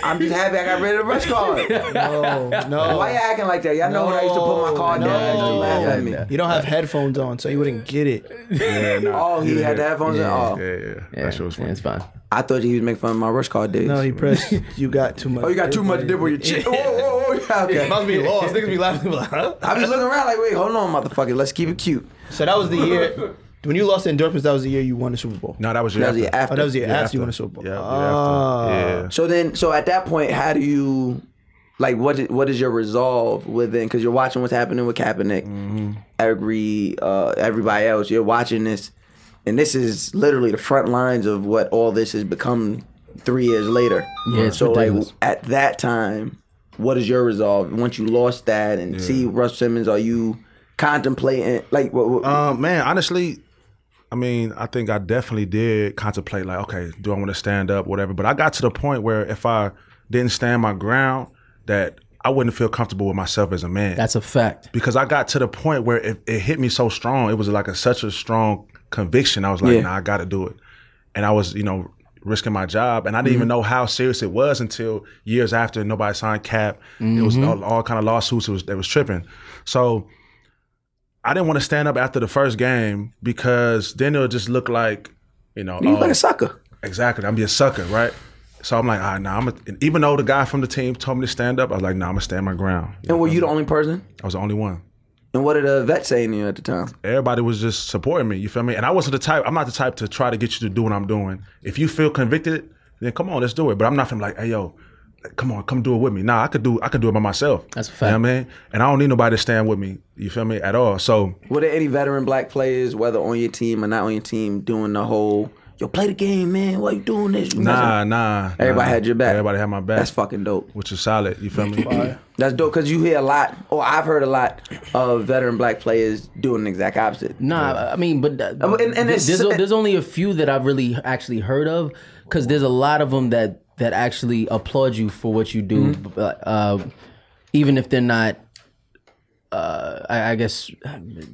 S2: I'm just happy I got rid of the rush card.
S3: no, Oh, no.
S2: Why you acting like that? Y'all know when I used to put my card down, they used to
S3: no.
S2: laugh at me.
S3: You don't have headphones on, so you wouldn't get it.
S6: yeah, nah.
S2: Oh, he had the headphones
S6: yeah,
S2: in. Oh,
S6: Yeah, yeah, That shit was
S7: Yeah,
S6: funny.
S7: it's fine.
S2: I thought he was making fun of my rush card days.
S3: No, he pressed. You got too much.
S2: oh, you got too much dip on your chin. Whoa, whoa, whoa. Yeah, okay.
S3: Must be lost. Niggas be laughing like, huh?
S2: I was looking around like, wait, hold on, motherfucker. Let's keep it cute.
S3: So that was the year when you lost to endorphins. That was the year you won the Super Bowl.
S6: No, that was your
S2: That was the
S3: Oh,
S2: after.
S3: that was the year
S6: Yeah,
S3: after,
S6: after.
S3: you won the Super Bowl.
S6: Yeah, yeah,
S3: Ah.
S6: after.
S2: So then, so at that point, how do you, like, what is, what is your resolve within? Because you're watching what's happening with Kaepernick,
S7: Mm-hmm.
S2: every uh, everybody else. You're watching this, and this is literally the front lines of what all this has become three years later.
S7: Yeah, it's
S2: so
S7: ridiculous.
S2: like at that time, what is your resolve once you lost that and see Russ Simmons? Are you contemplating like what? what
S7: Uh,
S6: yeah. Um, man, honestly, I mean, I think I definitely did contemplate like, okay, do I want to stand up, whatever. But I got to the point where if I didn't stand my ground, that I wouldn't feel comfortable with myself as a man.
S7: That's a fact.
S6: because I got to the point where it, it hit me so strong. It was like a such a strong conviction. I was like,
S2: Yeah.
S6: nah, I got to do it. And I was, you know, risking my job. And I didn't
S2: Mm-hmm.
S6: even know how serious it was until years after nobody signed cap. It was
S2: Mm-hmm.
S6: all, all kind of lawsuits. It was, it was tripping. So I didn't want to stand up after the first game because then it'll just look like, you know,
S2: you
S6: oh,
S7: uh,
S2: like a sucker.
S6: Exactly. I'm be a sucker, right? So I'm like, ah, nah, I'm a, and even though the guy from the team told me to stand up, I was like, nah, I'm gonna stand my ground.
S2: And were you
S7: uh,
S2: the only person?
S6: I was the only one.
S2: And what did the vet saying to you at the time?
S6: everybody was just supporting me. You feel me? And I wasn't the type. I'm not the type to try to get you to do what I'm doing. If you feel convicted, then come on, let's do it. But I'm not from like, hey yo, come on, come do it with me. Nah, I could do. I could do it by myself.
S7: That's a
S6: You know what I mean? And I don't need nobody to stand with me. You feel me? At all. So
S2: Were there any veteran black players, whether on your team or not on your team, doing the whole "Yo, play the game, man. Why you doing this?" You
S6: nah,
S2: messing-"
S6: nah.
S2: Everybody
S6: nah.
S2: had your back.
S6: Everybody had my back.
S2: That's fucking dope.
S6: Which is solid. You feel me?
S2: That's dope because you hear a lot, or I've heard a lot of veteran black players doing the exact opposite.
S7: Nah, I- I mean, but uh,
S2: but- Um, and- and
S7: there's,
S2: it's-
S7: there's, there's only a few that I've really actually heard of because there's a lot of them that that actually applaud you for what you do,
S2: Mm-hmm.
S7: b- uh, even if they're not. Uh, I, I guess,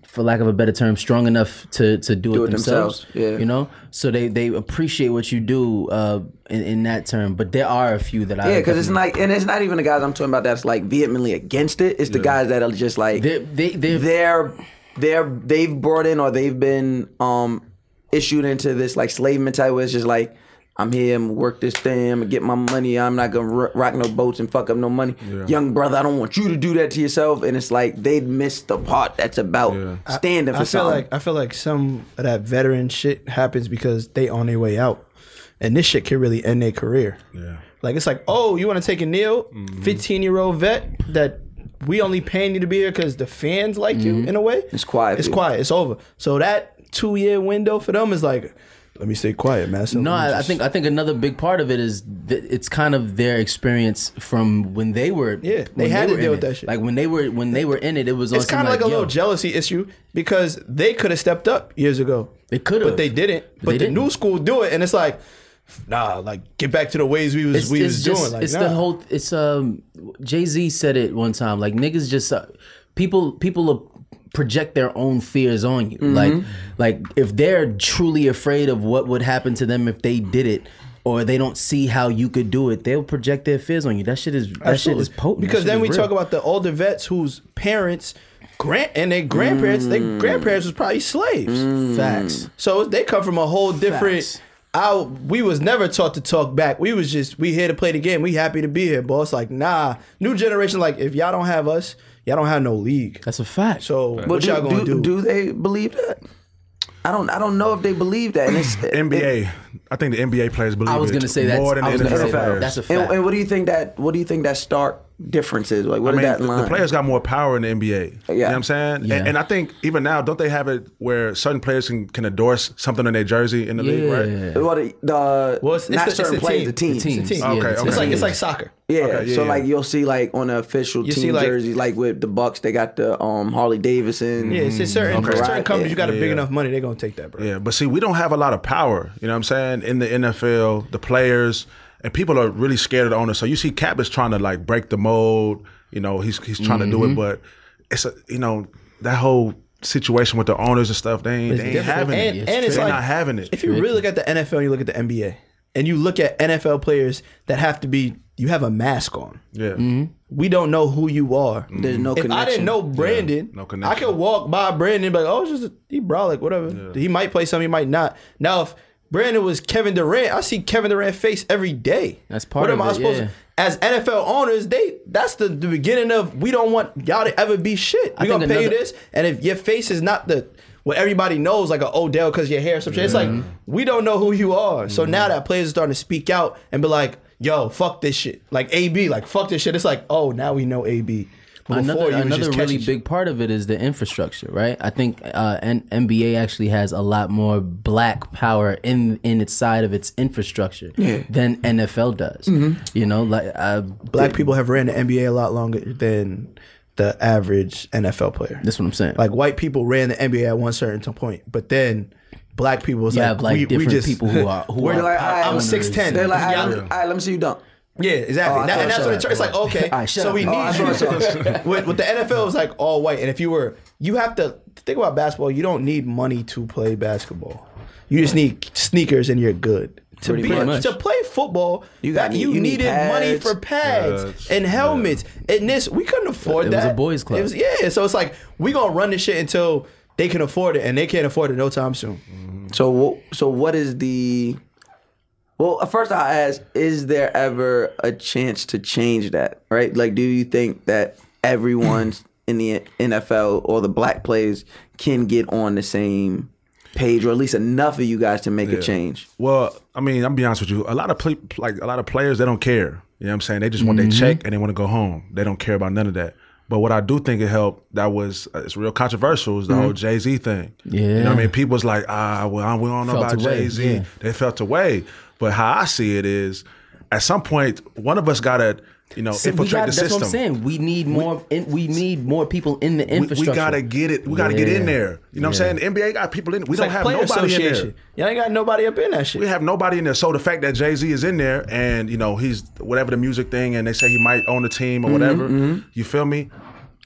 S7: for lack of a better term, strong enough to, to do,
S2: Do
S7: it,
S2: it
S7: themselves.
S2: themselves, yeah.
S7: You know, so they, they appreciate what you do uh, in, in that term. But there are a few that I
S2: Yeah, because it's
S7: definitely-
S2: like, and it's not even the guys I'm talking about that's like vehemently against it. It's the guys that are just like
S7: they they they
S2: they're they're they've brought in or they've been um issued into this like slave mentality where it's just like I'm here, I'm gonna work this thing, I'm gonna get my money, I'm not gonna ro- rock no boats and fuck up no money. Young brother, I don't want you to do that to yourself. And it's like they missed the part that's about standing
S3: I
S2: for
S3: feel
S2: something.
S3: like I feel like some of that veteran shit happens because they on their way out, and this shit can really end their career.
S6: Yeah.
S3: Like it's like, oh, you want to take a kneel,
S2: Mm-hmm.
S3: 15 year old vet that we only paying you to be here because the fans like you in a way.
S2: Mm-hmm. It's quiet
S3: It's
S2: for you.
S3: quiet. It's over. So that two year window for them is like, let me stay quiet, man. So
S7: No,
S3: let me
S7: I, I
S3: just-
S7: think I think another big part of it is th- it's kind of their experience from when they were
S3: Yeah, they
S7: when
S3: had to
S7: were
S3: deal
S7: in
S3: with
S7: it.
S3: that shit.
S7: Like when they were when they were in it, it was on
S3: it's
S7: some
S3: kind of like, a
S7: yo,
S3: little jealousy issue because they could have stepped up years ago.
S7: They could've.
S3: but they didn't. But
S7: They
S3: the
S7: didn't.
S3: new school do it, and it's like, nah, like get back to the ways we was
S7: It's,
S3: we
S7: it's
S3: was
S7: just,
S3: doing. Like,
S7: it's
S3: nah.
S7: the whole. It's um. Jay Z said it one time. Like niggas just uh, people people uh, project their own fears on you.
S3: Mm-hmm.
S7: Like like if they're truly afraid of what would happen to them if they did it. Or they don't see how you could do it. They'll project their fears on you. That shit is that
S3: Absolutely.
S7: shit is potent. That
S3: Because
S7: shit
S3: then
S7: is
S3: we
S7: real.
S3: talk about the older vets whose parents, grant and their grandparents,
S7: Mm.
S3: their grandparents was probably slaves.
S7: facts.
S3: So they come from a whole
S7: Facts.
S3: different. I we was never taught to talk back. We was just we here to play the game. We happy to be here, boss. Like nah, new generation. Like if y'all don't have us, y'all don't have no league.
S7: That's a fact.
S3: So
S2: But
S3: what
S2: do,
S3: y'all gonna do?
S2: do, do they believe that? I don't I don't know if they believe that. And it's,
S6: NBA. I think the NBA players believe
S7: I was
S6: it
S7: gonna say that's-
S6: more than
S7: I was
S6: the
S7: gonna
S6: NFL
S7: say that.
S6: players.
S7: That's a
S2: And,
S7: fact.
S2: and what do you think that? What do you think that stark difference is? Like, what is
S6: I mean,
S2: that line?
S6: The players got more power in the NBA. You know
S2: Yeah.
S6: what I'm saying?
S7: Yeah.
S6: And, and I think even now, don't they have it where certain players can, can endorse something on their jersey in the league, right?
S2: Well, the, the
S3: Well, it's- it's
S2: not
S3: the- it's
S2: certain
S3: the
S2: players,
S3: team.
S2: the teams.
S7: The team.
S3: Team.
S6: Okay,
S7: yeah,
S6: okay.
S3: It's like
S6: Yeah.
S3: it's like soccer.
S2: Yeah,
S6: Okay, yeah,
S2: so
S6: yeah.
S2: like you'll see like on the official
S3: You
S2: team
S3: see, like-
S2: jerseys, like with the Bucks, they got the um, Harley Davidson.
S3: Yeah, it's it's certain
S2: Okay.
S3: certain
S2: Right,
S3: companies.
S2: yeah.
S3: You got a big
S6: Mm, Yeah.
S3: enough money, they're gonna take that, bro.
S6: Yeah, but see, we don't have a lot of power. You know what I'm saying? In the NFL, the players and people are really scared of the owners. So you see, Cap is trying to like break the mold. You know, he's he's trying to do
S3: Mm-hmm.
S6: it, but it's a, you know that whole situation with the owners and stuff. They ain't, they ain't
S3: different.
S6: having
S3: and,
S6: it.
S3: and it's
S6: They're
S3: like,
S6: not having it.
S3: If you really look at the NFL, and you look at the NBA, and you look at NFL players that have to be, you have a mask on.
S6: yeah.
S3: We don't know who you are.
S2: There's no
S3: if
S2: connection.
S3: I didn't know Brandon,
S6: no
S3: I
S6: connection.
S3: could walk by Brandon and be like, oh, it's just a, he brolic, whatever. He might play some, he might not. Now, if Brandon was Kevin Durant, I see Kevin Durant face every day.
S7: That's part
S3: What
S7: of
S3: am I
S7: it,
S3: supposed
S7: yeah.
S3: to? As NFL owners, they that's the, the beginning of we don't want y'all to ever be shit. We
S7: think
S3: gonna pay you
S7: another-
S3: this, and if your face is not the what everybody knows, like a Odell because your hair or some shit, it's like
S7: Mm-hmm.
S3: we don't know who you are. So now that players are starting to speak out and be like, "Yo, fuck this shit," like AB, like fuck this shit. It's like, oh, now we know AB. But
S7: another
S3: before, you was
S7: another
S3: just
S7: really
S3: catching shit.
S7: big part of it is the infrastructure, right? I think uh, N- NBA actually has a lot more black power in in its side of its infrastructure than NFL does. You know, like uh,
S3: black people have ran the NBA a lot longer than the average NFL player.
S7: That's what I'm saying.
S3: Like white people ran the NBA at one certain t- point, but then black people was
S7: you
S3: like,
S7: have like
S3: we, we
S7: different
S3: just,
S7: people who are who
S3: we're
S7: are
S3: like,
S7: pop
S3: I- I'm
S7: owners.
S3: 6'10".
S2: They're like, all
S3: Yeah.
S2: right, all right, let me see you dunk.
S3: Yeah, exactly.
S2: Oh, I
S3: That-
S2: thought-
S3: and that's what it,
S2: sorry.
S3: it's like. Okay,
S2: All right, shut
S3: so
S2: up.
S3: we
S2: Oh,
S3: need
S2: I
S3: you.
S2: thought-
S3: with, with the NFL, it's like all white, and if you were, you have to think about basketball. You don't need money to play basketball. You just need sneakers, and you're good. To
S2: Pretty
S3: be
S2: much.
S3: to play football,
S2: You
S3: you,
S2: got-
S3: you,
S2: you need
S3: needed money
S2: pads.
S3: for pads
S6: Pads,
S3: and helmets. And this, we couldn't afford
S7: It was
S3: that.
S7: a boys' club.
S3: It was- yeah, so it's like we gonna run this shit until they can afford it, and they can't afford it no time soon.
S2: So wh- so what is the? Well, first I ask: Is there ever a chance to change that? Right? Like, do you think that everyone in the NFL or the black players can get on the same page, or at least enough of you guys to make a change?
S6: Well, I mean, I'm be honest with you. A lot of play, like a lot of players, they don't care. You know what I'm saying? They just want
S7: Mm-hmm.
S6: their check and they want to go home. They don't care about none of that. But what I do think it helped that was uh, it's real controversial is the whole Jay Z thing. you know what
S7: Mm-hmm. Yeah.
S6: I mean. People was like, ah, well, I- we don't know
S7: Felt
S6: about
S7: away,
S6: Jay Z.
S7: yeah.
S6: They felt away. But how I see it is, at some point, one of us gotta, you know,
S7: So we
S6: infiltrate
S7: got,
S6: the
S7: that's
S6: system.
S7: what I'm saying. We need more. in, we need more people in the
S6: We, we
S7: infrastructure.
S6: gotta get it. We gotta get in there. You know what I'm saying? The NBA got people in. We
S3: It's
S6: don't
S3: like
S6: have
S3: player
S6: nobody in there.
S3: association. Y'all ain't got nobody up in that shit.
S6: We have nobody in there. So the fact that Jay Z is in there and, you know, he's whatever the music thing and they say he might own the team or whatever, you feel me?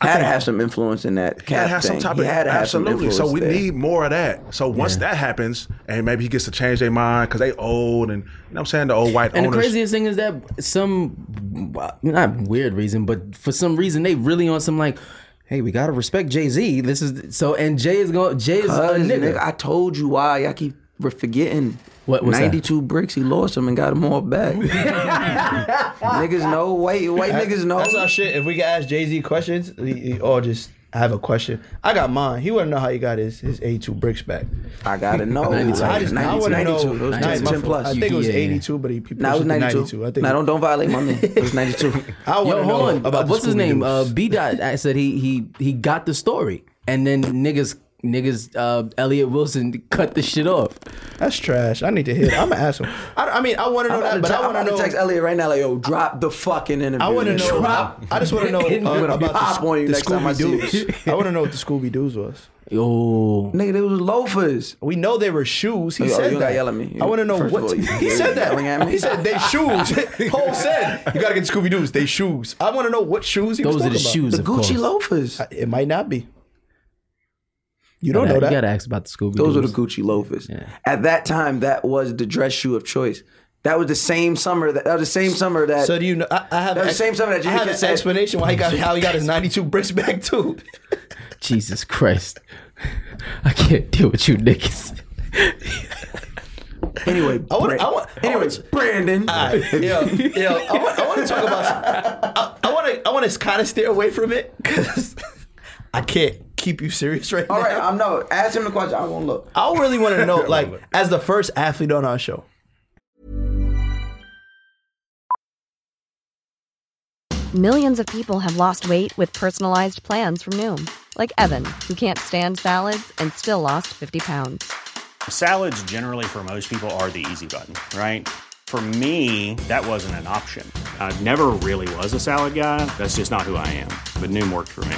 S2: Had to have some influence in that.
S6: He had
S2: cap
S6: to have some
S2: thing.
S6: type
S2: He
S6: of
S2: had to have some
S6: absolutely. so
S2: influence
S6: we
S2: there.
S6: need more of that. So once that happens, and maybe he gets to change their mind because they old and you know what I'm saying the old white
S7: And
S6: owners.
S7: the craziest thing is that some not weird reason, but for some reason they really on some like, hey, we gotta respect Jay Z. This is so, and Jay is going. Jay is a
S2: Cuz,
S7: nigga.
S2: Uh, nigga, I told you why. Y'all keep re- forgetting.
S7: What was that?
S2: 92 bricks, he lost them and got them all back. niggas know, white white niggas know.
S3: That's our shit. If we could ask Jay Z questions, he- he- or just I have a question. I got mine. He want to know how he got his his eighty two bricks back.
S2: I gotta know.
S7: 92.
S2: Like,
S3: I just I
S2: 92,
S3: want to know.
S2: 92. Those
S7: 92.
S2: was
S3: my
S2: 10
S3: fault.
S2: plus.
S3: I think it was
S7: Yeah.
S3: eighty two, but he people
S2: Nah, it was 92.
S3: I think.
S2: nah, don't, don't violate my man. It was 92.
S3: I want
S7: Yo,
S3: to know
S7: hold on.
S3: about
S7: Uh,
S3: the
S7: what's his
S3: Scooby
S7: name? Uh,
S3: Doos.
S7: B dot I said he he he got the story, and then niggas niggas uh, Elliot Wilson cut the shit off.
S3: That's trash. I need to hear. I'm gonna ask him. I, I mean, I want to know
S2: I'm
S3: that,
S2: about
S3: but
S2: to
S3: I
S2: te- I'm
S3: want
S2: about
S3: to
S2: to
S3: know.
S2: text Elliot right now, like, yo, drop the fucking interview.
S3: I want to know. I,
S2: Drop.
S3: I just want to know
S2: I'm
S3: uh,
S2: gonna
S3: about
S2: pop
S3: the,
S2: on you
S3: the
S2: next time I
S3: Scooby
S2: see you.
S3: Doo's. I want to know what the Scooby Doo's was.
S7: Yo,
S2: Nigga, they was loafers.
S3: We know they were shoes. He
S2: Oh, you
S3: said
S2: don't
S3: that.
S2: gotta yell at me.
S3: I want to know
S2: First of
S3: what
S2: all, you-
S3: he said. That
S2: yelling at me?
S3: he said they shoes. Cole said you gotta get Scooby Doo's. They shoes. I want to know what shoes he was
S7: those are the
S3: talking about.
S7: shoes.
S2: The
S7: of
S2: Gucci
S7: course.
S2: loafers.
S3: It might not be. You don't know
S7: You
S3: that.
S7: gotta ask about the Scooby.
S2: Those were the Gucci loafers. At that time, that was the dress shoe of choice. That was the same summer. That, that was the same summer that.
S3: so do you know? I, I have
S2: That was the same something that
S3: I
S2: Jimmy
S3: have
S2: Kimmel
S3: an
S2: said.
S3: explanation why he got how he got his ninety two bricks back too.
S7: Jesus Christ, I can't deal with you niggas.
S2: anyway,
S3: I want.
S2: Brand-
S3: I want. I
S2: anyway,
S3: want-
S2: Brandon.
S3: yo, yo, I want, I want to talk about. I want to. I want to kind of steer away from it because I can't keep you serious right
S2: All
S3: now.
S2: right, I'm no. Ask him the question. I won't look.
S3: I really want to know, like, as the first athlete on our show,
S9: Millions of people have lost weight with personalized plans from Noom, like Evan, who can't stand salads and still lost 50 pounds.
S10: Salads, generally, for most people, are the easy button, right? For me, that wasn't an option. I never really was a salad guy. That's just not who I am. But Noom worked for me.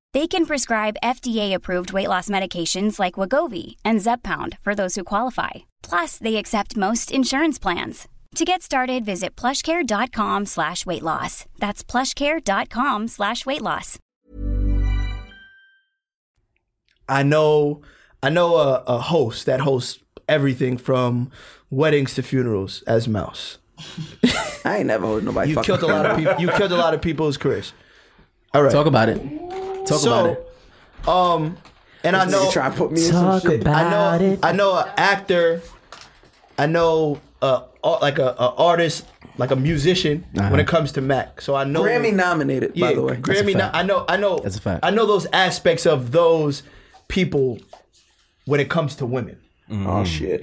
S8: They can prescribe FDA-approved weight loss medications like Wagovi and Zepbound for those who qualify. Plus, they accept most insurance plans. To get started, visit plushcare.com slash weight loss. That's plushcare.com slash weight loss.
S3: I know I know a, a host that hosts everything from weddings to funerals as Mouse.
S2: I ain't never heard nobody.
S3: You
S2: fucking
S3: killed a lot of people. You killed a lot of people's careers. All right,
S7: Talk about it. Talk
S3: so,
S7: about it.
S3: Um, and I know
S2: try to put me in some
S5: Talk
S2: shit.
S5: about
S3: I know,
S5: it.
S3: I know an actor. I know uh, ar- like a, a artist, like a musician. When it comes to Mac, so I know
S2: Uh-huh. Grammy nominated,
S3: Yeah,
S2: by the way.
S3: Grammy. No, I know. I know.
S7: That's a fact.
S3: I know those aspects of those people when it comes to women. Mm.
S2: Oh shit.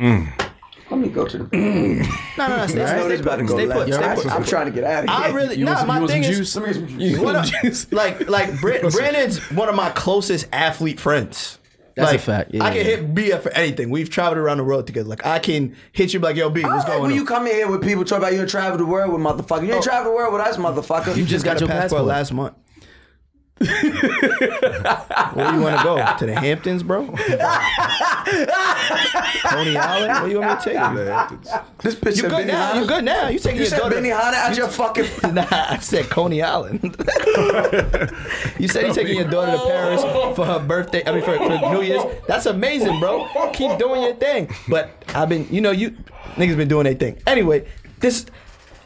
S2: Let me go to the.
S3: No, no, no. Stay,
S2: I know
S3: stay
S2: this about to
S3: put.
S2: go
S3: Stay put.
S2: left.
S3: Stay put.
S2: I'm trying to get out of here.
S3: I really nah, my thing is
S2: Let me get some juice.
S3: one of- like like Bran- Brandon's one of my closest athlete friends.
S7: That's a
S3: like,
S7: fact, yeah.
S3: I can hit BF for anything. We've traveled around the world together. Like I can hit you be like, yo, B, what's
S2: All right,
S3: going
S2: when
S3: on? Oh.
S2: you come in here with people talk about you travel the world with motherfucker, you ain't travel the world with us, motherfucker.
S3: You just got,
S7: got
S3: your
S7: your passport.
S3: passport, last month. Where you want to go? To the Hamptons, bro? Tony Island? Where you want me to take you?
S2: this bitch
S3: You
S2: said
S3: good
S2: Benny
S3: now?
S2: Hanna.
S3: You good now? You taking
S2: You
S3: your
S2: said
S3: daughter?
S2: Benny Hanna out your fucking.
S3: Nah, I said Coney Island. you said you're taking your daughter to Paris for her birthday. I mean, for, for New Year's. That's amazing, bro. Keep doing your thing. But I've been, you know, you niggas been doing their thing. Anyway, this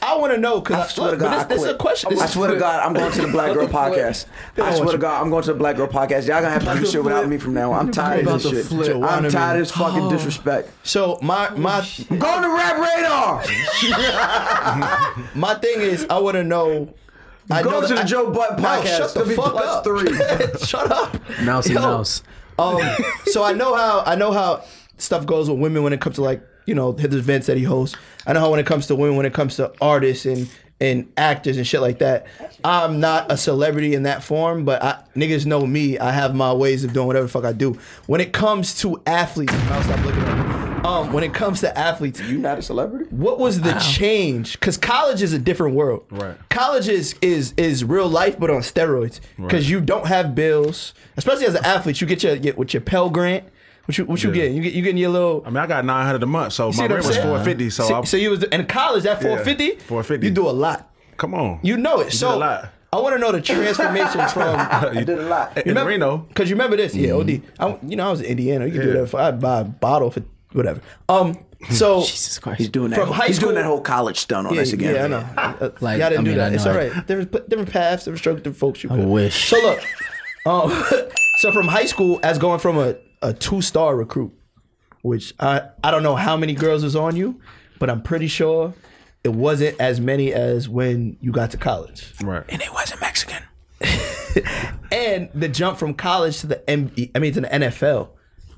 S3: I want to know because
S2: I swear to God, I
S3: this, this is a
S2: quit.
S3: question. This
S2: I
S3: is-
S2: swear to God, I'm going to the Black Girl Podcast. I swear to God, I'm going to the Black Girl Podcast. Y'all gonna have to do shit without me from now on. I'm tired of
S3: About to
S2: this shit.
S3: flip.
S2: I'm
S3: Geronimo.
S2: tired of this fucking disrespect.
S3: So my my
S2: Go to Rap Radar.
S3: my thing is, I want to know. I
S2: Go
S3: know
S2: to
S3: that
S2: the
S3: I-
S2: Joe Butt
S3: No,
S2: podcast.
S3: shut the
S2: It'll be
S3: fuck
S2: plus
S3: up.
S2: three.
S3: shut up.
S7: Mouse and
S3: Yo,
S7: mouse.
S3: Um, so I know how I know how stuff goes with women when it comes to like you know his events that he hosts. I know how when it comes to women, when it comes to artists and and actors and shit like that. I'm not a celebrity in that form, but I, niggas know me. I have my ways of doing whatever the fuck I do. When it comes to athletes, I'll stop looking at. you. Um, when it comes to athletes,
S2: You not a celebrity?
S3: what was the change? Because college is a different world.
S6: Right.
S3: College is is is real life, but on steroids. Because you don't have bills, especially as an athlete. You get your get with your Pell Grant. What you what you
S6: Yeah.
S3: getting? You get you getting your little.
S6: I mean, I got nine hundred a month, so
S3: You see
S6: my
S3: what I'm
S6: rent was
S3: saying?
S6: four fifty. So,
S3: So,
S6: I,
S3: so you was in college that four fifty.
S6: 450.
S3: You do a lot.
S6: come on,
S3: You know it.
S6: did a
S3: so
S6: lot.
S3: I want to know the transformation from
S6: You
S2: did a lot.
S6: in Reno. Mm-hmm.
S3: because you remember this, yeah. Od, I, you know, I was in Indiana. You could do that for I'd buy a bottle for whatever. Um, so
S7: Jesus Christ.
S2: He's doing that.
S3: From high
S2: he's doing
S3: school-
S2: that whole college stunt on
S3: yeah,
S2: us again.
S3: yeah, I know. Uh,
S7: Like,
S3: y'all didn't
S7: I
S3: do
S7: mean,
S3: that.
S7: I
S3: It's
S7: know
S3: all
S7: it.
S3: right. Different, different paths, different strokes, different folks. You could.
S7: wish.
S3: So look, um, so from high school, as going from a, a two star recruit, which I I don't know how many girls was on you, but I'm pretty sure it wasn't as many as when you got to college.
S6: Right.
S2: It wasn't Mexican.
S3: And the jump from college to the MB, I mean to the NFL,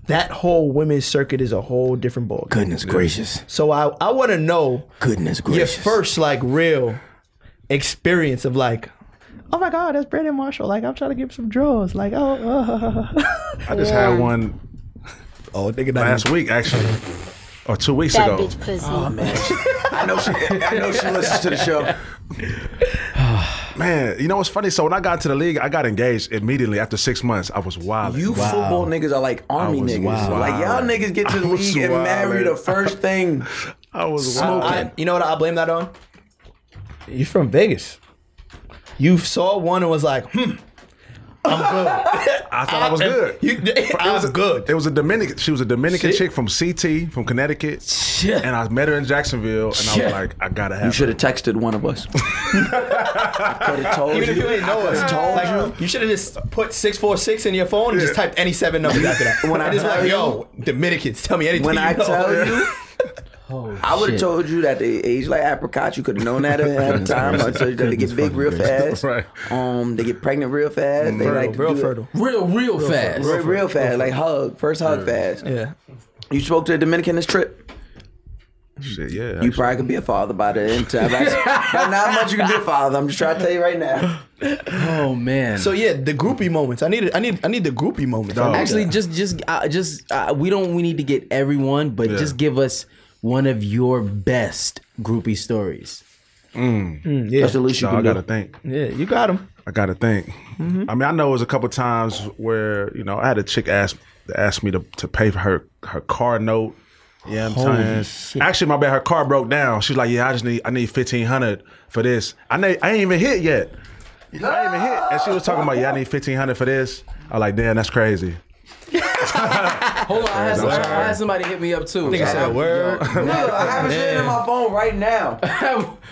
S3: that whole women's circuit is a whole different ball.
S5: Goodness gracious.
S3: So I I want to know
S5: Goodness
S3: your
S5: gracious.
S3: first like real experience of like, oh my god, that's Brandon Marshall. Like I'm trying to give some draws. Like oh, uh.
S6: I just had one
S3: oh nigga,
S6: last week actually, or two weeks ago.
S11: pussy.
S2: I know she. I know she listens to the show.
S6: Man, you know what's funny? So when I got to the league, I got engaged immediately after six months. I was wild.
S2: You football niggas are like army
S6: I was
S2: niggas.
S6: wild.
S2: Like y'all niggas get to the
S6: I was
S2: league and marry
S6: wildin'.
S2: the first thing.
S6: I was
S2: Smoking.
S6: wild.
S3: uh. I, you know what I blame that on? You're from Vegas. You saw one and was like, hmm,
S6: I thought I was good. I was good. It was a Dominican. She was a Dominican
S3: See?
S6: chick from CT from Connecticut, and I met her in Jacksonville, and I
S2: Yeah.
S6: was like, I gotta have.
S2: You
S6: her.
S2: should have texted one of us.
S3: could have
S2: told
S3: Even if
S2: you.
S3: you ain't know
S2: I
S3: it,
S2: could've told
S3: you. should have just put six four six in your phone and just typed any seven numbers after that.
S2: When
S3: when
S2: I
S3: I just
S2: tell
S3: like,
S2: you-
S3: yo, Dominicans, tell me anything.
S2: When
S3: you
S2: I
S3: know.
S2: tell you, I would have
S3: shit.
S2: told you that the age like apricot, you could have known that at the time. I told you that they get big real fast.
S6: Right.
S2: Um, they get pregnant real fast. They
S3: Fertile,
S2: like to
S3: real
S2: do it-
S3: fertile.
S7: Real, real, fast.
S2: Real, real fast. Like hug, first hug fast.
S3: Yeah.
S2: You spoke to a Dominican this trip.
S6: Shit, yeah.
S2: You probably could be a father by the end. time. That's- that's not much you can do, father. I'm just trying to tell you right now.
S7: Oh man.
S3: So yeah, the groupie moments. I need. I need. I need the groupie moments. I need
S7: Actually,
S3: that.
S7: just just uh, just uh, we don't we need to get everyone, but
S3: Yeah.
S7: just give us one of your best groupie stories.
S3: Mm, yeah.
S6: That's the least you So can I do. gotta think.
S3: Yeah, you got him.
S6: I gotta think. I mean, I know it was a couple times where you know I had a chick ask ask me to to pay for her her car note. Yeah, I'm
S3: Holy
S6: saying. Actually, my bad. Her car broke down. She's like, "Yeah, I just need I need fifteen hundred for this. I need, I ain't even hit yet. I ain't even hit." And she was talking about, "Yeah, I need fifteen hundred for this." I like, "Damn, that's crazy."
S7: Hold on, I had, somebody, I had somebody hit me up too.
S6: Nigga said,
S7: word.
S2: Nigga, I have a shit in my phone right now.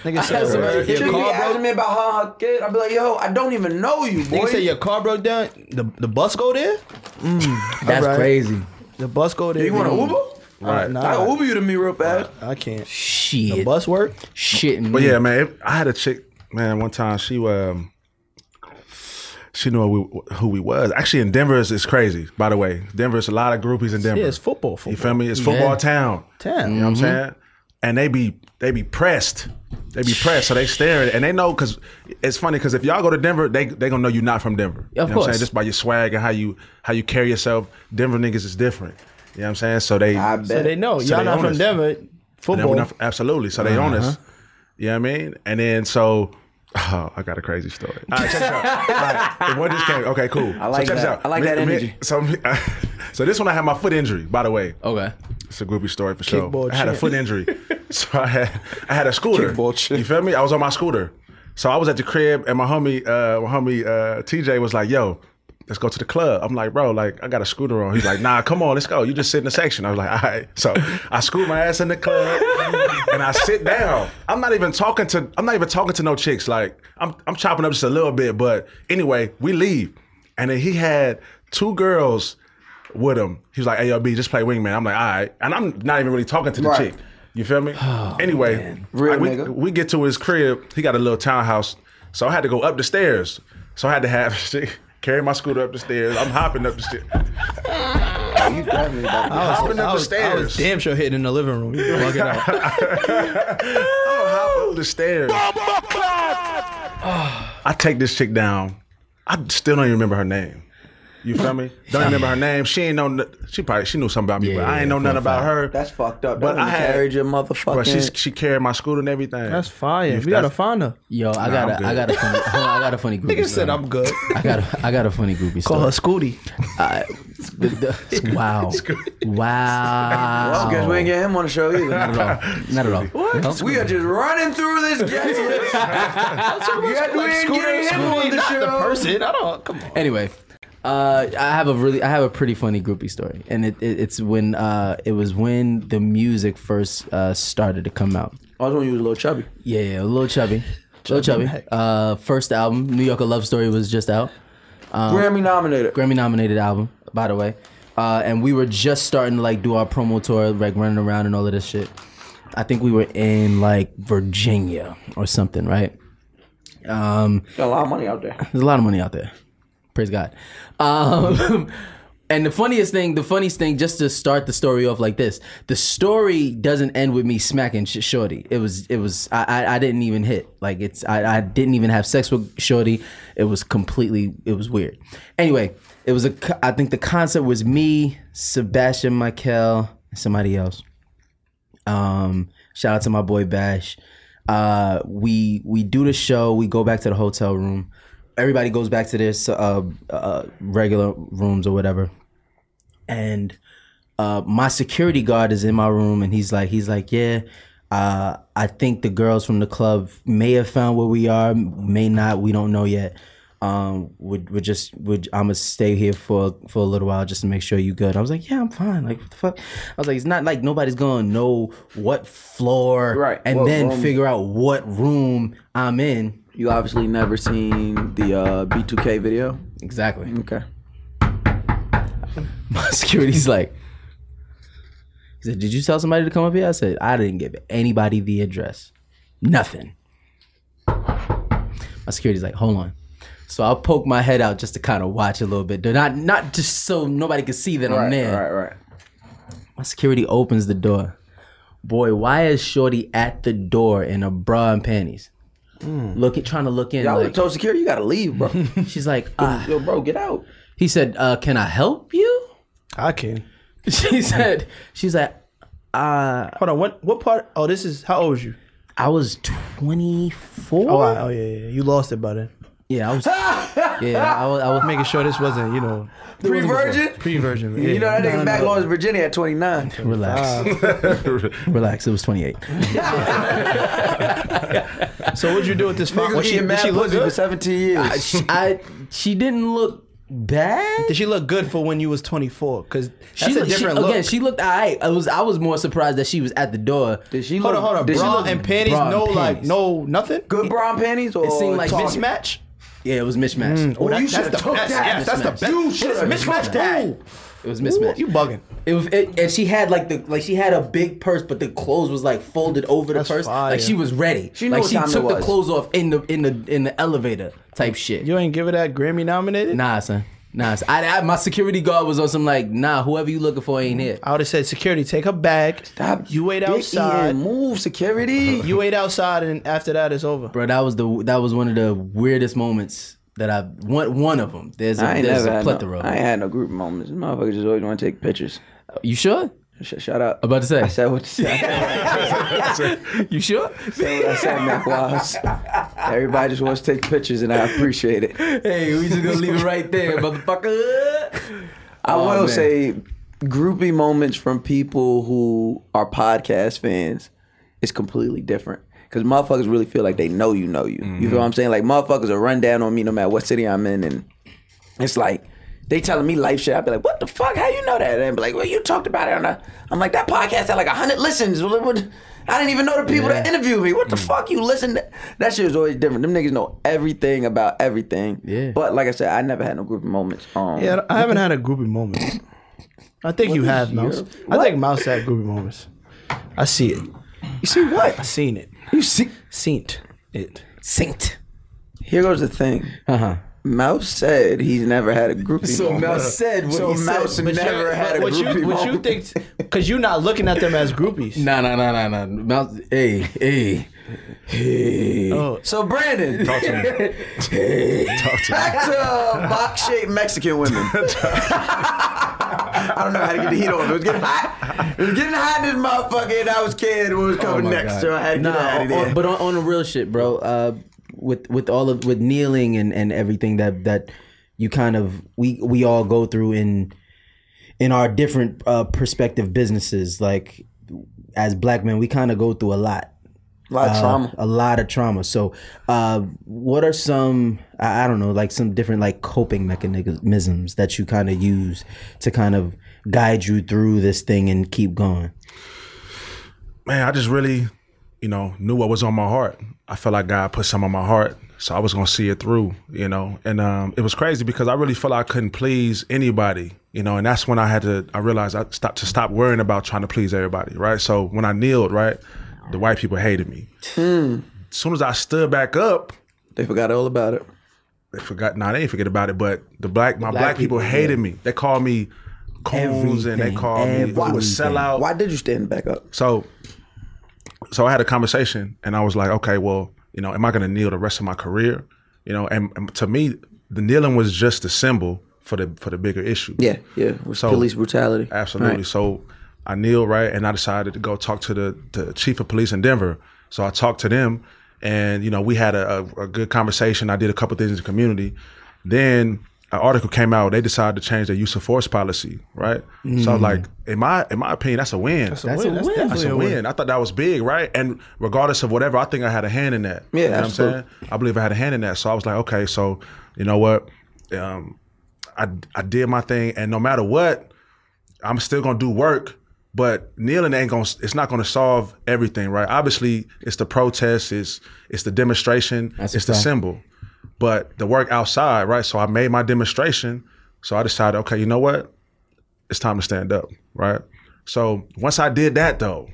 S7: Nigga said, "Word."
S2: She'll be
S3: Your car
S2: asking me about her, her kid. I'll be like, yo, I don't even know you, boy.
S3: Nigga say your car broke down. The the bus go there. Mm,
S7: That's crazy.
S3: The bus go there.
S2: you want an
S3: nigga.
S2: Uber?
S6: Right.
S3: Nah,
S2: I Uber you to me real fast.
S3: I can't.
S7: Shit.
S3: The bus work.
S7: Shit.
S3: Mm.
S6: But yeah, man, it- I had a chick, man. One time, she um, she knew who we, who we was. Actually, in Denver is, is crazy. By the way, Denver is a lot of groupies in Denver.
S3: Yeah, it's football. football.
S6: You feel me? It's football
S3: Yeah.
S6: town.
S3: Town.
S6: You know what I'm
S3: Mhm.
S6: saying? And they be they be pressed. They be pressed, so they staring, and they know because it's funny because if y'all go to Denver, they they gonna know you not from Denver. you know
S7: Of
S6: What I'm
S7: course.
S6: saying? Just by your swag and how you how you carry yourself, Denver niggas is different. You know what I'm saying? So they
S3: So they know y'all not
S6: own
S3: from
S6: us.
S3: Denver.
S6: And then
S3: Football.
S6: we're not- absolutely. So they own
S2: Uh-huh.
S6: us. You know what I mean? And then so oh, I got a crazy story. All right, check this out. All right, the one just came. Okay, cool.
S2: I like
S6: so check This
S2: that.
S6: out.
S2: I like that
S6: Me- me-
S2: energy.
S6: so, me- so this one I had my foot injury, by the way.
S7: Okay.
S6: It's a groupie story for sure.
S3: Kickball
S6: I had a
S3: champ.
S6: foot injury. so I had I had a scooter. You feel me? I was on my scooter. So I was at the crib and my homie, uh, my homie uh, TJ was like, yo, let's go to the club. I'm like, bro, like I got a scooter on. He's like, nah, come on, let's go. You just sit in the section. I was like, all right. So I scoot my ass in the club and I sit down. I'm not even talking to I'm not even talking to no chicks. Like I'm I'm chopping up just a little bit, but anyway, we leave. And then he had two girls with him. He was like, "Hey, yo, B, just play wingman." I'm like, "All right," and I'm not even really talking to the
S2: Right.
S6: chick. You feel me?
S3: Oh,
S6: anyway,
S2: Real
S6: like, we,
S2: nigga.
S6: we get to his crib. He got a little townhouse, so I had to go up the stairs. So I had to have carry my scooter up the stairs. I'm hopping up the stairs.
S2: You definitely about to-
S3: I was,
S6: hopping up
S3: I
S6: the
S3: was- I was
S6: stairs.
S3: damn sure hitting in the living room. You bugging out.
S6: I'm hopping up the stairs.
S3: Ah.
S6: I take this chick down. I still don't even remember her name. You feel me? Don't remember her name. She ain't know. n- She probably she knew something about me, but I ain't know nothing about her.
S2: That's fucked up.
S6: But
S2: That
S6: I
S2: would've
S6: had-
S2: carried your
S6: Bro, she
S2: motherfucking.
S6: she carried my scooter and everything.
S3: That's fire.
S6: You-
S3: we gotta
S6: that's-
S3: find her.
S7: Yo, I
S6: Nah,
S7: got
S6: I'm
S7: a, I
S6: good.
S7: got a funny, hold on, I got a funny groupie.
S3: Nigga said
S7: story.
S3: I'm good.
S7: I got a, I got a funny groupie
S3: Call her
S7: story.
S3: Scooty.
S7: I- the- the- wow, wow.
S2: Well, guess we ain't get him on the show
S7: Not
S2: either.
S7: at all. Not at all. No.
S2: We are just running through this guest list. Yet we ain't getting him on the
S3: not the
S2: show.
S3: person. I don't. Come on.
S7: anyway, uh, I have a really, I have a pretty funny groupie story, and it, it, it's when uh, it was when the music first uh, started to come out.
S2: I was when you was a little chubby.
S7: Yeah, yeah, a little chubby, little chubby. Uh, first album, New Yorker Love Story, was just out.
S2: Grammy nominated.
S7: Grammy nominated album, by the way. Uh, and we were just starting to like do our promo tour, like running around and all of this shit. I think we were in like Virginia or something, right? Um,
S2: Got a lot of money out there.
S7: there's a lot of money out there. Praise God. Um, and the funniest thing, the funniest thing, just to start the story off like this, the story doesn't end with me smacking Sh- Shorty. It was, it was, I, I, I didn't even hit. Like it's, I, I didn't even have sex with Shorty. It was completely, it was weird. Anyway, it was a, co- I think the concept was me, Sebastian Michael, and somebody else. Um, shout out to my boy Bash. Uh, we we do the show. We go back to the hotel room. Everybody goes back to their uh, uh, regular rooms or whatever. And uh, my security guard is in my room, and he's like, he's like, yeah. Uh, I think the girls from the club may have found where we are, may not. We don't know yet. um, would would just would I'm gonna stay here for for a little while just to make sure you good. I was like, yeah, I'm fine. Like what the fuck? I was like, it's not like nobody's gonna know what floor, right? And
S2: what
S7: then
S2: room.
S7: figure out what room I'm in.
S2: You obviously never seen the uh, B2K video.
S7: Exactly.
S2: Okay.
S7: My security's like, he said, did you tell somebody to come up here? I said, I didn't give anybody the address. Nothing. My security's like, hold on. So I'll poke my head out just to kind of watch a little bit. Not not just so nobody can see that I'm there.
S2: Right, right.
S7: My security opens the door. Boy, why is Shorty at the door in a bra and panties? Look at trying to look in.
S2: Hmm. Y'all
S7: like-
S2: would've told security you gotta leave, bro.
S7: She's like, ah.
S2: Yo, bro, get out.
S7: He said, uh, "Can I help you?"
S3: I can.
S7: She said, "She's like, uh,
S3: Hold on. What what part? Oh, this is how old was you?
S7: I was 24.
S3: Oh, I, oh yeah, yeah. yeah. You lost it by then.
S7: yeah, I was, yeah, I was, I was
S3: Making sure this wasn't, you know,
S2: Pre-virgin?
S3: pre-version.
S2: You know that nigga
S3: Nah,
S2: back
S3: nah.
S2: on his Virginia at 29.
S7: relax, relax. It was 28.
S3: So what'd you do with this phone?
S2: Niggas
S3: Was she,
S2: getting
S3: did
S2: mad
S3: she look
S2: pussy for
S3: good?
S2: 17 years.
S7: She, I, she didn't look bad.
S3: Did she look good for when you was 24? Because that's a
S7: looked-
S3: different
S7: she,
S3: look.
S7: Again, she looked alright. I was, I was more surprised that she was at the door.
S2: Did she
S3: hold
S2: look,
S3: on, hold on.
S2: Did she
S3: bra
S2: look
S3: and panties,
S7: bra and
S3: no like,
S7: panties.
S3: no nothing.
S2: good bra and panties or
S7: seemed like
S2: Target?
S7: Miss Ma-
S3: Mismatch.
S7: Yeah, it was mismatched.
S2: Oh, you
S3: that's
S2: should have
S3: the
S2: took
S3: best.
S2: that.
S3: Yes, that's the best.
S2: You
S3: It is
S2: should have
S3: mismatched
S2: took
S3: that.
S2: Ooh.
S7: It was mismatched.
S3: You bugging?
S7: It was, it, and she had like the like she had a big purse, but the clothes was like folded over the
S3: That's
S7: purse.
S3: fire.
S7: Like she was ready.
S2: She knew
S7: like
S2: what
S7: she
S2: time it
S7: took the
S2: was.
S7: clothes off in the in the in the elevator type shit.
S3: You ain't give her that Grammy nominated?
S7: Nah, son. Nah, son. I, I, my security guard was on some like, nah, whoever you looking for ain't here.
S3: I would have said security, take her bag.
S2: Stop.
S3: You wait
S2: dick eating.
S3: outside.
S2: Move security.
S3: You wait outside, and after that, it's over.
S7: Bro, that was the that was one of the weirdest moments that I one one of them. There's a,
S2: I ain't
S7: there's
S2: never
S7: a
S2: had
S7: plethora.
S2: no,
S7: of
S2: I ain't
S7: 'em.
S2: had no group moments. This motherfucker just always want to take pictures.
S7: You sure?
S2: Sh- shut up.
S7: About to say.
S2: I said what you said.
S7: You sure?
S2: said what I said, Mac Wise. Everybody just wants to take pictures, and I appreciate it.
S7: hey, we just gonna leave it right there, motherfucker.
S2: I
S7: Oh,
S2: will
S7: man.
S2: say, groupie moments from people who are podcast fans is completely different. Cause motherfuckers really feel like they know you, know you. You feel what I'm saying? Like motherfuckers will run down on me no matter what city I'm in, and it's like they telling me life shit. I be like, what the fuck? How you know that? And they be like, well, you talked about it on a. I'm like, that podcast had like hundred listens. Well, it would- I didn't even know the people that interviewed me. What the fuck? You listen? To? That shit is always different. Them niggas know everything about everything.
S7: Yeah.
S2: But like I said, I never had no groupie moments. Um,
S3: Yeah, I don't- I haven't had a groupie moment. I think you have, Mouse. I think Mouse had groupie moments. I see it.
S2: You see what?
S3: I seen it.
S2: You see,
S3: Seen it. It.
S7: Saint.
S2: here goes the thing.
S7: Uh huh.
S2: Mouse said he's never had a groupie.
S7: So
S2: moment.
S7: Mouse said what
S2: so
S7: he
S2: Mouse
S7: said.
S2: never had a
S3: what
S2: groupie.
S3: you what you
S2: moment.
S3: think? Because you're not looking at them as groupies.
S7: Nah, nah, nah, nah, nah. Mouse, hey, hey, hey.
S3: Oh,
S2: So Brandon,
S6: Talk to me. Talk to me.
S2: back to box-shaped Mexican women. I don't know how to get the heat on. It was getting hot. It was getting hot in this motherfucker, and I was scared what was coming next. So I had to
S7: Nah,
S2: get out of
S7: on-
S2: there.
S7: but on, on the real shit, bro. Uh, with with all of with kneeling and and everything that that you kind of we we all go through in in our different uh, perspective businesses. Like as black men, we kind of go through a lot. uh,
S2: a lot of trauma.
S7: a lot of trauma. So, uh, what are some I, I don't know, like some different like coping mechanisms that you kind of use to kind of guide you through this thing and keep going?
S6: man, I just really, you know, knew what was on my heart. I felt like God put something on my heart, so I was gonna see it through, you know. And um, it was crazy because I really felt like I couldn't please anybody, you know. And that's when I had to, I realized I stopped to stop worrying about trying to please everybody, right? So when I kneeled, right, the white people hated me.
S2: Hmm.
S6: As soon as I stood back up,
S2: they forgot all about it.
S6: they forgot. Nah, they didn't forget about it, but the black, my black, people, hated me. They called me coons and they
S7: Everything,
S6: called me I was
S7: everything.
S6: sellout.
S2: Why did you stand back up?
S6: So, so I had a conversation, and I was like, okay, well, you know, am I going to kneel the rest of my career? You know, and, and to me, the kneeling was just a symbol for the for the bigger issue.
S2: Yeah, yeah. It was
S6: So-
S2: police brutality.
S6: Absolutely.
S2: Right.
S6: So I kneeled, right? And I decided to go talk to the, the chief of police in Denver. So I talked to them and, you know, we had a, a, a good conversation. I did a couple things in the community. Then an article came out, they decided to change their use of force policy, right? So I
S11: Mm.
S6: was like, in my in my opinion, that's a win.
S11: That's a That's win. a That's win.
S6: That's a
S11: definitely a
S6: win. I thought that was big, right? And regardless of whatever, I think I had a hand in that.
S11: Yeah,
S6: you know what I'm
S11: absolutely.
S6: saying? I believe I had a hand in that. So I was like, okay, so you know what? Um, I I did my thing, and no matter what, I'm still gonna do work, but kneeling ain't gonna. It's not gonna solve everything, right? Obviously, it's the protest, it's it's the demonstration,
S11: That's a
S6: it's the
S11: fact.
S6: symbol, but the work outside, right? So I made my demonstration. So I decided, okay, you know what? It's time to stand up, right? So once I did that, though,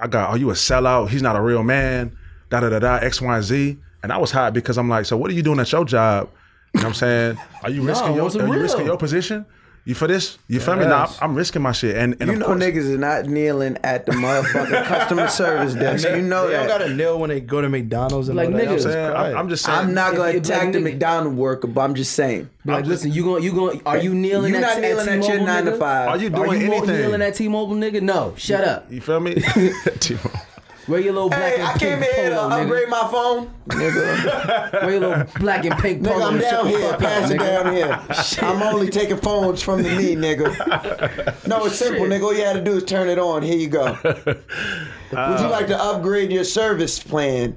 S6: I got, oh, you a sellout? He's not a real man. Da da da da. X Y and Z. And I was hot because I'm like, so what are you doing at your job? You know what I'm saying? Are you
S2: No,
S6: risking your?
S2: what's
S6: Are you
S2: real?
S6: risking your position? You for this? You feel me? Nah,
S2: Yes.
S6: I'm risking my shit. And, and
S2: you
S6: of
S2: know
S6: course,
S2: niggas is not kneeling at the motherfucking customer service desk. You know
S3: they
S2: that.
S3: don't gotta kneel when they go to McDonald's and all that.
S2: I'm,
S3: Christ.
S6: just
S2: saying. I'm not gonna
S3: If- if
S2: attack
S3: like
S2: the
S3: nigga-
S2: McDonald worker, but I'm just saying.
S7: Like, listen, you going, you going, are you kneeling?
S2: You
S7: at,
S2: not kneeling at your
S7: T-Mobile,
S2: nine to
S7: nigga?
S2: five. Are you doing
S7: mo-
S2: anything?
S7: Kneeling at T-Mobile, nigga? No, shut up.
S6: You feel me?
S7: Wear your little black
S2: Hey,
S7: and
S2: I came
S7: pink
S2: here to
S7: polo, nigga.
S2: upgrade my phone.
S7: Nigga, wear your little black and pink polo.
S4: Nigga, I'm
S7: and shut
S4: down
S7: the
S4: here.
S7: fuck up,
S4: Pass it
S7: nigga.
S4: down here. I'm only taking phones from the knee, nigga. No, it's simple, nigga. All you had to do is turn it on. Here you go. Would you
S7: Uh,
S4: like to upgrade your service plan?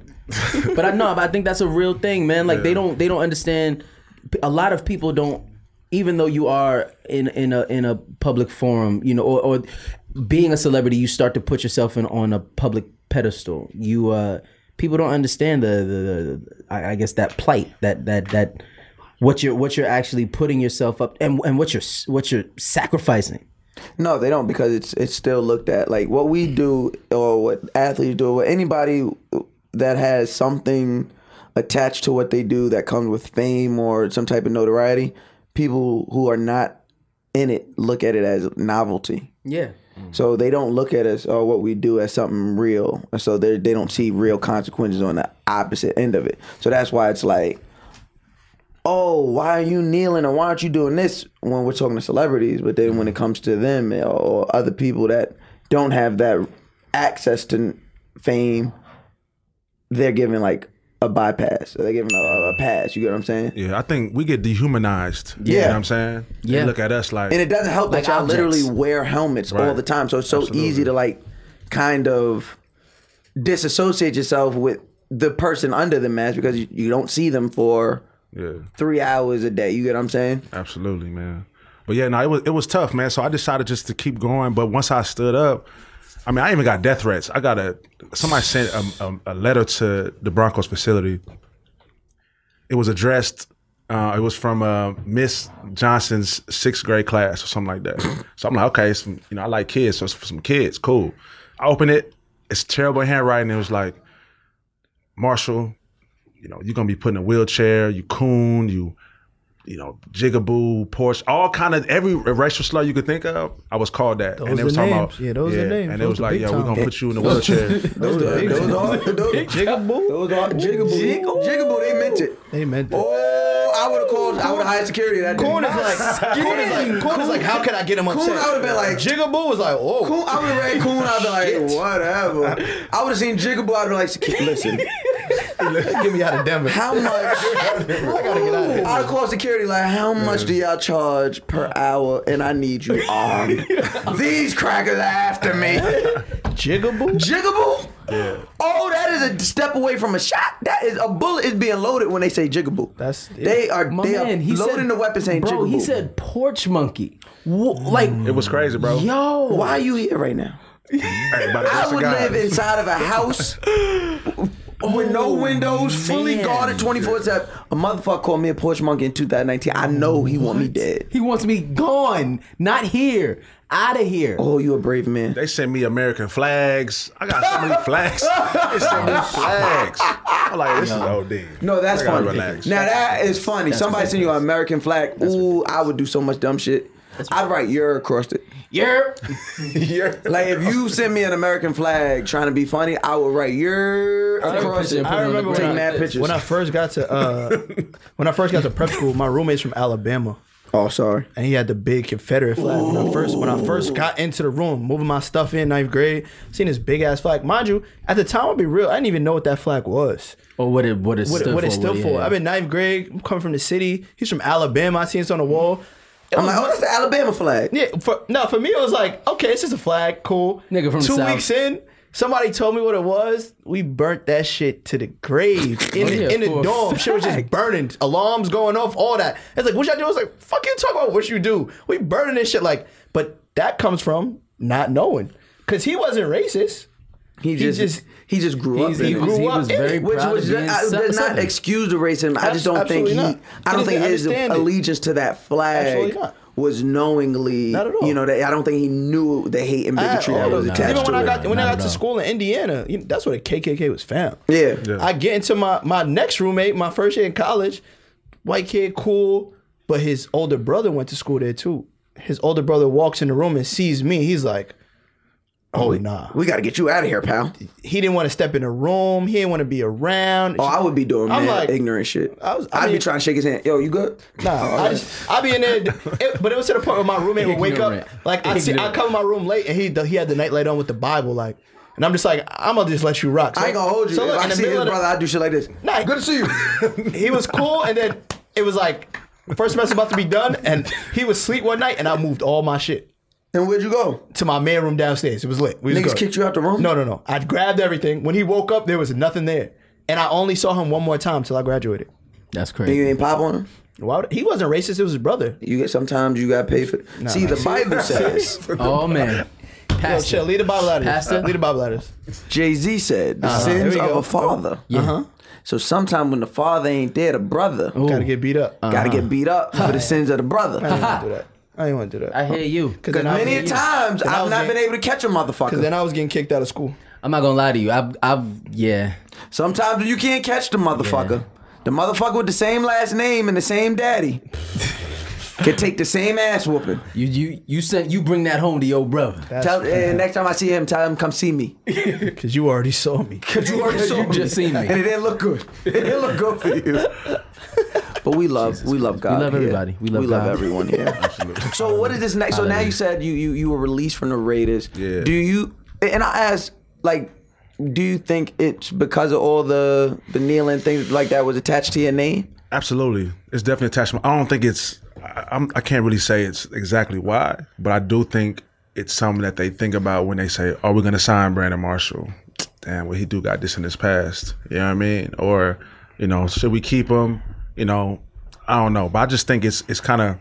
S7: but I know, but I think that's a real thing, man. Like they don't they don't understand. A lot of people don't, even though you are in in a in a public forum, you know, or, or being a celebrity, you start to put yourself in on a public pedestal. You uh, people don't understand the the, the I, I guess that plight that that that what you're what you're actually putting yourself up and and what you're s- what you're sacrificing.
S2: No, they don't because it's it's still looked at like what we do or what athletes do or anybody that has something attached to what they do that comes with fame or some type of notoriety. People who are not in it look at it as novelty.
S7: Yeah.
S2: So they don't look at us or what we do as something real. And so they they don't see real consequences on the opposite end of it. So that's why it's like, oh, why are you kneeling or why aren't you doing this when we're talking to celebrities? But then when it comes to them or, or other people that don't have that access to fame, they're given like a bypass. They're given a, a pass. You get what I'm saying?
S6: Yeah, I think we get dehumanized. You know
S2: Yeah.
S6: what I'm saying? They
S2: Yeah.
S6: look at us like
S2: and it doesn't help
S6: like
S2: that y'all
S6: objects.
S2: literally wear helmets all
S6: Right.
S2: the time. So it's so easy to like kind of disassociate yourself with the person under the mask because you, you don't see them for
S6: Yeah.
S2: three hours a day. You get what I'm saying?
S6: Absolutely, man. But yeah, no, it was it was tough, man. So I decided just to keep going. But once I stood up, I mean, I even got death threats. I got a somebody sent a, a, a letter to the Broncos facility. It was addressed. Uh, it was from uh, Miss Johnson's sixth grade class or something like that. So I'm like, okay, it's from, you know, I like kids, so it's for some kids, cool. I open it. It's terrible handwriting. It was like, Marshall, you know, you're gonna be put in a wheelchair. You coon. You you know, Jigaboo, Porsche, all kind of every racial slur you could think of, I was called that.
S3: Those
S6: they was
S3: are names. Yeah, those are names.
S6: And it
S3: Those
S6: was
S3: the
S6: like,
S3: big
S6: yeah,
S3: time
S6: we're gonna put you in the
S3: ones.
S6: wheelchair.
S2: Those are-
S6: Yeah.
S2: those are- those- Those are Jigaboo. Jigaboo, they meant it.
S3: They meant it.
S2: Oh, I would have called, I would have hired security that day.
S3: Coon is like, Coon is like, Coon is like, how can I get him
S2: Coon,
S3: upset?
S2: I would've been like-
S3: Jigaboo was like, oh.
S2: Coon, I would have read Coon. I'd be like, whatever. I would have seen Jigaboo. I'd be like, listen,
S3: get me out of Denver.
S2: How much? I gotta get out of here. I call security like, how much do y'all charge per hour? And I need you armed. These crackers are after me.
S3: Jigaboo.
S2: Jigaboo.
S6: Yeah.
S2: Oh, that is a step away from a shot. That is a bullet is being loaded when they say jigaboo. That's they are
S7: My
S2: they
S7: man,
S2: are
S7: he
S2: loading
S7: said-
S2: the weapon saying
S7: bro,
S2: jigaboo.
S7: he said porch monkey. Wha- like
S2: Mm.
S6: It was crazy, bro.
S7: Yo,
S2: why are you here right now?
S6: Hey, by the grace
S2: I
S6: of
S2: would
S6: God.
S2: live inside of a house with no windows, fully
S7: Oh, man.
S2: guarded 24 7. A motherfucker called me a porch monkey in 2019. I know he want me dead.
S7: He wants me gone, not here, out of here.
S2: Oh, you a brave man.
S6: They sent me American flags. I got so many flags. They sent me flags. I'm like, this
S2: No.
S6: is OD.
S2: No, that's
S6: I gotta
S2: funny.
S6: Relax.
S2: Now that is funny. Somebody send you an American flag. Ooh, I would do so much dumb shit. I'd write your across it.
S7: Yerp.
S2: Like if you send me an American flag trying to be funny, I would write your
S3: I remember
S2: across it.
S3: I remember when
S2: take
S3: I,
S2: mad pictures.
S3: when I first got to uh, when I first got to prep school. My roommates from Alabama.
S2: Oh, sorry.
S3: And he had the big Confederate flag. When I first when I first got into the room, moving my stuff in ninth grade, seen this big ass flag. Mind you, at the time I'll be real, I didn't even know what that flag was.
S7: Or Oh, what it what it
S3: What,
S7: stood
S3: what
S7: for.
S3: it stood for.
S7: yeah.
S3: I'm in ninth grade, I'm coming from the city. He's from Alabama. I seen this on the wall. It
S2: I'm
S3: was
S2: like, oh, that's the Alabama flag.
S3: Yeah, for, no, for me it was like, okay, it's just a flag, cool.
S7: Nigga from the
S3: two
S7: South.
S3: weeks in, somebody told me what it was. We burnt that shit to the grave in
S7: Oh,
S3: the
S7: yeah,
S3: in the
S7: for a
S3: dorm. Shit was just burning, alarms going off, all that. It's like, what y'all do? It's like, fuck you talking about what you do. We burning this shit like, but that comes from not knowing, cause he wasn't racist.
S2: He just, he just
S3: just-
S2: grew up.
S7: he's-
S2: in
S7: he
S2: it.
S7: grew He up was in very it.
S2: which
S7: proud
S2: was
S7: of being
S2: that
S7: Southern.
S2: does not excuse the racism. I just don't think
S3: Absolutely
S2: he.
S3: not.
S2: I
S3: He
S2: don't think
S3: didn't
S2: his
S3: understand it.
S2: allegiance to that flag
S3: Absolutely not.
S2: was knowingly.
S3: Not at all.
S2: You know that I don't think he knew the hate and
S3: at
S2: bigotry that
S3: all.
S2: was
S3: No.
S2: attached
S3: Even when
S2: to
S3: I
S2: it.
S3: got when I
S7: Not
S3: got
S7: at
S3: to
S7: all.
S3: school in Indiana, you know, that's where the KKK was found.
S2: Yeah.
S3: I get into my my next roommate, my first year in college, white kid, cool, but his older brother went to school there too. His older brother walks in the room and sees me. He's like, "Oh nah."
S2: We got to get you out of here, pal.
S3: He didn't want to step in the room. He didn't want to be around.
S2: Oh, I would be doing
S3: I'm
S2: mad
S3: like-
S2: ignorant shit. I
S3: I
S2: was,
S3: was-
S2: I
S3: I
S2: would be
S3: mean-
S2: trying to shake his hand. Yo, you good?
S3: Nah,
S2: Oh,
S3: I just, I be in there, it- but it was to the point where my roommate would wake up.
S7: Ignorant.
S3: Like I see, I
S7: Ignorant.
S3: come in my room late, and he he had the night light on with the Bible, like, and I'm just like, I'm gonna just let you rock. So-
S2: I ain't gonna hold you.
S3: So
S2: if
S3: look,
S2: I
S3: in the
S2: see
S3: middle
S2: his
S3: of the-
S2: brother, I do shit like this.
S3: Nah,
S2: good to see you.
S3: he was cool, and then it was like first semester about to be done, and he was asleep one night, and I moved all my shit
S2: and where'd you go?
S3: to my man room downstairs. It was lit. We was
S2: Niggas
S3: good.
S2: kicked you out the room?
S3: No, no, no. I grabbed everything. When he woke up, there was nothing there, and I only saw him one more time till I graduated.
S7: That's
S2: And you
S7: crazy.
S2: ain't pop on him.
S3: Why would, he wasn't racist. It was his brother.
S2: You get sometimes you got paid for. see, the Bible says.
S7: Oh man.
S3: Yo,
S7: Pastor.
S3: chill. Lead the Bible letters.
S7: Pastor?
S3: Lead the Bible letters.
S2: Jay Z said the sins
S3: Here we
S2: of
S3: go.
S2: a father.
S3: Uh-huh.
S2: So sometimes when the father ain't there, the brother
S3: Gotta get beat up.
S2: gotta get beat up for the sins of the
S3: I didn't
S2: brother.
S3: want to do that. I didn't want to do that.
S7: I hear you.
S3: Cause
S2: Because
S3: then I
S2: many
S3: was-
S2: times
S3: then I
S2: I've
S3: was
S2: not
S3: getting-
S2: been able to catch a
S3: Cause
S2: motherfucker.
S3: then I was getting kicked out of school.
S7: I'm not gonna lie to you. I've I've yeah.
S2: Sometimes you can't catch the motherfucker. The motherfucker with the same last name and the same daddy can take the same ass whooping.
S7: You you you sent you bring that home to your brother.
S2: Tell, and next time I see him, tell him come see me.
S3: Cause you already saw me.
S2: Cause you already saw
S7: You
S2: me.
S7: just seen me.
S2: and it didn't look good. It didn't look good for you. But we love, we love God.
S7: love
S2: here.
S7: everybody. We love
S2: we love
S7: God.
S2: everyone here. so what is this next? So now you said you you you were released from the Raiders.
S6: Yeah.
S2: Do you? And I asked, like, do you think it's because of all the the kneeling things like that was attached to your name?
S6: Absolutely, it's definitely attachment. I don't think it's. I, I'm. I can't really say it's exactly why, but I do think it's something that they think about when they say, "Are we going to sign Brandon Marshall?" Damn, well, he do got this in his past. You know what I mean? Or, you know, should we keep him? You know, I don't know, but I just think it's it's kind of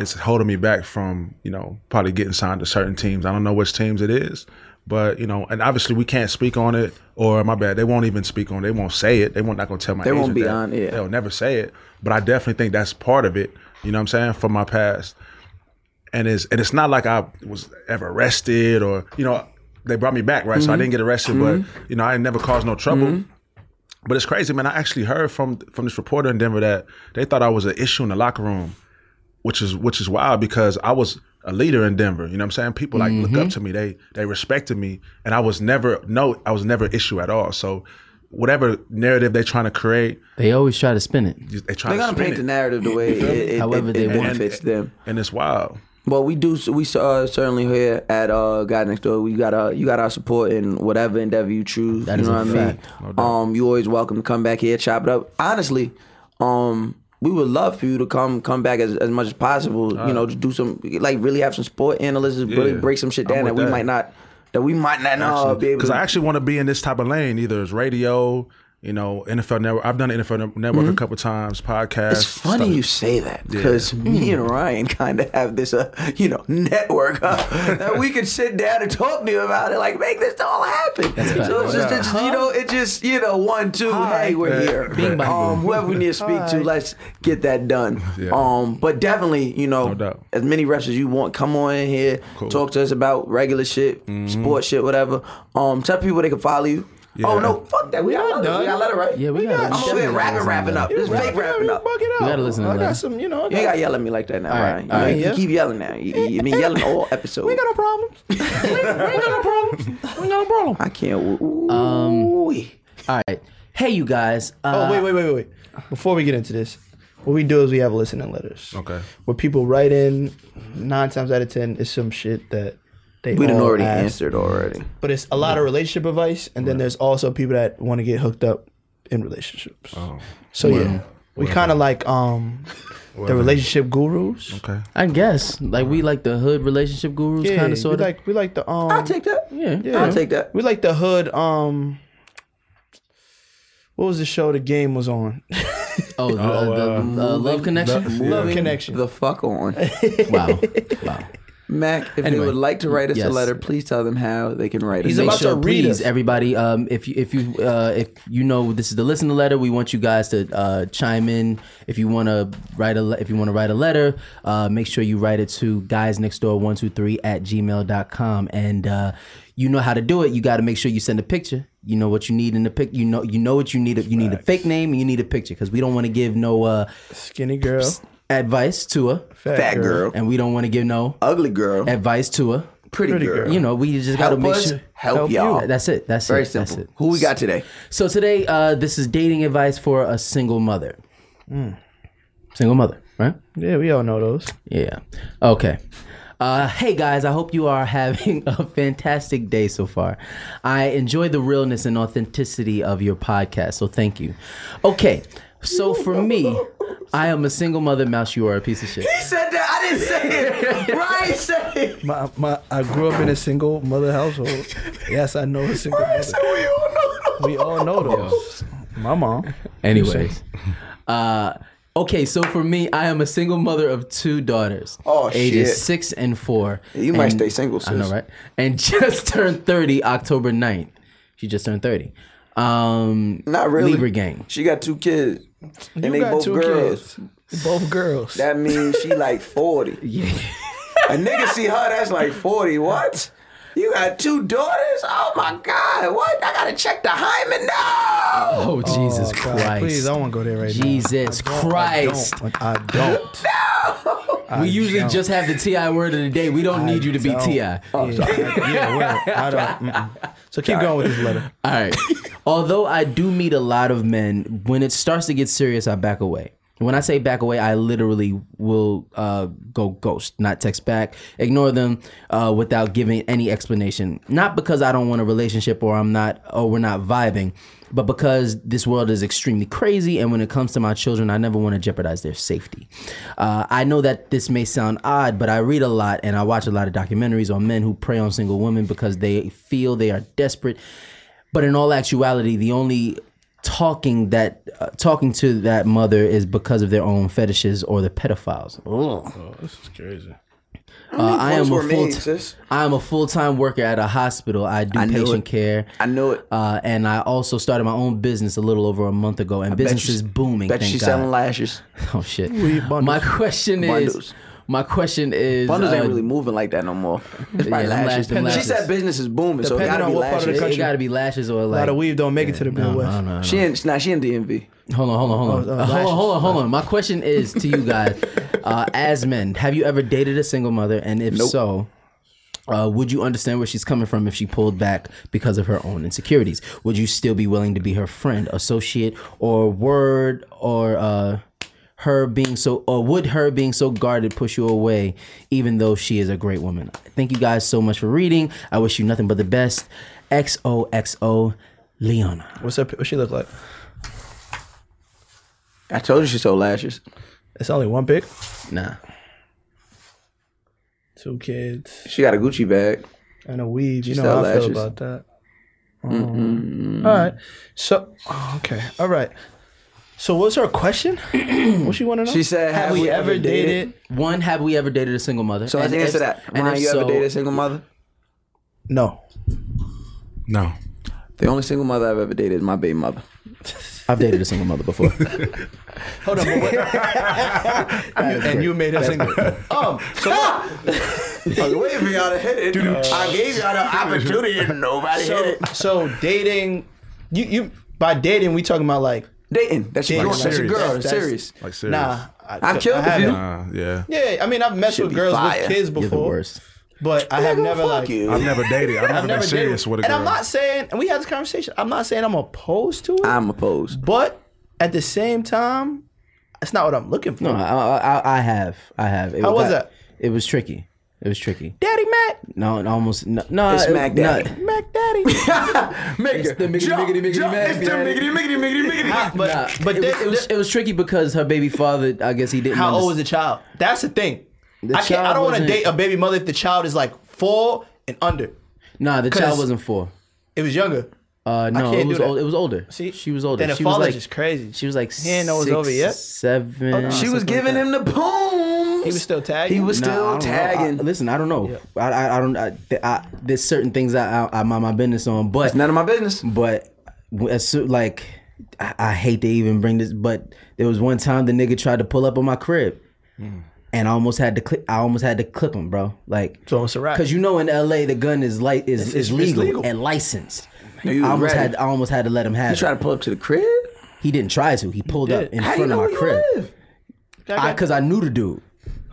S6: it's holding me back from you know probably getting signed to certain teams. I don't know which teams it is, but you know, and obviously we can't speak on it. Or my bad, they won't even speak on. it. They won't say it. They won't not gonna tell my.
S2: They won't
S6: agent
S2: be
S6: that.
S2: on- yeah.
S6: They'll never say it, but I definitely think that's part of it. You know what I'm saying? From my past, and it's and it's not like I was ever arrested or you know they brought me back right, so I didn't get arrested, but you know I never caused no trouble. But it's crazy, man. I actually heard from from this reporter in Denver that they thought I was an issue in the locker room, which is which is wild because I was a leader in Denver. You know what I'm saying? People like look up to me. They they respected me, and I was never no, I was never an issue at all. So whatever narrative they're trying to create,
S7: They always try to spin it.
S6: they try
S2: They're
S6: to spin
S2: gonna paint
S6: it.
S2: the narrative the way it, it, it,
S7: However
S2: it
S7: they want.
S2: benefits them.
S6: and it's wild.
S2: Well, we do. We uh, certainly here at uh, God Next Door. We got uh, you got our support in whatever endeavor you choose.
S7: That
S2: you
S7: is
S2: know
S7: a
S2: what
S7: fact.
S2: I mean. um, you always welcome to come back here, chop it up. Honestly, um, we would love for you to come come back as, as much as possible. you know, to do some like really have some sport analysis, really
S6: Yeah.
S2: break some shit
S6: I'm
S2: down that,
S6: with
S2: we
S6: that.
S2: might not that we might not know be able
S6: because
S2: to.
S6: I actually want to be in this type of lane, either as radio, you know, NFL Network. I've done NFL Network a couple times, podcast.
S2: Mm-hmm. It's funny
S6: stuff.
S2: you say that because
S7: Mm.
S2: me and Ryan kind of have this, uh, you know, network uh, that we could sit down and talk to you about it, like make this all happen. so it's just, it's just, you know, it just, you know, one, two, hey, we're here.
S7: Bing, bang,
S2: um, whoever we need to speak to, let's get that done.
S6: Yeah.
S2: Um, but definitely, you know,
S6: No doubt.
S2: as many reps as you want, come on in here,
S6: Cool. Mm-hmm.
S2: talk to us about regular shit, sports shit, whatever. Um, tell people they can follow you. Oh
S6: Yeah.
S2: no, fuck that. We got letter. We got letter, right?
S7: Yeah, we got it.
S2: I'm over here rapping, rapping up. This is fake rapping up.
S3: Fuck it up.
S7: gotta listen to
S3: I
S7: that.
S3: got some, you know. I
S2: You ain't
S3: got-
S2: gotta yell at me like that now,
S7: right,
S2: Ryan. You,
S7: all
S2: know,
S7: right.
S2: you keep yelling now. You, you- you been yelling all episode.
S3: We ain't got no problems. we ain't got no problems. We ain't got no problem.
S2: I can't. Ooh,
S7: Um, All right. Hey, you guys. Uh,
S3: Oh wait, wait, wait, wait. Before we get into this, What we do is we have listening letters.
S6: Okay.
S3: What people write in, nine times out of ten, is some shit that they
S2: We done
S3: all
S2: already
S3: ask.
S2: answered already.
S3: But it's a lot of relationship advice, and then there's also people that want to get hooked up in relationships.
S6: Oh.
S3: So
S6: Well,
S3: yeah, we
S6: well.
S3: kind of like um the
S6: Well.
S3: relationship gurus.
S6: Okay.
S7: I guess like we like the hood relationship gurus
S3: Yeah,
S7: kind
S3: we
S7: of sort of.
S3: like we like the um.
S2: I'll take that.
S7: yeah,
S3: Yeah.
S2: I'll take that.
S3: We like the hood. Um, what was the show the game was on?
S7: Oh, the,
S6: Oh,
S7: the,
S6: uh,
S7: uh, love connection.
S6: the- yeah.
S3: Love connection.
S2: The fuck on.
S7: wow, wow.
S2: Mac, if
S7: Anyway,
S2: they would like to write us a
S7: yes.
S2: letter, please tell them how they can write
S3: He's
S2: us.
S7: Make
S3: about
S7: sure,
S3: to read
S7: please,
S3: us.
S7: everybody. Um, if you if you uh, if you know this is the listener letter, we want you guys to uh, chime in. If you want to write a le- if you want to write a letter, uh, make sure you write it to guys next door one two three at gmail.com. and uh, you know how to do it. You got to make sure you send a picture. You know what you need in the pic. You know you know what you need. You need a fake name and you need a picture because we don't want to give no uh,
S3: Skinny girl,
S7: advice to her,
S3: fat,
S2: Fat girl,
S7: and we don't want to give no
S2: ugly girl,
S7: advice to her.
S2: pretty,
S3: pretty
S2: girl.
S3: girl.
S7: You know we just got to
S2: help
S7: make
S2: us,
S7: sure.
S2: help,
S3: help you.
S2: y'all.
S7: That's it. That's
S2: very
S7: it.
S2: simple.
S7: That's it.
S2: Who we got today?
S7: So today, uh, this is dating advice for a single mother. Single mother, right?
S3: Yeah, we all know those.
S7: Yeah. Okay. Uh, hey guys, I hope you are having a fantastic day so far. I enjoy the realness and authenticity of your podcast, so thank you. Okay, so for me, I am a single mother. Mouse, you are a piece of shit.
S2: He said that. I didn't say it. Brian said it.
S3: My, my, I grew up in a single mother household. Yes, I know a single mother.
S2: We all know.
S3: We all know those. My mom.
S7: Anyways, uh, okay, so for me, I am a single mother of two daughters,
S2: Oh,
S7: ages
S2: shit.
S7: six and four.
S2: You
S7: and-
S2: might stay single,
S7: I know,
S2: sis.
S7: right? And just turned thirty October 9th. She just turned thirty. Um,
S2: Not really.
S7: Libra gang.
S2: She got two kids, and they both girls.
S3: kids. Both girls.
S2: That means she like forty. A nigga see her, that's like forty. What? You got two daughters? Oh my god! What? I gotta check the hymen now.
S7: Oh Jesus
S3: God,
S7: Christ!
S3: Please, I want to go there right
S7: Jesus
S3: now. I don't.
S7: Christ!
S3: I don't. I
S7: We usually
S3: don't.
S7: just have the Ti word of the day. We don't
S3: I
S7: need you to be
S3: don't.
S7: Ti.
S2: Oh,
S3: yeah, I- yeah, word. I don't. mm-mm. So keep going with this letter.
S7: All right. Although I do meet a lot of men, when it starts to get serious, I back away. When I say back away, I literally will uh, go ghost, not text back, ignore them uh, without giving any explanation. Not because I don't want a relationship or I'm not, or we're not vibing, but because this world is extremely crazy. And when it comes to my children, I never want to jeopardize their safety. Uh, I know that this may sound odd, but I read a lot and I watch a lot of documentaries on men who prey on single women because they feel they are desperate but in all actuality, the only talking that uh, talking to that mother is because of their own fetishes or the pedophiles.
S6: Oh, this is crazy.
S7: Uh, I am
S2: points
S7: a
S2: were
S7: full
S2: made, sis?
S7: I am a full time worker at a hospital. I do
S2: knew
S7: patient
S2: it.
S7: care.
S2: I knew it.
S7: Uh, and I also started my own business a little over a month ago, and business
S2: you-
S7: is booming.
S2: Bet
S7: thank
S2: she's
S7: God.
S2: selling lashes.
S7: Oh shit!
S3: bundles.
S7: My question
S2: Bundles.
S7: is, my question is,
S2: Bundles ain't
S7: uh,
S2: really moving like that no more. It's probably
S7: them
S2: lashes.
S7: lashes, them
S2: She
S7: lashes.
S2: said business is booming, so it
S3: Depending
S2: gotta
S3: on
S2: be
S3: what part of the
S2: lashes.
S7: uh, It,
S3: country.
S7: got to be lashes or
S3: A
S7: like
S3: lot of weave don't make it to the
S7: No,
S3: Midwest.
S7: no, no, no.
S2: She ain't, nah, she in DMV.
S7: Hold on, hold on, hold
S3: Oh,
S7: on.
S3: uh,
S7: Uh, hold
S3: lashes.
S7: on, hold on, hold on. My question is to you guys, uh, as men, have you ever dated a single mother? And if
S2: Nope.
S7: so, uh, would you understand where she's coming from if she pulled back because of her own insecurities? Would you still be willing to be her friend, associate, or word, or uh, her being so, or would her being so guarded push you away, even though she is a great woman? Thank you guys so much for reading. I wish you nothing but the best. XOXO, Leona.
S3: What's up? What she look like?
S2: I told you she sold lashes.
S3: It's only one pick.
S7: Nah.
S3: Two kids
S2: She got a Gucci bag.
S3: and a weave. You
S2: She
S3: know how
S2: sell
S3: I feel
S2: lashes.
S3: about that. Um, all right. So oh, okay. All right. So what's her question? what she want to know?
S2: She said,
S3: "Have, we, ever dated?
S7: One, have we ever dated a single mother?
S2: So let's
S7: And if-
S2: answer that.
S7: and
S2: Ryan,
S7: if
S2: you
S7: so-
S2: ever dated a single mother?
S3: No.
S6: No.
S2: The only single mother I've ever dated is my baby mother.
S7: I've dated a single mother before.
S3: Hold on. But and you made a single. um. So
S2: I was waiting for y'all to hit it. I gave y'all the opportunity and nobody hit it.
S3: Uh, so dating, you you by dating we talking about like
S2: Dating. That's your
S3: Dating, like
S2: girl. That's your
S6: serious.
S2: girl.
S3: That's-
S2: That's
S3: that's-
S2: serious.
S6: Like serious.
S3: nah. I,
S2: I've killed a few.
S3: haven't.
S6: Uh, yeah.
S3: Yeah, I mean I've messed
S2: Should
S3: with
S2: be
S3: girls
S2: fire.
S3: with kids
S7: You're the
S3: before,
S7: worst.
S3: but I have
S2: Nigga,
S3: never
S2: fuck
S3: like
S2: you.
S6: I've never dated. I've never,
S3: I've never
S6: been serious
S3: dated.
S6: with a
S3: and
S6: girl.
S3: I'm not saying, and we had this conversation. I'm not saying I'm opposed to it,
S2: I'm opposed.
S3: but at the same time, That's not what I'm looking for.
S7: No, I, I, I have, I have. It
S3: How was
S7: got-
S3: that?
S7: It was tricky. It was tricky.
S3: Daddy Mac.
S7: No, it almost no. no
S3: It's
S7: it-
S3: Mac
S7: no.
S3: Daddy. Mac Daddy.
S7: It's the miggity, miggity, miggity, Mac Daddy.
S3: miggity miggity miggity. But
S7: Nah,
S3: but
S7: it,
S3: this,
S7: was, it, was, it was tricky because her baby father, I guess he didn't.
S3: how old was
S7: understand-
S3: the child? That's the thing.
S7: The
S3: I can't. I
S7: child
S3: don't want to
S7: wasn't-
S3: date a baby mother if the child is like four and under.
S7: Nah, the child
S3: 'Cause-
S7: wasn't four.
S3: It was younger.
S7: Uh, no,
S3: can't
S7: it
S3: do
S7: was
S3: that.
S7: old, it was older.
S3: See?
S7: she was older.
S3: Then the
S7: she was
S3: father's
S7: like
S3: just crazy.
S7: She was like
S3: He didn't know it was
S7: six,
S3: over yet.
S7: Seven.
S3: Oh,
S2: She was
S7: something like
S2: giving
S7: that.
S2: him the pooms.
S3: He was still tagging.
S2: He was
S7: Nah, I
S2: still
S7: don't know.
S2: tagging.
S7: I- listen, I don't know. I, I, I don't. I, I, there's certain things I, I, I mind my business on, but
S2: None of my business.
S7: but as soon, like I, I hate to even bring this, but there was one time the nigga tried to pull up on my crib,
S3: Hmm.
S7: and I almost had to clip. I almost had to clip him, bro. Like
S3: So it's a wrap.
S7: because you know in L.A. the gun is light is, is legal,
S3: legal.
S7: and licensed.
S2: No, you
S7: I almost
S2: ready.
S7: had I almost had to let him have.
S2: He tried to
S7: it.
S2: pull up to the crib.
S7: He didn't try to. He pulled up in
S2: How do you
S7: front of
S2: know
S7: my
S2: where you
S7: crib
S2: live?
S7: because I, knew the dude.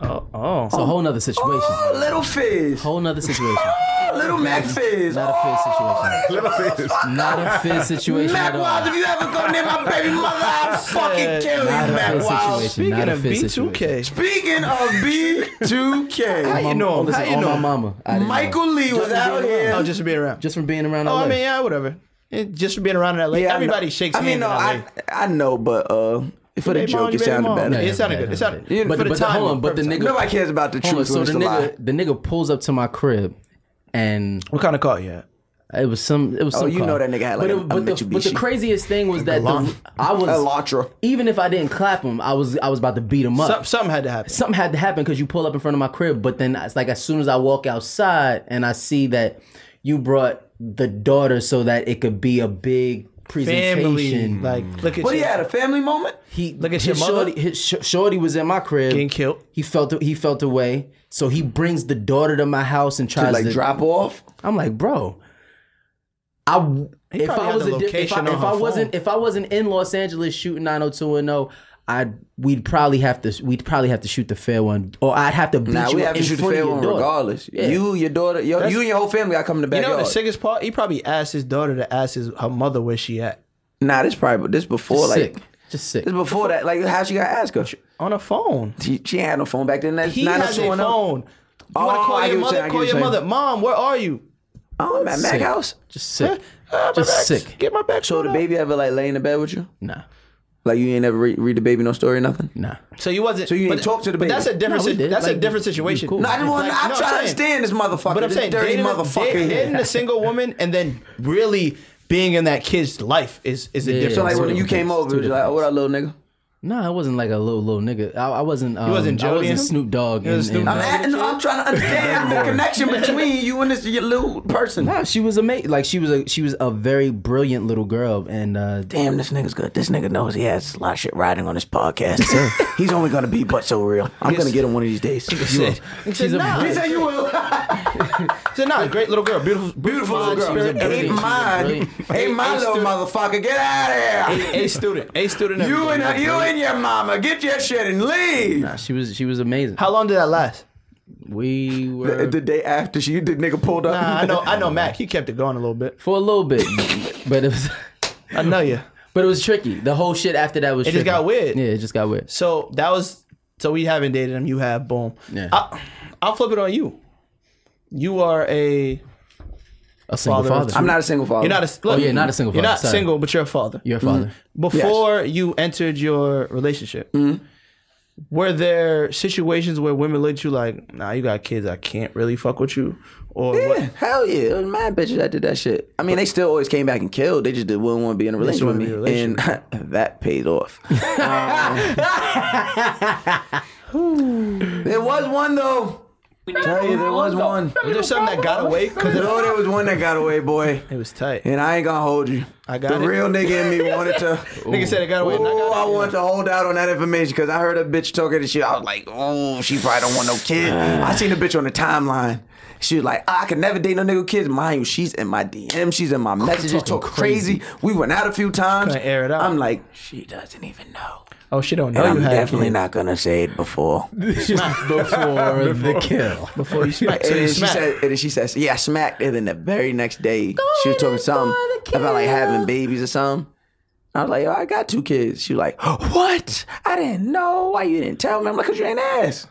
S3: Oh, oh.
S7: It's a whole nother situation.
S2: Oh, little fizz.
S7: whole nother situation.
S2: Oh, little Mac fizz.
S7: Not a fizz situation.
S2: Little fizz.
S7: Not a fizz situation
S2: Mac
S7: at all.
S2: Wiles, if you ever go near my baby mother, I'll fucking kill you,
S7: Not a
S2: Mac
S7: fair
S2: Wiles.
S7: situation.
S3: Oh, Speaking
S7: Not a
S3: of
S7: fair
S3: B2K,
S2: Speaking of
S3: How
S2: B2K,
S3: you know him?
S7: Listen,
S3: How you
S7: on
S3: know
S7: my
S3: him?
S7: mama. I didn't know.
S2: Michael Lee was
S7: Just
S2: out
S7: being
S2: here.
S3: Oh, just for being around.
S7: Just from being around
S3: oh,
S7: LA.
S3: I mean, yeah, whatever. It, just for being around in LA.
S2: Yeah, I
S3: Everybody
S2: know-
S3: shakes
S2: I
S3: hands.
S2: mean, no,
S3: in LA.
S2: I, I know, but uh, for the
S3: Baby mom,
S2: joke,
S3: you
S2: it
S3: baby
S2: sounded
S3: mom.
S2: better.
S3: Yeah, it sounded good. It sounded
S2: Yeah,
S3: for
S7: but,
S3: the
S7: but
S3: time.
S7: hold on, but the
S3: perfect
S7: nigga
S3: time.
S2: Nobody cares about the
S7: hold on,
S2: truth
S7: so
S2: when
S7: the
S2: it's a lie.
S7: nigga the nigga pulls up to my crib and
S3: What kind of car you had?
S7: it was some it was some
S2: Oh, you
S7: car.
S2: know that nigga had, like,
S7: but,
S2: a-
S7: it- but
S2: a
S7: the, but the
S2: Mitsubishi.
S7: craziest thing was that the,
S3: Galant.
S7: I was
S2: A Latra.
S7: even if I didn't clap him, I was I was about to beat him up.
S3: Some, something had to happen.
S7: something had to happen because you pull up in front of my crib, but then it's like as soon as I walk outside and I see that you brought the daughter so that it could be a big
S3: Family,
S7: presentation.
S3: like look at
S2: What
S3: you.
S2: he had a family moment?
S7: He
S3: Look at
S7: his
S3: your mother.
S7: Shorty, his sh- shorty was in my crib.
S3: Getting killed.
S7: He felt he felt away, so he brings the daughter to my house and
S2: To
S7: tries
S2: like
S7: to
S2: drop off?
S7: I'm like, bro, I if
S3: probably
S7: I
S3: had
S7: was
S3: the
S7: a di- if I,
S3: location on
S7: if
S3: her
S7: I wasn't
S3: phone.
S7: if I wasn't in Los Angeles shooting 90210, I we'd probably have to we'd probably have to shoot the fair one, or I'd have to beat
S2: Nah,
S7: you
S2: we
S7: up
S2: have to
S7: in
S2: shoot the
S7: front of
S2: fair
S7: your
S2: one
S7: daughter.
S2: regardless.
S7: Yeah.
S2: You, your daughter, your, you and your whole family got to come to the
S3: You know
S2: backyard.
S3: the sickest part? He probably asked his daughter to ask his her mother where she at
S2: nah, this probably this before
S7: Just
S2: like
S7: sick, just sick.
S2: this before that. Like how she got to ask her?
S3: on a phone.
S2: She, she ain't had no phone back then. That's
S3: He has a
S2: 90210.
S3: phone. You want
S2: Oh,
S3: to
S2: I
S3: call your
S2: get what you're
S3: mother?
S2: saying, I
S3: Call
S2: get
S3: your
S2: what you're
S3: mother. Mom, where are you?
S2: Oh, I'm at Mac
S7: Sick.
S2: House.
S7: Just sick,
S3: Ah, my
S7: just
S3: back's-
S7: sick.
S3: Get my back.
S2: So the
S3: shoulder.
S2: baby ever like lay in the bed with you?
S7: Nah,
S2: Like you ain't ever read, read the baby no story or nothing?
S7: nah.
S3: So you wasn't.
S2: So you
S3: but-
S2: didn't talk to the
S3: but That's a
S2: baby?
S3: different.
S7: No, we
S3: si-
S7: did.
S3: that's a
S7: Like,
S3: different
S7: we
S3: situation.
S7: cool.
S2: No, I didn't want.
S3: Like,
S2: I'm
S3: no,
S2: trying to
S3: saying-
S2: understand this motherfucker.
S3: But I'm
S2: this
S3: saying
S2: dirty
S3: dating,
S2: motherfucker.
S3: da-
S2: here.
S3: dating a single woman and then really being in that kid's life is is a
S7: Yeah,
S3: different.
S2: So like
S7: It's two
S2: when you
S7: different
S2: came
S7: things.
S2: over,
S7: Two
S2: it was like,
S7: different
S2: oh, what up, little nigga?
S7: Nah, I wasn't like a little little nigga. I, I wasn't. Um,
S3: wasn't
S7: I
S3: Jody
S7: wasn't
S3: and him?
S7: Snoop Dogg.
S3: You was
S7: and-
S3: Snoop
S7: and-
S2: I'm,
S3: Dogg?
S2: at, no, I'm trying to understand the connection between you and this your little person.
S7: Nah, she was amazing. Like she was a she was a very brilliant little girl, and uh,
S2: Damn, this nigga's good. This nigga knows he has a lot of shit riding on his podcast. He's only gonna be but so real. I'm gonna get him one of these days.
S3: Said,
S7: She's a-
S3: nah.
S2: He said you will.
S3: Said, nah, great little girl, beautiful,
S2: Beautiful little
S7: She was a
S2: girl. Ain't
S7: brilliant- she
S2: mine.
S7: was
S2: Ain't my
S3: Hey,
S2: little
S3: student.
S2: motherfucker. Get out of here.
S3: A, a student, a student. and
S2: You
S3: everything.
S2: and her, you and your mama. Get your shit and leave.
S7: she was she was amazing.
S3: How long did that last?
S7: we were
S2: day after she, the nigga pulled up.
S3: Nah, I know, I know, Mac. He kept it going a little bit.
S7: for a little bit, but it was
S3: I know you.
S7: but it was tricky. The whole shit after that was
S3: It just
S7: tricky.
S3: got weird.
S7: Yeah, it just got weird.
S3: So that was. So we haven't dated him. You have. Boom.
S7: Yeah.
S3: I, I'll flip it on you. You are a.
S7: A single
S3: Father of
S7: father.
S3: two.
S2: I'm not a single father.
S3: You're not a.
S7: Oh,
S3: look,
S7: yeah, not a single
S3: You're
S7: father,
S3: not
S7: sorry.
S3: single, but you're a father.
S7: Your father.
S3: before you entered your relationship, were there situations where women looked at you like, nah, you got kids, I can't really fuck with you? Or what?
S2: Yeah, hell yeah. It was mad bitches that did that shit. I mean, they still always came back and killed. They just did wouldn't want to be in a relationship with
S3: wanna
S2: me.
S3: be in a relationship.
S2: And that paid off. there was one, though. Tell you, there was one.
S3: Was there something that got away? Because
S2: No, there was one that got away, boy.
S3: it was tight.
S2: And I ain't gonna hold you.
S3: I got
S2: the
S3: it.
S2: real nigga in me wanted to.
S3: Nigga said it got away. and I
S2: Ooh,
S3: got
S2: I want to hold out on that information because I heard a bitch talking this shit. I was like, oh, she probably don't want no kid. I seen a bitch on the timeline. She was like, "Ah, I could never date no nigga with kids. Mind you, she's in my DM. She's in my messages.
S7: talking
S2: Talk crazy. We went out a few times.
S3: Couldn't air it out.
S2: I'm like, she doesn't even know.
S3: oh, she don't know
S2: And I'm
S3: you had
S2: definitely
S3: a kid.
S2: not gonna say it before.
S7: before the kill.
S3: Before you smacked.
S2: And
S3: So you
S2: then she
S3: smacked.
S2: said, and then she says, yeah, I smacked. And then the very next day, she was talking something about like having babies or something. I was like, yo, I got two kids. She was like, "Oh, what? I didn't know. Why you didn't tell me? I'm like, cause you ain't asked.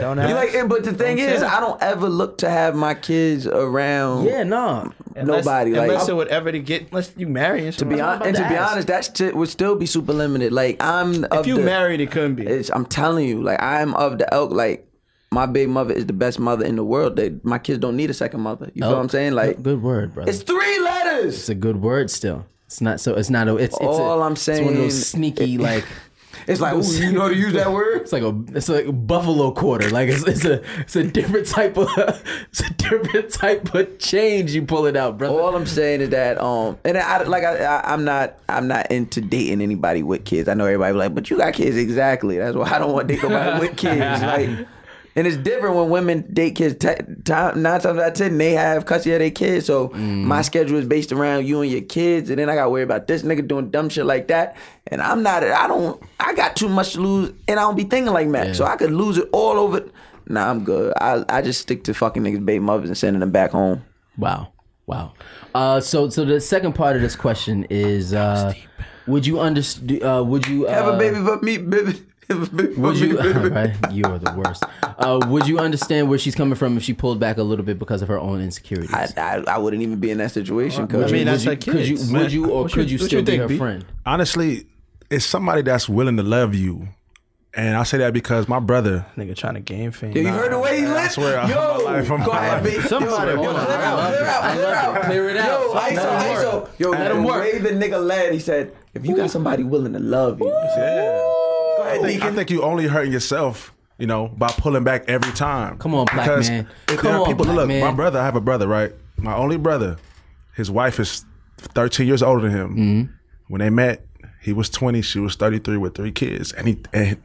S3: Don't
S2: You like, eh, but the thing
S11: Don't
S2: is,
S11: tell.
S2: I don't ever look to have my kids around.
S11: Yeah,
S7: no,
S2: nobody.
S11: Unless,
S2: like,
S11: unless it would ever to get, unless you marry and
S2: to be honest, and to be honest, that shit would still be super limited. Like I'm, if
S11: you
S2: married,
S11: it couldn't be.
S2: It's, I'm telling you, like I'm of the elk. Like my big mother is the best mother in the world. That my kids don't need a second mother. You
S11: Oh.
S2: feel what I'm saying? Like
S7: good word, brother.
S2: it's three letters.
S7: It's a good word still. It's not so. It's not a. It's, it's a-
S2: All I'm
S7: It's one of those
S2: saying-
S7: sneaky like.
S2: It's like, ooh, you know how to use that word.
S7: It's like a. It's like a buffalo quarter. Like it's, it's a. It's a different type of. It's a different type of change you pull it out, brother.
S2: All I'm saying is that, um, and I like I, I, I'm not, I'm not into dating anybody with kids. I know everybody be like, but you got kids, exactly. That's why I don't want to date nobody with kids. Like, and it's different when women date kids. T- time, nine times out of ten, they have custody of their kids. So my schedule is based around you and your kids, and then I got to worry about this nigga doing dumb shit like that. And I'm not, I don't, I got too much to lose, and I don't be thinking like that. So I could lose it all over. Nah, I'm good. I, I just stick to fucking niggas' baby mothers and sending them back home.
S7: Wow. Wow. Uh, so so the second part of this question is, uh, would you understand? Uh, would you uh,
S2: Have a baby but me, baby. Have a baby
S7: Would
S2: but
S7: you?
S2: me, baby.
S7: Right, you are the worst. Uh, would you understand where she's coming from if she pulled back a little bit because of her own insecurities? I,
S2: I, I wouldn't even be in that situation.
S6: I mean, that's her
S7: Could you?
S6: kids.
S7: Would you? Or
S6: What
S7: could
S6: you-
S7: you,
S6: what
S7: still
S6: you
S7: be
S6: think,
S7: her
S6: B?
S7: friend?
S6: Honestly, it's somebody that's willing to love you. And I say that because my brother. Nigga trying to game fame.
S2: Yo, you heard the way he lit?
S6: I swear, I'm
S2: Yo,
S6: my life. I'm
S2: go
S6: my
S2: ahead,
S6: life.
S2: B. Somebody, yo, yo, clear out, clear out, clear out.
S7: Clear it out.
S2: Yo,
S7: Let
S2: ISO,
S7: him
S2: ISO. Yo,
S6: Let
S2: the
S6: him work.
S2: way the nigga led, he said, if you got somebody willing to love you.
S6: Yeah. I think, I think you only hurting yourself, you know, by pulling back every time. Come on,
S7: black man. Come
S6: there are
S7: on,
S6: people,
S7: black
S6: look, my
S7: man.
S6: brother, I have a brother, right? My only brother, his wife is 13 years older than him. When they met, he was 20, she was 33 with three kids. And he, and,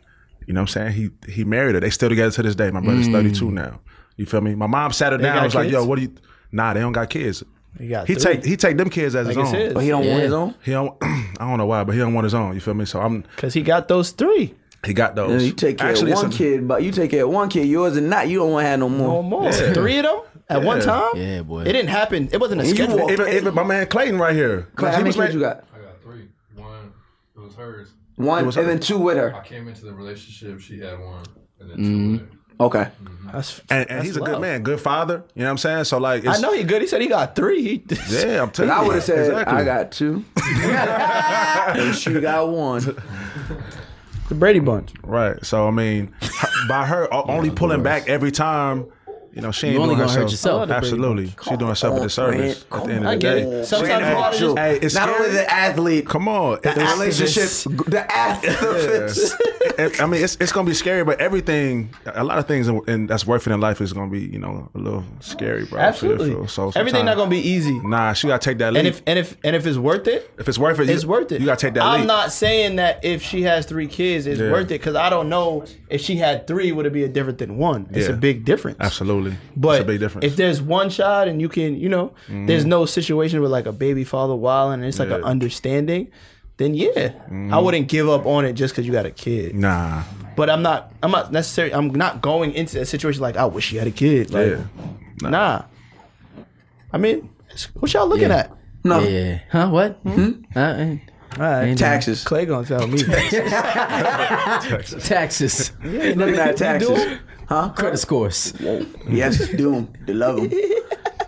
S6: you know what I'm saying? He he married her. They still together to this day. My brother's
S3: Mm.
S6: 32 now. You feel me? My mom sat her
S3: They
S6: down
S3: got
S6: and was like,
S3: kids?
S6: yo, what do you, nah, they don't got kids.
S3: You got
S6: He
S3: three.
S6: take he take them kids as
S3: Like
S6: his
S3: it's
S6: own.
S3: his. But he don't want Yeah. his
S2: own.
S6: He don't. I don't know why, but he don't want his own. You feel me? So I'm
S11: because he got those three.
S6: He got those.
S2: Yeah, you take care
S6: Actually,
S2: of one
S6: it's a-
S2: kid, but you take care of one kid, yours and not, you don't want to have no more.
S11: No more.
S6: Yeah.
S11: Three of them at one
S6: Yeah.
S11: time.
S6: Yeah, boy.
S11: It didn't happen. It wasn't a
S6: And you
S11: schedule.
S6: walk- Even- even my man Clayton right here.
S2: Clay, how many kids you got?
S12: I got three. One, it was hers.
S2: One, It was and hers. then two with her.
S12: I came into the relationship, she had one. And then
S2: Okay.
S11: That's,
S6: and, and
S11: that's
S6: he's a
S11: love.
S6: good man, good father. You know what I'm saying? So like,
S11: I know he good. He said he got three. He,
S6: Yeah, I'm telling
S2: I
S6: you.
S2: would have said,
S6: Exactly.
S2: I got two. and she got one.
S6: the Brady Bunch. Right. So I mean, her- by her o- only pulling back every time. You know, she
S7: You
S6: ain't
S7: only
S6: doing
S7: gonna hurt
S6: herself.
S7: yourself. I love the Brady
S6: Absolutely, she doing herself a
S7: on,
S6: disservice.
S7: man.
S6: At
S7: Come
S6: the end of
S7: on.
S6: the
S7: I get
S6: day,
S7: it. Sometimes
S6: Hey,
S7: part of this-
S6: hey, it's
S7: Not
S6: scary.
S7: only the
S2: athlete.
S6: Come on,
S2: The
S6: It's-
S2: relationship, the activist.
S6: Yeah. I mean, it's it's gonna be scary, but everything, a lot of things, in, in, that's worth it in life is gonna be, you know, a little scary, bro. I feel-
S11: Absolutely.
S6: feel- So
S11: Everything not gonna
S6: sometimes-
S11: be easy.
S6: Nah, she gotta take that leap.
S11: And if and if and if it's worth it,
S6: if it's worth it,
S11: it's
S6: you,
S11: worth it.
S6: You gotta take that
S11: I'm
S6: leap.
S11: not saying that if she has three kids, it's
S6: Yeah.
S11: worth it because I don't know if she had three, would it be a different than one? It's a big. difference.
S6: Absolutely,
S11: But
S6: it's a big difference.
S11: If there's one child and you can, you know,
S6: Mhm.
S11: there's no situation with like a baby father wild and it's like an
S6: Yeah. Mm-hmm.
S11: understanding, then yeah, I wouldn't give up on it just because you got a kid.
S6: Nah.
S11: But I'm not. I'm not necessarily. I'm not going into a situation like I wish you had a kid. Like,
S6: Yeah.
S11: nah. I mean, it's- what y'all looking
S7: Yeah.
S11: at?
S7: No. Yeah. Huh? What?
S6: Hmm?
S7: Uh,
S11: All right.
S7: Ain't
S2: Taxes.
S11: Clay gonna tell me.
S7: Taxes.
S11: Yeah,
S2: you looking at taxes. Huh?
S7: Credit scores.
S2: Yes, do them. They love them.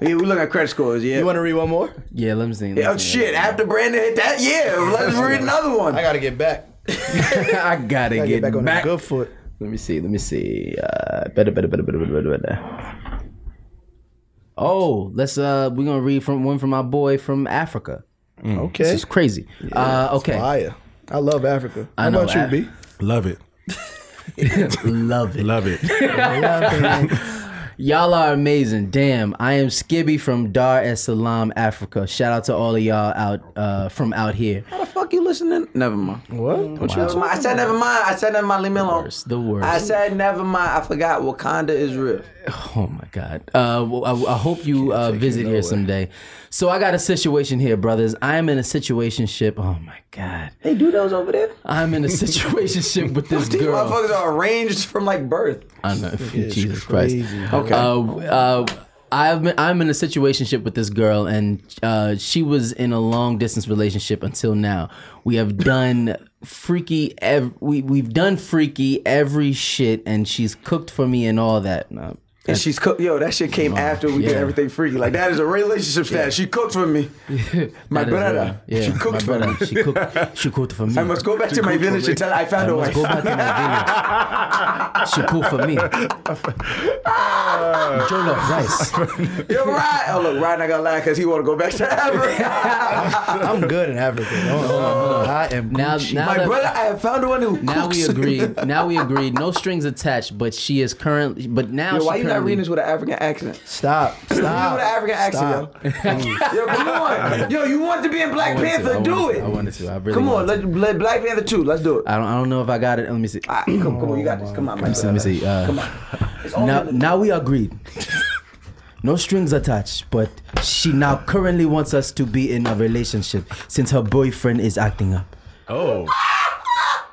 S2: Yeah, we look at credit scores, yeah. You
S11: want to read one more?
S7: Yeah, let me see.
S2: Yeah, oh, shit. After Brandon hit that, yeah, let's read another one. I
S11: got to get back.
S7: I gotta
S11: Gotta get
S7: get,
S11: back
S7: back
S11: on the good foot.
S7: Let me see. Let me see. Uh, better, better, better, better, better, better, better. Oh, let's. Uh, we're gonna read from one from my boy from Africa.
S3: Okay.
S7: Mm. this is crazy. uh, okay.
S3: Fire. I love Africa.
S7: I
S3: How
S7: know
S3: about you,
S7: Af-
S3: B?
S6: Love it.
S7: Love it.
S6: Love it.
S7: Y'all are amazing. Damn. I am Skibby from Dar es Salaam, Africa. Shout out to all of y'all out uh, from out here.
S2: How the fuck you listening? Never mind.
S11: What?
S7: What
S2: Never mind. I said never mind. I said never mind. Leave me alone.
S7: The worst.
S2: I said never mind. I forgot Wakanda is real.
S7: Oh my God. Uh, well, I, I hope you uh, visit here someday. So I got a situation here, brothers. I am in a situation ship. Oh my God.
S2: They do those over there.
S7: I'm in a situation ship with this
S2: These
S7: girl.
S2: motherfuckers are arranged from like birth.
S7: I know.
S2: It is
S7: Jesus Christ.
S2: crazy, bro.
S7: Uh, uh, I've been, I'm in a situationship with this girl, and uh, she was in a long distance relationship until now. We have done freaky. Ev- we we've done freaky every shit, and she's cooked for me and all that. No,
S2: And she's cooked. Yo, that shit came after we did
S7: yeah.
S2: everything freaky. Like that is a relationship status. She cooked for me, my
S7: That is
S2: brother.
S7: real. Yeah,
S2: she cooked
S7: my
S2: for
S7: brother.
S2: me.
S7: She cooked. She cooked for me.
S2: I must go back to my village and tell her I found
S7: I
S2: a
S7: must
S2: wife.
S7: go back to She cooked for me. Jollof rice.
S2: You're right. Oh look, Ryan, I got to lie because he want to go back to Africa.
S3: I'm good in Africa. Hold on, hold on,
S7: Oh,
S3: hold on. I am
S7: Now-
S3: Gucci.
S7: now
S2: my
S7: that-
S2: brother, I have found one who
S7: Now
S2: cooks.
S7: we agreed. Now we agreed. No strings attached. But she is currently. But now
S2: Yo,
S7: she
S2: why you not
S7: currently-
S2: reading this with an African accent?
S3: Stop.
S2: Read it with an
S3: Stop.
S2: African accent,
S3: Stop.
S2: yo. Yo, come on. Yo, you want to be in Black
S7: wanted to,
S2: Panther?
S7: I
S2: do
S7: wanted
S2: it.
S7: to, I wanted to, I really
S2: come on,
S7: wanted
S2: let, let Black Panther two. Let's do it.
S7: I don't. I don't know if I got it. Let me see.
S2: Ah, come, come on, you got this. Come on,
S7: Let
S2: man.
S7: me see. Let me see. Uh,
S2: Come on. It's all
S7: now,
S2: good.
S7: now we agreed. No strings attached, but she now currently wants us to be in a relationship since her boyfriend is acting up.
S6: Oh.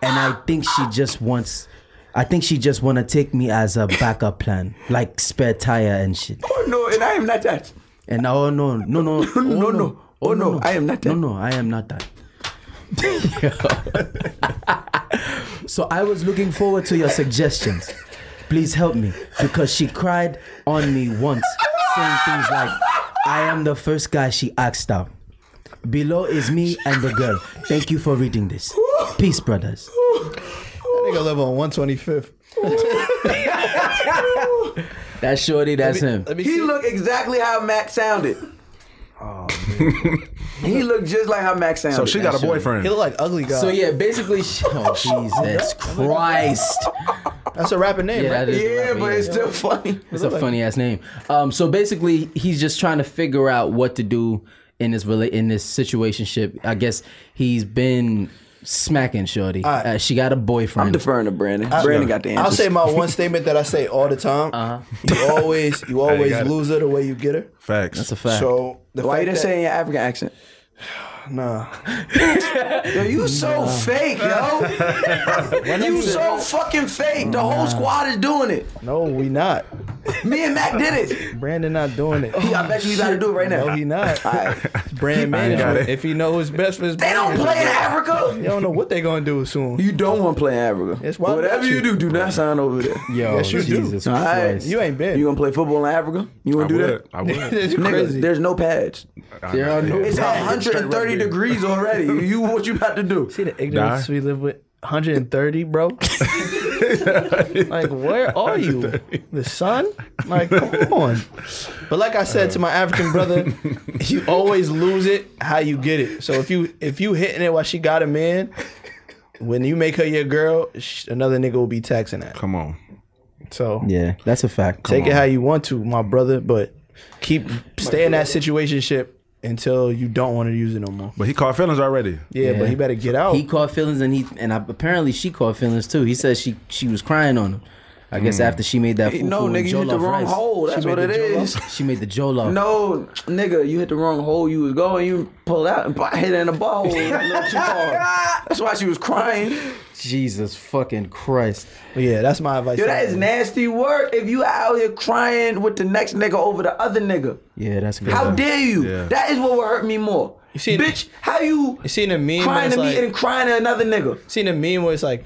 S7: And I think she just wants I think she just wanna take me as a backup plan, like spare tire and shit.
S2: Oh no, and I am not that.
S7: And now, oh no, no, no, oh,
S2: no, no. Oh, no, I am not that.
S7: No, no, I am not that. so I was looking forward to your suggestions. Please help me because she cried on me once, saying things like, "I am the first guy she asked out." Below is me and the girl. Thank you for reading this. Peace, brothers.
S3: That nigga live on 125th.
S7: That's Shorty. That's
S3: Let me-
S7: him.
S3: let me
S2: He
S3: see.
S2: looked exactly how Mac sounded. Oh, he looked just like how Mac sounded.
S6: So she got a
S3: He
S6: boyfriend.
S3: look like ugly guy.
S7: So yeah, basically, she, oh Jesus Christ.
S3: That's a rapper name.
S7: Yeah,
S3: right?
S7: that is the
S2: Yeah,
S7: rapper,
S2: but
S7: yeah.
S2: it's still funny.
S7: It's a funny ass name. Um, so basically, he's just trying to figure out what to do in this rela- in this situationship. I guess he's been smacking Shorty.
S3: Alright.
S7: Uh, she got a boyfriend.
S2: I'm deferring to Brandon. Brandon got the answer.
S3: I'll say my one statement that I say all the time. You always, you always
S6: Uh-huh. got it.
S3: lose her the way you get her.
S6: Facts.
S7: That's a fact.
S3: So the
S2: Why
S3: fact
S2: you didn't
S3: that,
S2: say it in your African accent?
S3: nah?
S2: Yo, you so fake, yo. you so fucking fake. The whole squad is doing it.
S3: No, we not.
S2: Me and Mac did it.
S3: Brandon not doing it.
S2: He- I bet you he got to do it right now.
S3: No, he not.
S2: All right.
S3: Brand
S6: got it.
S3: management. If he know who's best for his,
S2: They don't play in Africa.
S3: They don't know what they gonna do soon.
S2: You don't want to play in Africa.
S3: Yes, why
S2: Whatever
S3: don't
S2: you
S3: you?
S2: do, do not sign over there.
S7: Yo,
S3: Yes, you do.
S7: Jesus
S2: All right.
S7: Christ.
S3: Oh, You ain't been.
S2: You gonna play football in Africa? You
S6: I
S2: wanna do
S6: would.
S2: that?
S6: I would.
S3: It's
S2: Nigga,
S3: crazy.
S2: there's no pads.
S6: There are no
S2: It's
S3: Right.
S2: 130
S6: Straight rugby.
S2: degrees already. You what you about to do?
S3: See the ignorance
S6: Die.
S3: we live with. 130, bro. like, where are you? The sun? Like, come on. But like I said to my African brother, you always lose it how you get it. So if you if you hitting it while she got a man, when you make her your girl, sh- another nigga will be taxing that.
S6: Come on.
S3: So
S7: Yeah, that's a fact.
S3: take it how you want to, my brother. But keep stay in that situationship until you don't want to use it no more.
S6: But he caught feelings already.
S3: Yeah, but he better get out.
S7: He caught feelings, and he and I, apparently she caught feelings too. He says she she was crying on him. I
S3: Hmm.
S7: guess after she made that.
S2: no,
S7: fufu and
S2: nigga, you hit the
S7: jollof
S2: wrong
S7: rice,
S2: hole. That's what it is.
S7: She made the jollof.
S2: No, nigga, you hit the wrong hole. You was going, you pulled out and bu- hit in the ball a little too hard. That's why she was crying.
S7: Jesus fucking Christ.
S3: But yeah, that's my advice.
S2: Yo, that is nasty work. If you out here crying with the next nigga over the other nigga,
S7: Yeah, that's good.
S2: how dare you?
S6: Yeah.
S2: That is what would hurt me more. You
S3: see-
S2: bitch, how you
S3: You seen a meme?
S2: crying
S3: that's
S2: to me
S3: like-
S2: and crying to another nigga?
S3: seen a meme where it's like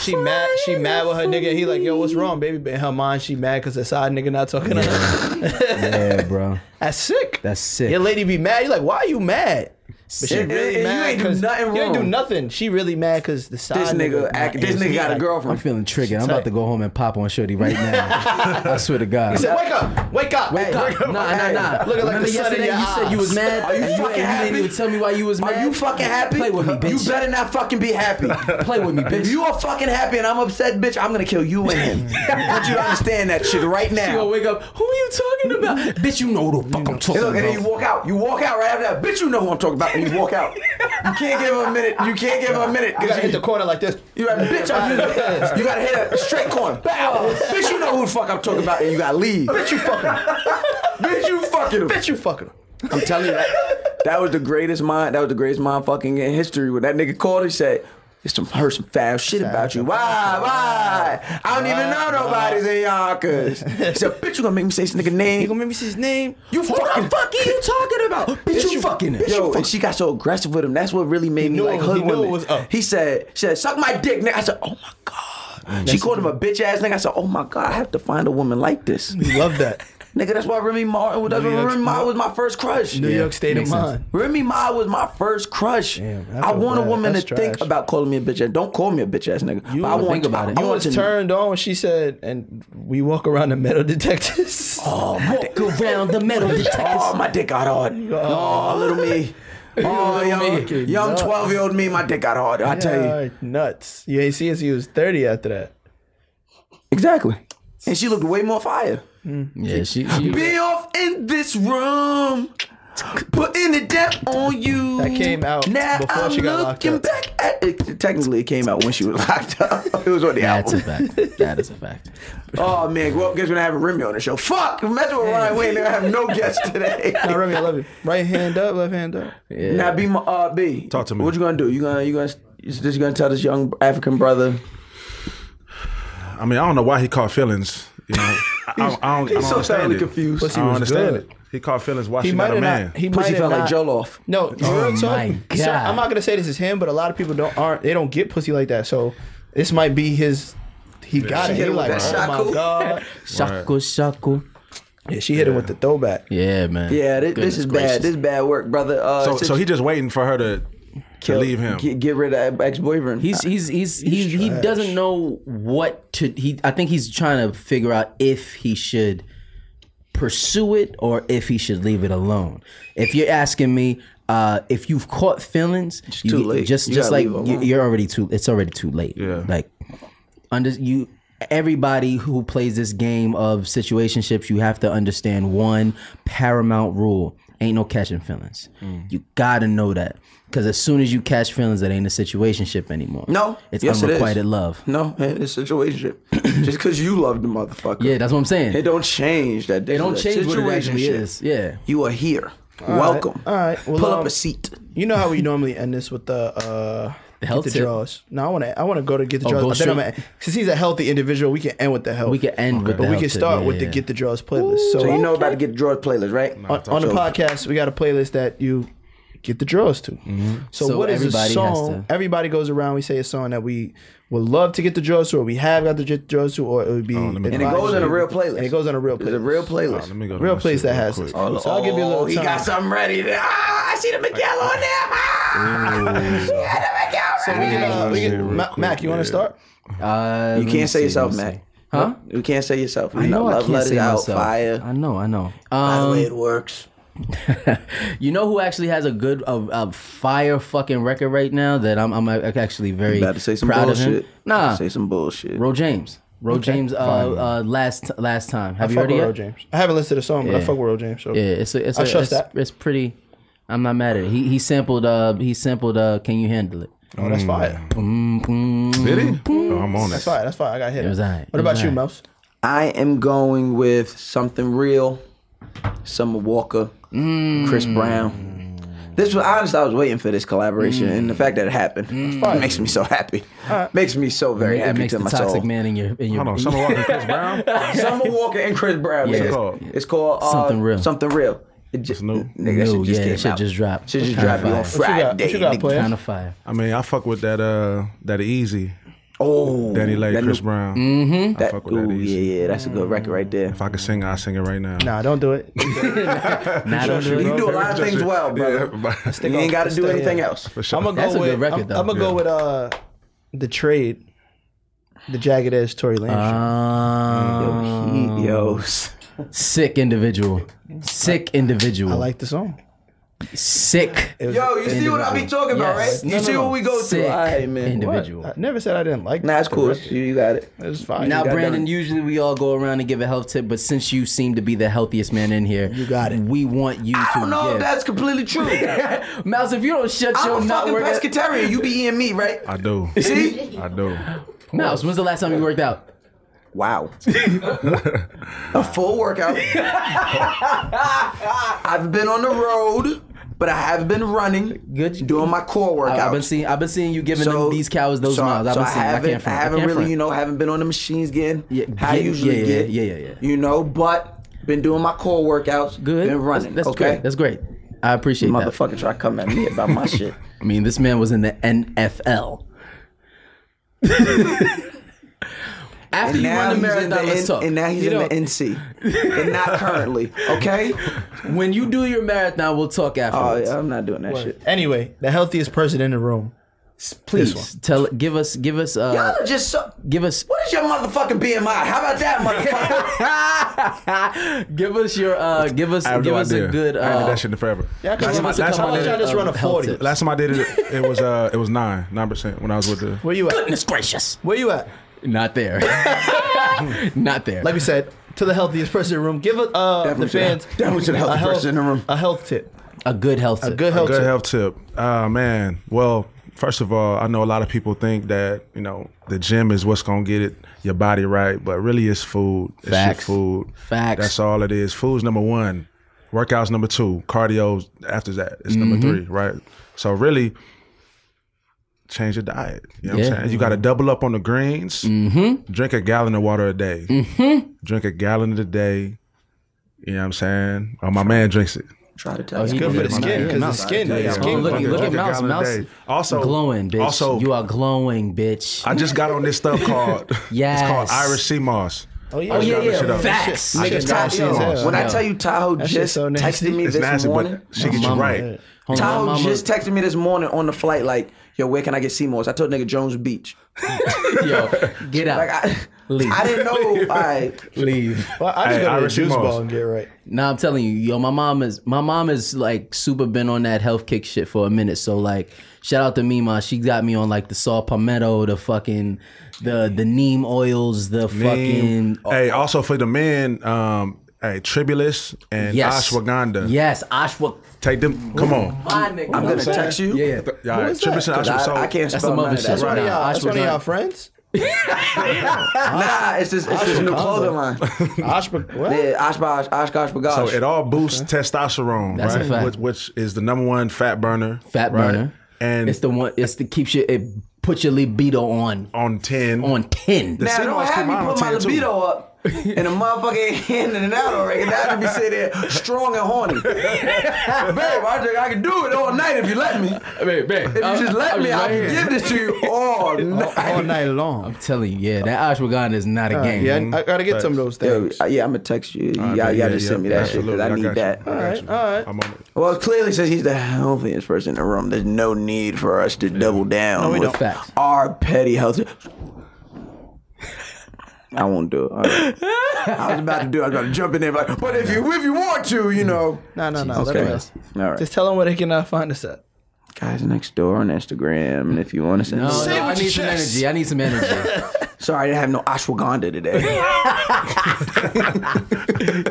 S3: she mad she mad with her nigga he like yo what's wrong baby but in her mind she mad because the side nigga not talking to her
S7: Yeah, bro.
S3: that's sick
S7: That's sick.
S3: your lady be mad you like why are you mad but she
S2: And- and- and you ain't do
S3: 'cause-
S2: nothing
S3: you ain't do
S2: wrong.
S3: nothing she really mad because the side
S2: This nigga,
S3: not
S2: act, this
S3: answering.
S2: nigga got a
S3: Like,
S7: I'm
S2: girlfriend.
S7: feeling triggered. I'm about to go home and pop on Shorty right now. I swear to God.
S3: he said wake up wake up
S7: Wake up. Nah, nah,
S2: Hey,
S7: nah.
S3: look at like
S7: Remember
S3: the sun in
S7: yesterday
S3: your
S7: you said you was
S3: eyes.
S7: mad?
S2: Are you
S7: and
S2: fucking
S7: ain't-
S2: happy?
S7: You didn't even tell me why you was mad.
S2: Are you fucking happy?
S7: Play with me, bitch.
S2: You better not fucking be happy.
S7: Play with me, bitch.
S2: If you are fucking happy and I'm upset, bitch, I'm gonna kill you and him. Don't you to understand that shit right
S7: You gonna
S2: now?
S7: wake up. Who are you talking about? bitch, you know who the fuck I'm
S2: Hey,
S7: talking
S2: look, and then you
S7: about.
S2: walk out. You walk out right after that. Bitch, you know who I'm talking about. And you walk out. You can't give him a minute. You can't give him a minute.
S3: you gotta
S2: you,
S3: hit the corner like this
S2: you like, bitch, I, you gotta hit a straight corner. Bow. bitch, you know who the fuck I'm talking about, and you gotta leave.
S3: bitch you fucking
S2: bitch, you fucking.
S3: bitch you fucking
S2: I'm telling you that that was the greatest mind. That was the greatest mind fucking in history. When that nigga called, he said, There's some heard some foul shit about you. Why? Why? I don't even know nobody's in y'all cuz. It's a bitch, you gonna make me say this nigga name. You gonna make me say his name. You fucking fuck you talking about? bitch, you, fucking it. Yo, and she got so aggressive with him. That's what really made me
S3: knew
S2: like
S3: it- he
S2: hood
S3: knew it
S2: women.
S3: was up.
S2: He said, she said, suck my dick, nigga. I said, oh my god. She called him a bitch ass nigga. I said, oh my god, I have to find a woman like this. You love that. Nigga, that's why Remy Ma, that's
S13: New
S2: why
S13: York-
S2: Remy Ma was my first crush.
S13: New Yeah, York State of makes sense. Mind.
S2: Remy Ma was my first crush.
S13: I
S2: I
S13: feel
S2: want a
S13: bad.
S2: woman
S13: That's
S2: to think
S13: trash.
S2: about calling me a bitch ass. Don't call me a bitch ass nigga. But I want I, I
S3: You
S2: want
S3: was
S2: to
S3: turned on when she said, and we walk around the metal detectors.
S2: Oh, my dick. around the
S14: metal
S2: detectors. Oh, my dick got hard. Oh, little me. Oh, young,
S3: me.
S2: young
S3: Nuts.
S2: 12 year old me, my dick got hard. I tell you.
S3: nuts. You ain't see us. You was thirty after that.
S2: Exactly. And she looked way more fire.
S7: Yeah, she.
S2: Be off in this room. Putting the death on you. That
S3: came out
S2: now
S3: before
S2: I'm
S3: she got locked
S2: looking back at it. Technically, it came out when she was locked up. It was on the
S7: That's a
S2: album.
S7: fact. That is a fact.
S2: Oh man, well, guess we're not having Remy on the show. Fuck, imagine with Ryan Wayne. They're gonna have no guests today.
S3: Nah, Remy, I love you. Right hand up, left hand up.
S2: Now, be my uh, B. Talk to me. What you gonna do? You gonna you gonna is this you gonna tell this young African brother?
S6: I mean, I don't know why he caught feelings. You know, I, I, I don't, I
S2: He's
S6: don't
S2: so
S6: understand
S2: thoroughly
S6: it.
S2: confused.
S6: I
S2: Pussy
S6: don't
S2: was
S6: understand
S2: good.
S6: it. He caught feelings. Why
S3: He
S6: she not
S3: might
S6: a
S3: have
S6: man?
S3: not. He might have not.
S2: Joloff.
S3: No, for
S6: Oh
S3: real talk.
S6: my
S3: So
S6: God.
S3: I'm not gonna say this is him, but a lot of people don't aren't they don't get pussy like that. So this might be his. He got
S7: She hit
S3: it. He
S7: him with
S3: like, oh
S7: that shaku.
S3: my god.
S7: Shaku shaku.
S3: Yeah, she hit him with the throwback.
S7: Yeah, man.
S2: Yeah, this, this
S7: Goodness
S2: is
S7: gracious.
S2: bad. This is bad work, brother. Uh,
S6: so,
S2: since
S6: so he just waiting for her to, to
S2: Kill-
S6: leave him.
S2: Get, get rid of ex boyfriend.
S7: He's he's he's, he he doesn't know what to he I think he's trying to figure out if he should pursue it or if he should leave it alone. If you're asking me uh, if you've caught feelings, you-
S2: too late.
S7: Just
S2: You
S7: just
S2: gotta
S7: like
S2: leave it
S7: you-
S2: alone.
S7: you're already too. It's already too late. Yeah. Like under you everybody who plays this game of situationships you have to understand one paramount rule ain't no catching feelings
S2: Mm.
S7: you gotta know that because as soon as you catch feelings that ain't a situationship anymore
S2: No,
S7: it's
S2: yes, it is.
S7: unrequited love
S2: No, man, it's situationship. Just because you love the motherfucker.
S7: Yeah, that's what I'm saying.
S2: It don't change that. It
S7: don't change what it actually is. Yeah.
S2: You are here.
S3: All right,
S2: Welcome.
S3: All right. Well,
S2: Pull up
S3: um,
S2: a seat.
S3: You know how we normally end this with the uh
S7: The health
S3: get the
S7: tip.
S3: draws. No, I want to. I want to go to get the
S7: Oh,
S3: draws.
S7: go
S3: But then I'm
S7: straight-
S3: gonna- since he's a healthy individual, we can end with the health.
S7: We can end with the
S3: but we
S7: health
S3: can
S7: tip,
S3: start
S7: yeah,
S3: with
S7: yeah.
S3: the get the draws playlist. So,
S2: So you know about to get the drawer playlist, right?
S3: on, on the podcast, we got a playlist that you get the draws to. So,
S7: Mm-hmm. So
S3: what is a
S7: everybody has
S3: song? Everybody goes around. We say a song that we would love to get the draws to, or we have got the get the draws to, or it would be.
S2: And it goes on a real playlist.
S3: And it goes on a real playlist.
S2: It's a real playlist.
S6: Let me go to
S3: real
S6: my
S3: place
S6: shit
S3: that
S6: real
S3: has
S6: quick.
S3: this. So I'll give you a little
S2: Oh, he
S3: time.
S2: got something ready. Ah, I see the Miguel on there. Ah, she had the Miguel
S3: So we
S2: ready.
S3: can, uh, we can, Ma- Mac, you want to start?
S7: uh, let
S2: you
S7: me
S2: can't say
S7: see,
S2: yourself,
S7: let me see.
S2: Matt.
S7: huh
S2: You can't say yourself. You
S7: I know I
S2: love
S7: can't
S2: letters
S7: say
S2: out,
S7: myself.
S2: fire.
S7: I know, I know.
S2: By the
S7: Um,
S2: way, it works.
S7: you know who actually has a good a, a fire fucking record right now that I'm I'm actually very
S2: You about to say some
S7: proud of
S2: bullshit.
S7: him. Nah,
S2: Say some bullshit.
S7: Ro James. Ro James. Uh, uh, last last time. Have
S3: I
S7: you heard
S3: fuck
S7: it
S3: with
S7: yet?
S3: Earl James. I haven't listened to the song, but I
S7: Yeah.
S3: fuck with Earl James. So
S7: Yeah, it's a, it's
S3: I
S7: a,
S3: trust
S7: it's,
S3: that.
S7: it's pretty. I'm not mad at it. He he sampled uh he sampled uh Can you handle it?
S3: Oh, that's fire.
S6: Did he? Oh, I'm on
S3: That's
S6: it.
S3: fire. That's fire. I got hit.
S7: It was alright.
S3: What
S7: It was
S3: about you,
S7: alright.
S3: Mouse?
S2: I am going with something real, Summer Walker, Chris Brown. This was honestly, I was waiting for this collaboration, and the fact that it happened
S3: fire.
S2: makes me so happy. Makes me so very
S7: It
S2: happy
S7: makes
S2: to
S7: the
S2: my
S7: toxic
S2: soul.
S7: man in your in your.
S6: Hold on, Summer Walker, and Chris Brown.
S2: Summer Walker and Chris Brown.
S7: What's it
S2: nigga.
S6: called?
S2: It's called uh,
S7: Something Real.
S2: Something real. It ju-
S6: new?
S2: Nigga, that
S7: New,
S2: shit just
S7: yeah,
S2: came
S7: that shit
S2: out.
S7: just dropped.
S2: Shit just
S7: Kinda
S2: dropped. You on
S7: fire.
S3: What you got?
S2: Friday.
S3: What you got,
S2: nigga.
S3: player?
S7: Kind of fire.
S6: I mean, I fuck with that uh that easy.
S2: Oh,
S7: Mm-hmm.
S6: Danny Lay,
S2: that
S6: Chris
S2: new-
S6: Brown.
S2: That,
S6: I fuck with that Mm.
S2: ooh,
S6: easy.
S2: yeah, yeah, that's a good record right there.
S6: If I could sing, I sing it right now.
S3: Nah, don't do it.
S7: Nah, don't do it.
S2: You do a lot of things well, brother.
S6: brother.
S2: You ain't got to do
S3: Stay-
S2: anything else.
S6: For sure.
S3: I'm gonna go
S7: That's a
S3: with.
S7: good record,
S3: I'm,
S7: though.
S3: gonna go with uh, the trade, the jagged edge Tory Lane.
S7: Um,
S2: Yo, he, yo.
S7: sick individual. Sick individual.
S3: I like the song.
S7: sick.
S2: Yo, you see what I be talking about,
S7: Yes.
S2: right?
S7: No,
S2: you
S7: no,
S2: see
S7: no.
S2: what we go
S7: Sick
S2: through. All right, man.
S3: What?
S7: Individual.
S3: I never said I didn't like.
S2: Nah, it's
S3: the
S2: cool.
S3: record.
S2: You, you got it.
S3: It's fine.
S7: Now,
S3: You got
S7: Brandon,
S3: done.
S7: usually we all go around and give a health tip, but since you seem to be the healthiest man in here, you
S3: got it.
S7: We want you
S2: I
S7: to
S2: don't know
S7: give.
S2: if that's completely true.
S7: Mouse, if you don't shut your
S2: I'm a
S7: nut
S2: fucking
S7: work out-
S2: pescatarian. You be eating me, right?
S6: I do.
S2: See?
S6: I do.
S7: Mouse, when's the last time you worked out?
S2: Wow. a full workout. I've been on the road, but I have been running,
S7: good,
S2: doing my core workouts.
S7: I've been seeing. I've been seeing you giving
S2: So-
S7: them, these cows those
S2: so,
S7: miles. I've
S2: so
S7: been seeing.
S2: I
S7: I,
S2: haven't,
S7: can't front.
S2: I haven't
S7: can't
S2: really,
S7: front.
S2: you know, haven't been on the machines getting how I
S7: yeah,
S2: usually
S7: yeah,
S2: get.
S7: yeah, yeah, yeah.
S2: You know, but been doing my core workouts. Good. Been running.
S7: That's
S2: okay.
S7: great. That's great. I appreciate that.
S2: Motherfucker, try to come at me about my shit.
S7: I mean, this man was in the NFL. After you run the
S2: he's in
S7: marathon,
S2: the
S7: let's
S2: N-
S7: talk.
S2: And now he's
S7: You
S2: in
S7: know-
S2: the NC. and not currently. Okay.
S7: When you do your marathon, we'll talk afterwards.
S2: Oh, yeah, I'm not doing that
S7: shit.
S11: Anyway, the healthiest person in the room.
S7: Please tell. Give us. Give us. Uh,
S2: Y'all are just so.
S7: give us.
S2: What is your motherfucking BMI? How about that, motherfucker?
S7: Give us your. Uh, give us.
S6: I have
S7: Give
S6: no
S7: us
S6: idea.
S7: a good. Uh,
S6: I haven't done that shit in forever.
S7: Yeah, 'cause
S6: Last
S7: why don't
S6: time-
S7: you
S6: last
S7: come
S6: time I
S7: on,
S6: did
S7: y'all just
S6: it,
S7: run a
S6: uh,
S7: 40.
S6: health tips. Last time I did it, it was uh, it was nine nine percent when I was with the.
S11: Where you at?
S7: Goodness gracious.
S11: Where you at?
S7: Not there. Not there.
S11: Like we said, to the healthiest person in the room. Give uh, the
S6: Definitely to the-
S11: fans
S6: definitely to the healthiest
S11: a health-
S6: person in the room.
S11: a health tip.
S7: A good health
S11: A good health
S6: a good
S11: tip.
S6: health tip. Ah, man. Well, first of all, I know a lot of people think that you know the gym is what's gonna get it your body right, but really it's food. It's
S7: Facts.
S6: your food.
S7: Facts.
S6: That's all it is. Food's number one. Workouts number two. Cardio after that. It's number
S7: Mhm.
S6: three, right? So really. Change your diet. You know what
S7: Yeah.
S6: I'm saying? You got to double up on the greens. Mm-hmm. Drink a gallon of water a day. Mm-hmm. Drink a gallon a day. You know what I'm saying? Oh, my man drinks it.
S2: Try to
S7: Oh,
S2: tell
S7: he-
S2: you.
S7: Good for the skin, 'cause the
S6: Mouse.
S7: skin-
S6: Yeah,
S7: the
S6: yeah,
S7: skin
S6: Mouse.
S7: look-
S6: Drink
S7: look
S6: a
S7: at Mouse.
S6: gallon a
S7: Mouse
S6: day. Also
S7: glowing, bitch.
S6: Also,
S7: you are glowing, bitch.
S6: I just got on this stuff called
S7: Yes.
S6: it's called Irish Sea Moss.
S11: Oh yeah,
S6: I
S7: Oh,
S6: just
S7: yeah,
S6: got this
S7: yeah.
S6: shit up.
S7: Facts.
S6: I
S7: Nigga,
S6: just got on
S7: Tahoe.
S6: Sea Moss.
S2: When I
S7: Yo.
S2: tell you Tahoe
S7: That
S2: just
S7: shit's so nasty.
S2: texted me
S7: It's
S2: this
S7: nasty, but
S2: morning.
S6: she get you
S7: Mama.
S6: right.
S7: Hold on,
S2: Tahoe
S7: mama.
S2: just texted me this morning on the flight, like, yo, where can I get Seymour's? I told nigga Jones Beach.
S7: Yo, get out.
S2: Like, I,
S7: Ah. Leave.
S2: I didn't know. All right.
S7: Leave.
S11: Well, I just
S7: Hey,
S11: go to the
S7: Irish
S11: juice
S7: Moss.
S11: ball and get right.
S7: Nah, I'm telling you, yo, my mom is my mom is like super been on that health kick shit for a minute. So like, shout out to Mima, she got me on like the saw palmetto, the fucking the the neem oils, the
S6: Name-
S7: fucking
S6: Hey, also for the men, um, hey, tribulus and
S7: Yes.
S6: ashwagandha.
S7: yes, ashwa.
S6: Take them. Come on.
S7: My nigga,
S2: I'm
S6: You know
S2: gonna
S6: what I'm
S2: text
S6: saying?
S2: you.
S7: Yeah, yeah.
S6: Yeah, all right, tribulus and
S2: 'Cause I-
S6: ashwagandha. So-
S2: I can't
S7: That's
S2: spell
S7: some
S2: none
S7: other
S2: of
S7: shit.
S2: that.
S11: That's one
S7: Right.
S11: of y'all. That's one of
S7: Ashwagandha.
S11: y'all friends.
S2: Nah, it's this it's this new
S11: Ashwagandha.
S2: clothing line.
S11: Ashba- what?
S2: Yeah, Oshkosh, Oshkosh,
S6: So
S2: Bagosh.
S6: it all boosts testosterone,
S7: That's a
S6: right?
S7: fact.
S6: Which, which is the number one fat burner.
S7: Fat
S6: right?
S7: burner.
S6: And
S7: It's the one. It's the keeps your it puts your libido on
S6: on ten.
S7: on ten.
S6: The
S2: Now
S6: sea
S2: don't
S6: moss
S2: have
S6: keep
S2: me
S6: mine on
S2: put my
S6: 10 too. Uh,
S2: libido up and the motherfucker ain't in and out already. Now I just be sitting there strong and horny. Babe, I, think I can do it all night if you let me.
S7: Babe, babe.
S2: If you just let me, I can give this to you all night.
S11: all night long.
S7: I'm telling you, yeah, that ashwagandha is not a
S3: Uh,
S7: game.
S11: Yeah, I, I gotta get some of those
S2: Yo,
S11: things.
S2: uh, yeah, I'm gonna text you. Y'all, y'all just send me that shit because I need that.
S6: All right, all right. I'm on it.
S2: Well, clearly, since he's the healthiest person in the room, there's no need for us to double down
S7: we
S2: with
S7: don't. Facts.
S2: our petty health. I won't do it. All right. I was about to do. it. I was about to jump in there, but but if you if you want to, you know.
S11: No, no, no. Let
S2: Okay.
S11: them know.
S2: All right.
S11: Just tell them where they can uh, find us at.
S2: guys next door on Instagram, and if you want to send,
S7: No,
S2: us-
S7: no, I
S11: what you
S7: need some
S11: just-
S7: energy. I need some energy.
S2: sorry, I didn't have no ashwagandha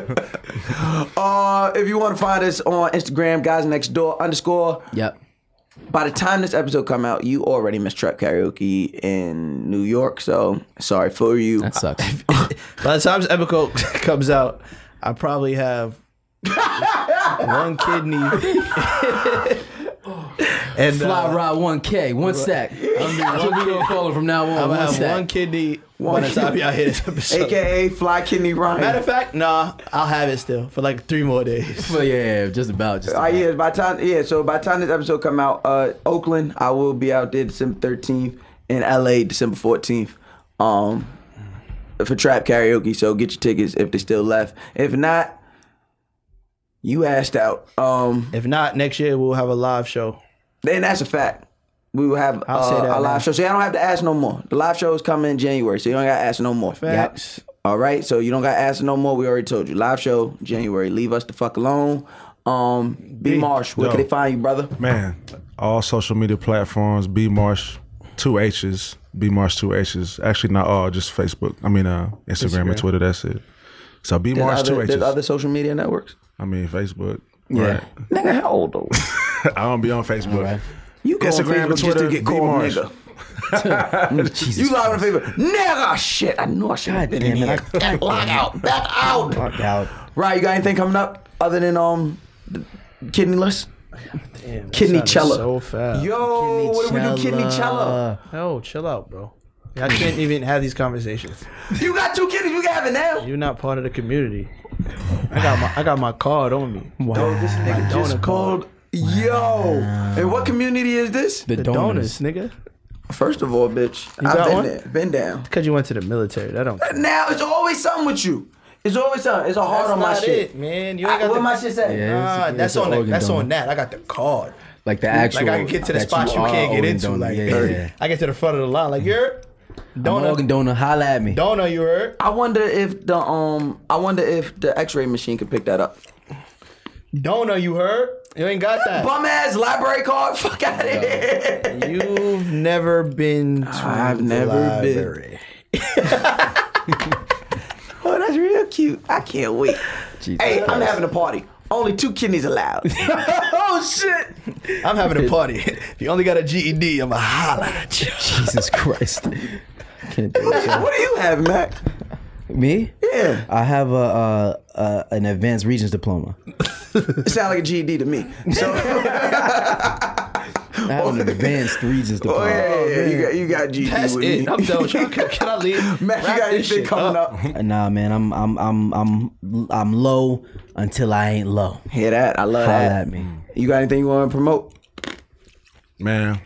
S2: today. uh, if you want to find us on Instagram, guys next door underscore.
S7: yep.
S2: By the time this episode come out, you already missed trap karaoke in New York, so sorry for you.
S7: That sucks.
S11: By the time this episode comes out, I probably have one kidney. and
S7: Fly
S11: uh,
S7: Rod 1K, one stack. That's what we gonna call it from now on.
S11: I'm gonna
S7: one
S11: have
S7: stack.
S11: one kidney by the time y'all hear this episode.
S2: AKA Fly Kidney Ryan.
S11: Matter of fact, nah, I'll have it still for like three more days.
S7: Well, yeah, yeah, just about. Just
S3: Oh,
S2: Uh,
S7: about.
S2: yeah, by time yeah, so by time this episode come out, uh, Oakland, I will be out there December thirteenth, and LA December fourteenth, um, for trap karaoke. So get your tickets if they still left. If not, you asked out. Um,
S11: If not, next year we'll have a live show.
S2: then that's a fact. We will have
S11: I'll say
S2: uh,
S11: that
S2: a
S11: now.
S2: live show, so you don't have to ask no more. The live show is coming in January, so you don't got to ask no more.
S11: Facts.
S2: All right, so you don't got to ask no more. We already told you. Live show January. Leave us the fuck alone. Um, B Marsh, where
S6: Yo.
S2: can they find you, brother?
S6: Man, all social media platforms, B Marsh, two H's, B Marsh, two H's. Actually, not all, just Facebook. I mean, uh, Instagram,
S11: Instagram.
S6: and Twitter. That's it. So B
S2: There's
S6: Marsh,
S2: other-
S6: two H's.
S2: There's other social media networks.
S6: I mean, Facebook.
S7: Yeah.
S2: Nigga, how old though?
S6: Right. I don't be on Facebook.
S2: You go
S6: Instagram
S2: Instagram
S6: and
S2: on Facebook just
S6: Twitter,
S2: to get
S6: B
S2: called
S6: Marsh.
S2: nigga.
S7: Jesus.
S2: You live on Facebook, nigga. Shit, I knew I should have been in
S7: damn
S2: here.
S7: it.
S2: Log out, back out.
S7: Fuck out.
S2: Right, you got anything coming up other than um, kidneyless?
S3: Damn, that
S2: Kidney
S3: sounded
S2: cello.
S3: So fast.
S2: Yo, what do we do? Kidney cello.
S3: No, chill out, bro. I can't even have these conversations.
S2: You got two kidneys. You can have it now.
S3: You're not part of the community. I got my I got my card on me. Wow.
S2: This nigga just called. Yo, and what community is this?
S3: The, donors. nigga.
S2: First of all, bitch,
S3: You
S2: I've
S3: got
S2: been
S3: one?
S2: there, been down.
S3: Because you went to the military. That don't.
S2: Now it's always something with you. It's always something. It's a hard on my
S3: not
S2: shit,
S3: it, man. You ain't got
S2: what
S3: the-
S2: my shit say?
S3: Yeah, it's-
S15: Nah,
S3: it's
S15: that's
S3: an
S15: on the,
S3: organ
S15: that's
S3: donor.
S15: on that. I got the card.
S7: Like the
S15: like
S7: actual-
S15: I can get to the
S7: that
S15: spot
S7: you
S15: you,
S7: are
S15: can't get
S7: organ
S15: into.
S7: donor.
S15: Like
S7: Yeah, yeah.
S15: I get to the front of the line. Like you're
S7: Donor.
S15: donor.
S7: organ donor. Holla at me.
S15: Donor, you heard?
S2: I wonder if the um, I wonder if the X-ray machine could pick that up.
S15: Donor, you heard? You ain't got that.
S2: Bum ass library card. Fuck out of here.
S3: You've never been to
S2: Ah, I've
S3: the
S2: never
S3: library.
S2: been. oh, that's real cute. I can't wait. hey, I'm having a party. Only two kidneys allowed. oh shit.
S15: I'm having a party. if you only got a
S3: E
S15: GED, I'm a holla at you.
S2: E
S7: Jesus Christ. Can't do it.
S2: what do you have, Mac?
S7: Me?
S2: Yeah.
S7: I have a, uh uh an advanced regions diploma.
S2: It sounds like a GED to me. So,
S7: I have an advanced regions
S2: oh
S7: diploma.
S2: yeah, yeah, yeah. you got you got GED
S3: That's
S2: with
S3: it.
S2: me.
S3: I'm done. with y'all. Can, can I leave?
S2: Mac, you
S3: Wrap
S2: got
S3: this
S2: anything
S3: shit
S2: coming up?
S7: Nah, man, I'm I'm I'm I'm I'm low until I ain't low.
S2: Hear that? I love
S7: Holla
S2: that.
S7: at me.
S2: You got anything you want to promote?
S6: Man,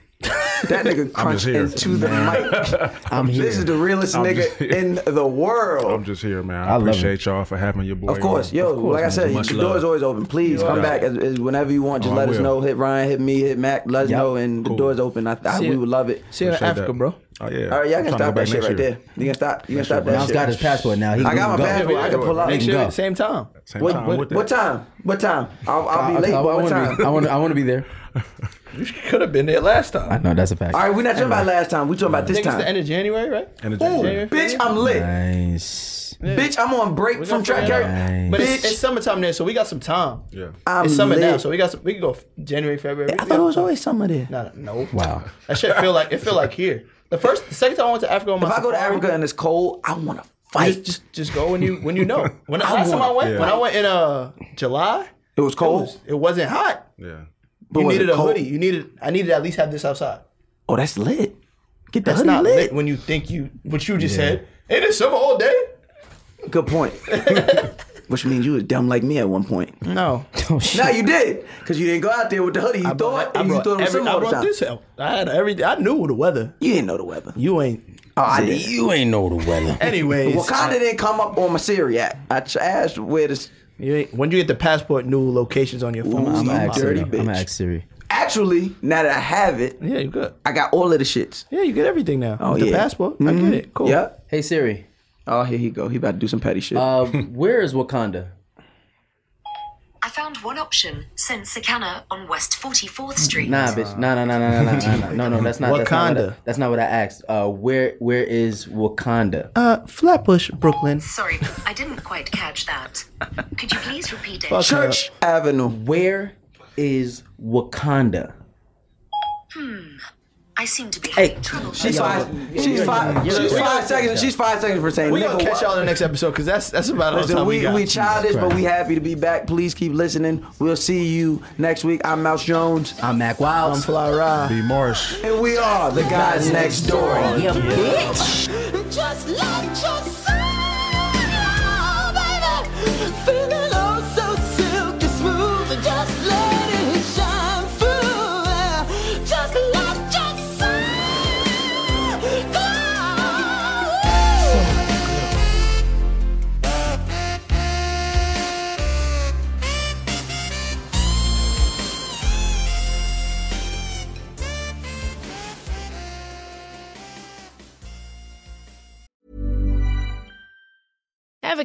S2: That nigga crunched
S6: here.
S2: into the mic.
S7: I'm here.
S2: This is the realest
S6: I'm just
S2: nigga
S6: here.
S2: in the world.
S6: I'm just here, man. I,
S7: I love
S6: appreciate y'all for having your boy.
S2: Of course, yo. like I said,
S6: Much
S2: the door is
S6: love.
S2: always open. Please come
S6: Yeah.
S2: back as, as whenever you want. Just
S6: Oh, I
S2: let us
S6: will.
S2: know. Hit Ryan, hit me, hit Mac. Let us
S7: Yep.
S2: know, and the
S6: Cool.
S2: door's open. I, I
S3: See
S2: we
S3: ya.
S2: would love it.
S3: See you in
S6: Appreciate
S3: Africa,
S6: that.
S3: bro.
S6: Oh yeah.
S2: All right, y'all
S6: I'm
S2: can
S6: trying to go back
S2: stop that shit
S6: next
S2: right
S6: year.
S2: there. You can stop. You can stop
S7: Now
S2: that
S7: he's got his
S2: shit.
S7: passport now. He
S2: I got
S7: can
S2: my
S7: go.
S2: passport. I can pull out.
S3: Make sure
S7: Go.
S3: it's same time.
S6: Same
S2: What,
S6: time
S2: what,
S6: with
S2: what
S6: that.
S2: time? What time? I'll, I'll be
S7: I,
S2: late.
S7: I,
S2: but what
S7: want to be. I
S2: time?
S7: want. I want to be there.
S15: You could have been there last time.
S7: No, that's a fact.
S2: All right, we're not talking about last time. We're talking about
S3: I
S2: this
S3: think it's the
S2: time.
S3: end of January, right?
S6: End of
S2: Ooh,
S6: January.
S2: bitch, I'm lit.
S7: Nice.
S2: Bitch, I'm on break from
S3: gonna
S2: track
S3: figure
S2: carry.
S3: it
S7: out.
S3: But it's,
S2: Bitch,
S3: it's summertime there, so we got some time.
S6: Yeah.
S2: I'm
S3: it's summer
S2: lit.
S3: now, so we got some. We can go f- January, February.
S2: I thought it was always summer there.
S3: No, no, no.
S7: Wow.
S3: That shit feel like it feel like here. The first, the second time I went to Africa, on my
S2: If I go to
S3: safari,
S2: Africa and it's cold, I want to
S3: just,
S2: fight.
S3: just just go when you when you know. When I last time I went,
S6: Yeah.
S3: when I went in uh July,
S2: It was
S3: it,
S2: cold.
S3: was, it wasn't hot.
S6: Yeah.
S2: But
S3: you
S2: was it
S3: needed a
S2: cold?
S3: hoodie. You needed. I needed to at least have this outside.
S2: Oh, that's lit. Get the
S3: That's
S2: hoodie
S3: not lit
S2: lit.
S3: when you think you what you just said. It is summer all day.
S2: Good point. Which means you was dumb like me at one point.
S3: No,
S7: Oh shit.
S2: Now you did, cause you didn't go out there with the hoodie. You
S3: I
S2: thought
S3: brought, I
S2: and you
S3: brought,
S2: thought it was
S3: every,
S2: summer
S3: I
S2: all the
S3: brought
S2: time.
S3: this out. I had every. I knew the weather.
S2: You didn't know the weather.
S3: You ain't.
S2: Oh, I did.
S7: You ain't know the weather.
S3: Anyways,
S2: Wakanda didn't come up on my Siri app. I ch- asked where this.
S3: You ain't, when you get the passport, new locations on your phone.
S7: I'm
S2: you
S7: gonna
S3: Stop
S7: ask
S2: dirty
S7: Siri. though. I'm gonna
S2: bitch.
S7: ask Siri.
S2: Actually, now that I have it,
S3: lying. Yeah, you good.
S2: I got all of the shits.
S3: Yeah, you get everything now. Oh, the
S2: yeah. Mm-hmm.
S3: passport. I get it. Cool.
S2: Yep.
S7: Hey Siri.
S2: Oh, here he go. He about to do some petty shit.
S7: Uh, where is Wakanda?
S16: I found one option. Send Sakana on West 44th Street.
S7: Nah, bitch. Nah, nah, nah, nah, nah, nah, nah. No, no, that's not That's not, what I,
S3: Wakanda.
S7: that's not what I asked. Uh, where where is Wakanda?
S3: Uh, Flatbush, Brooklyn.
S16: Sorry, I didn't quite catch that. Could you please repeat it?
S2: Church Avenue.
S7: Where is Wakanda?
S16: I seem to be having trouble.
S2: She's five. She's five. She's five seconds. She's five seconds for saying.
S3: We
S2: nigga,
S3: gonna catch
S2: what?
S3: y'all in the next episode because that's that's about all the
S2: Listen,
S3: time we,
S2: we,
S3: got.
S2: we childish, but we happy to be back. Please keep listening. We'll see you next week. I'm Mouse Jones,
S7: I'm Mac Wilds.
S3: I'm Fly Rye.
S6: Be Marsh.
S2: and we are the guys next door.
S7: Yeah, bitch.
S4: Just like Josiah, baby. Feeling oh so silky smooth. Just let it shine through. Just like Josiah. Go.
S17: Ever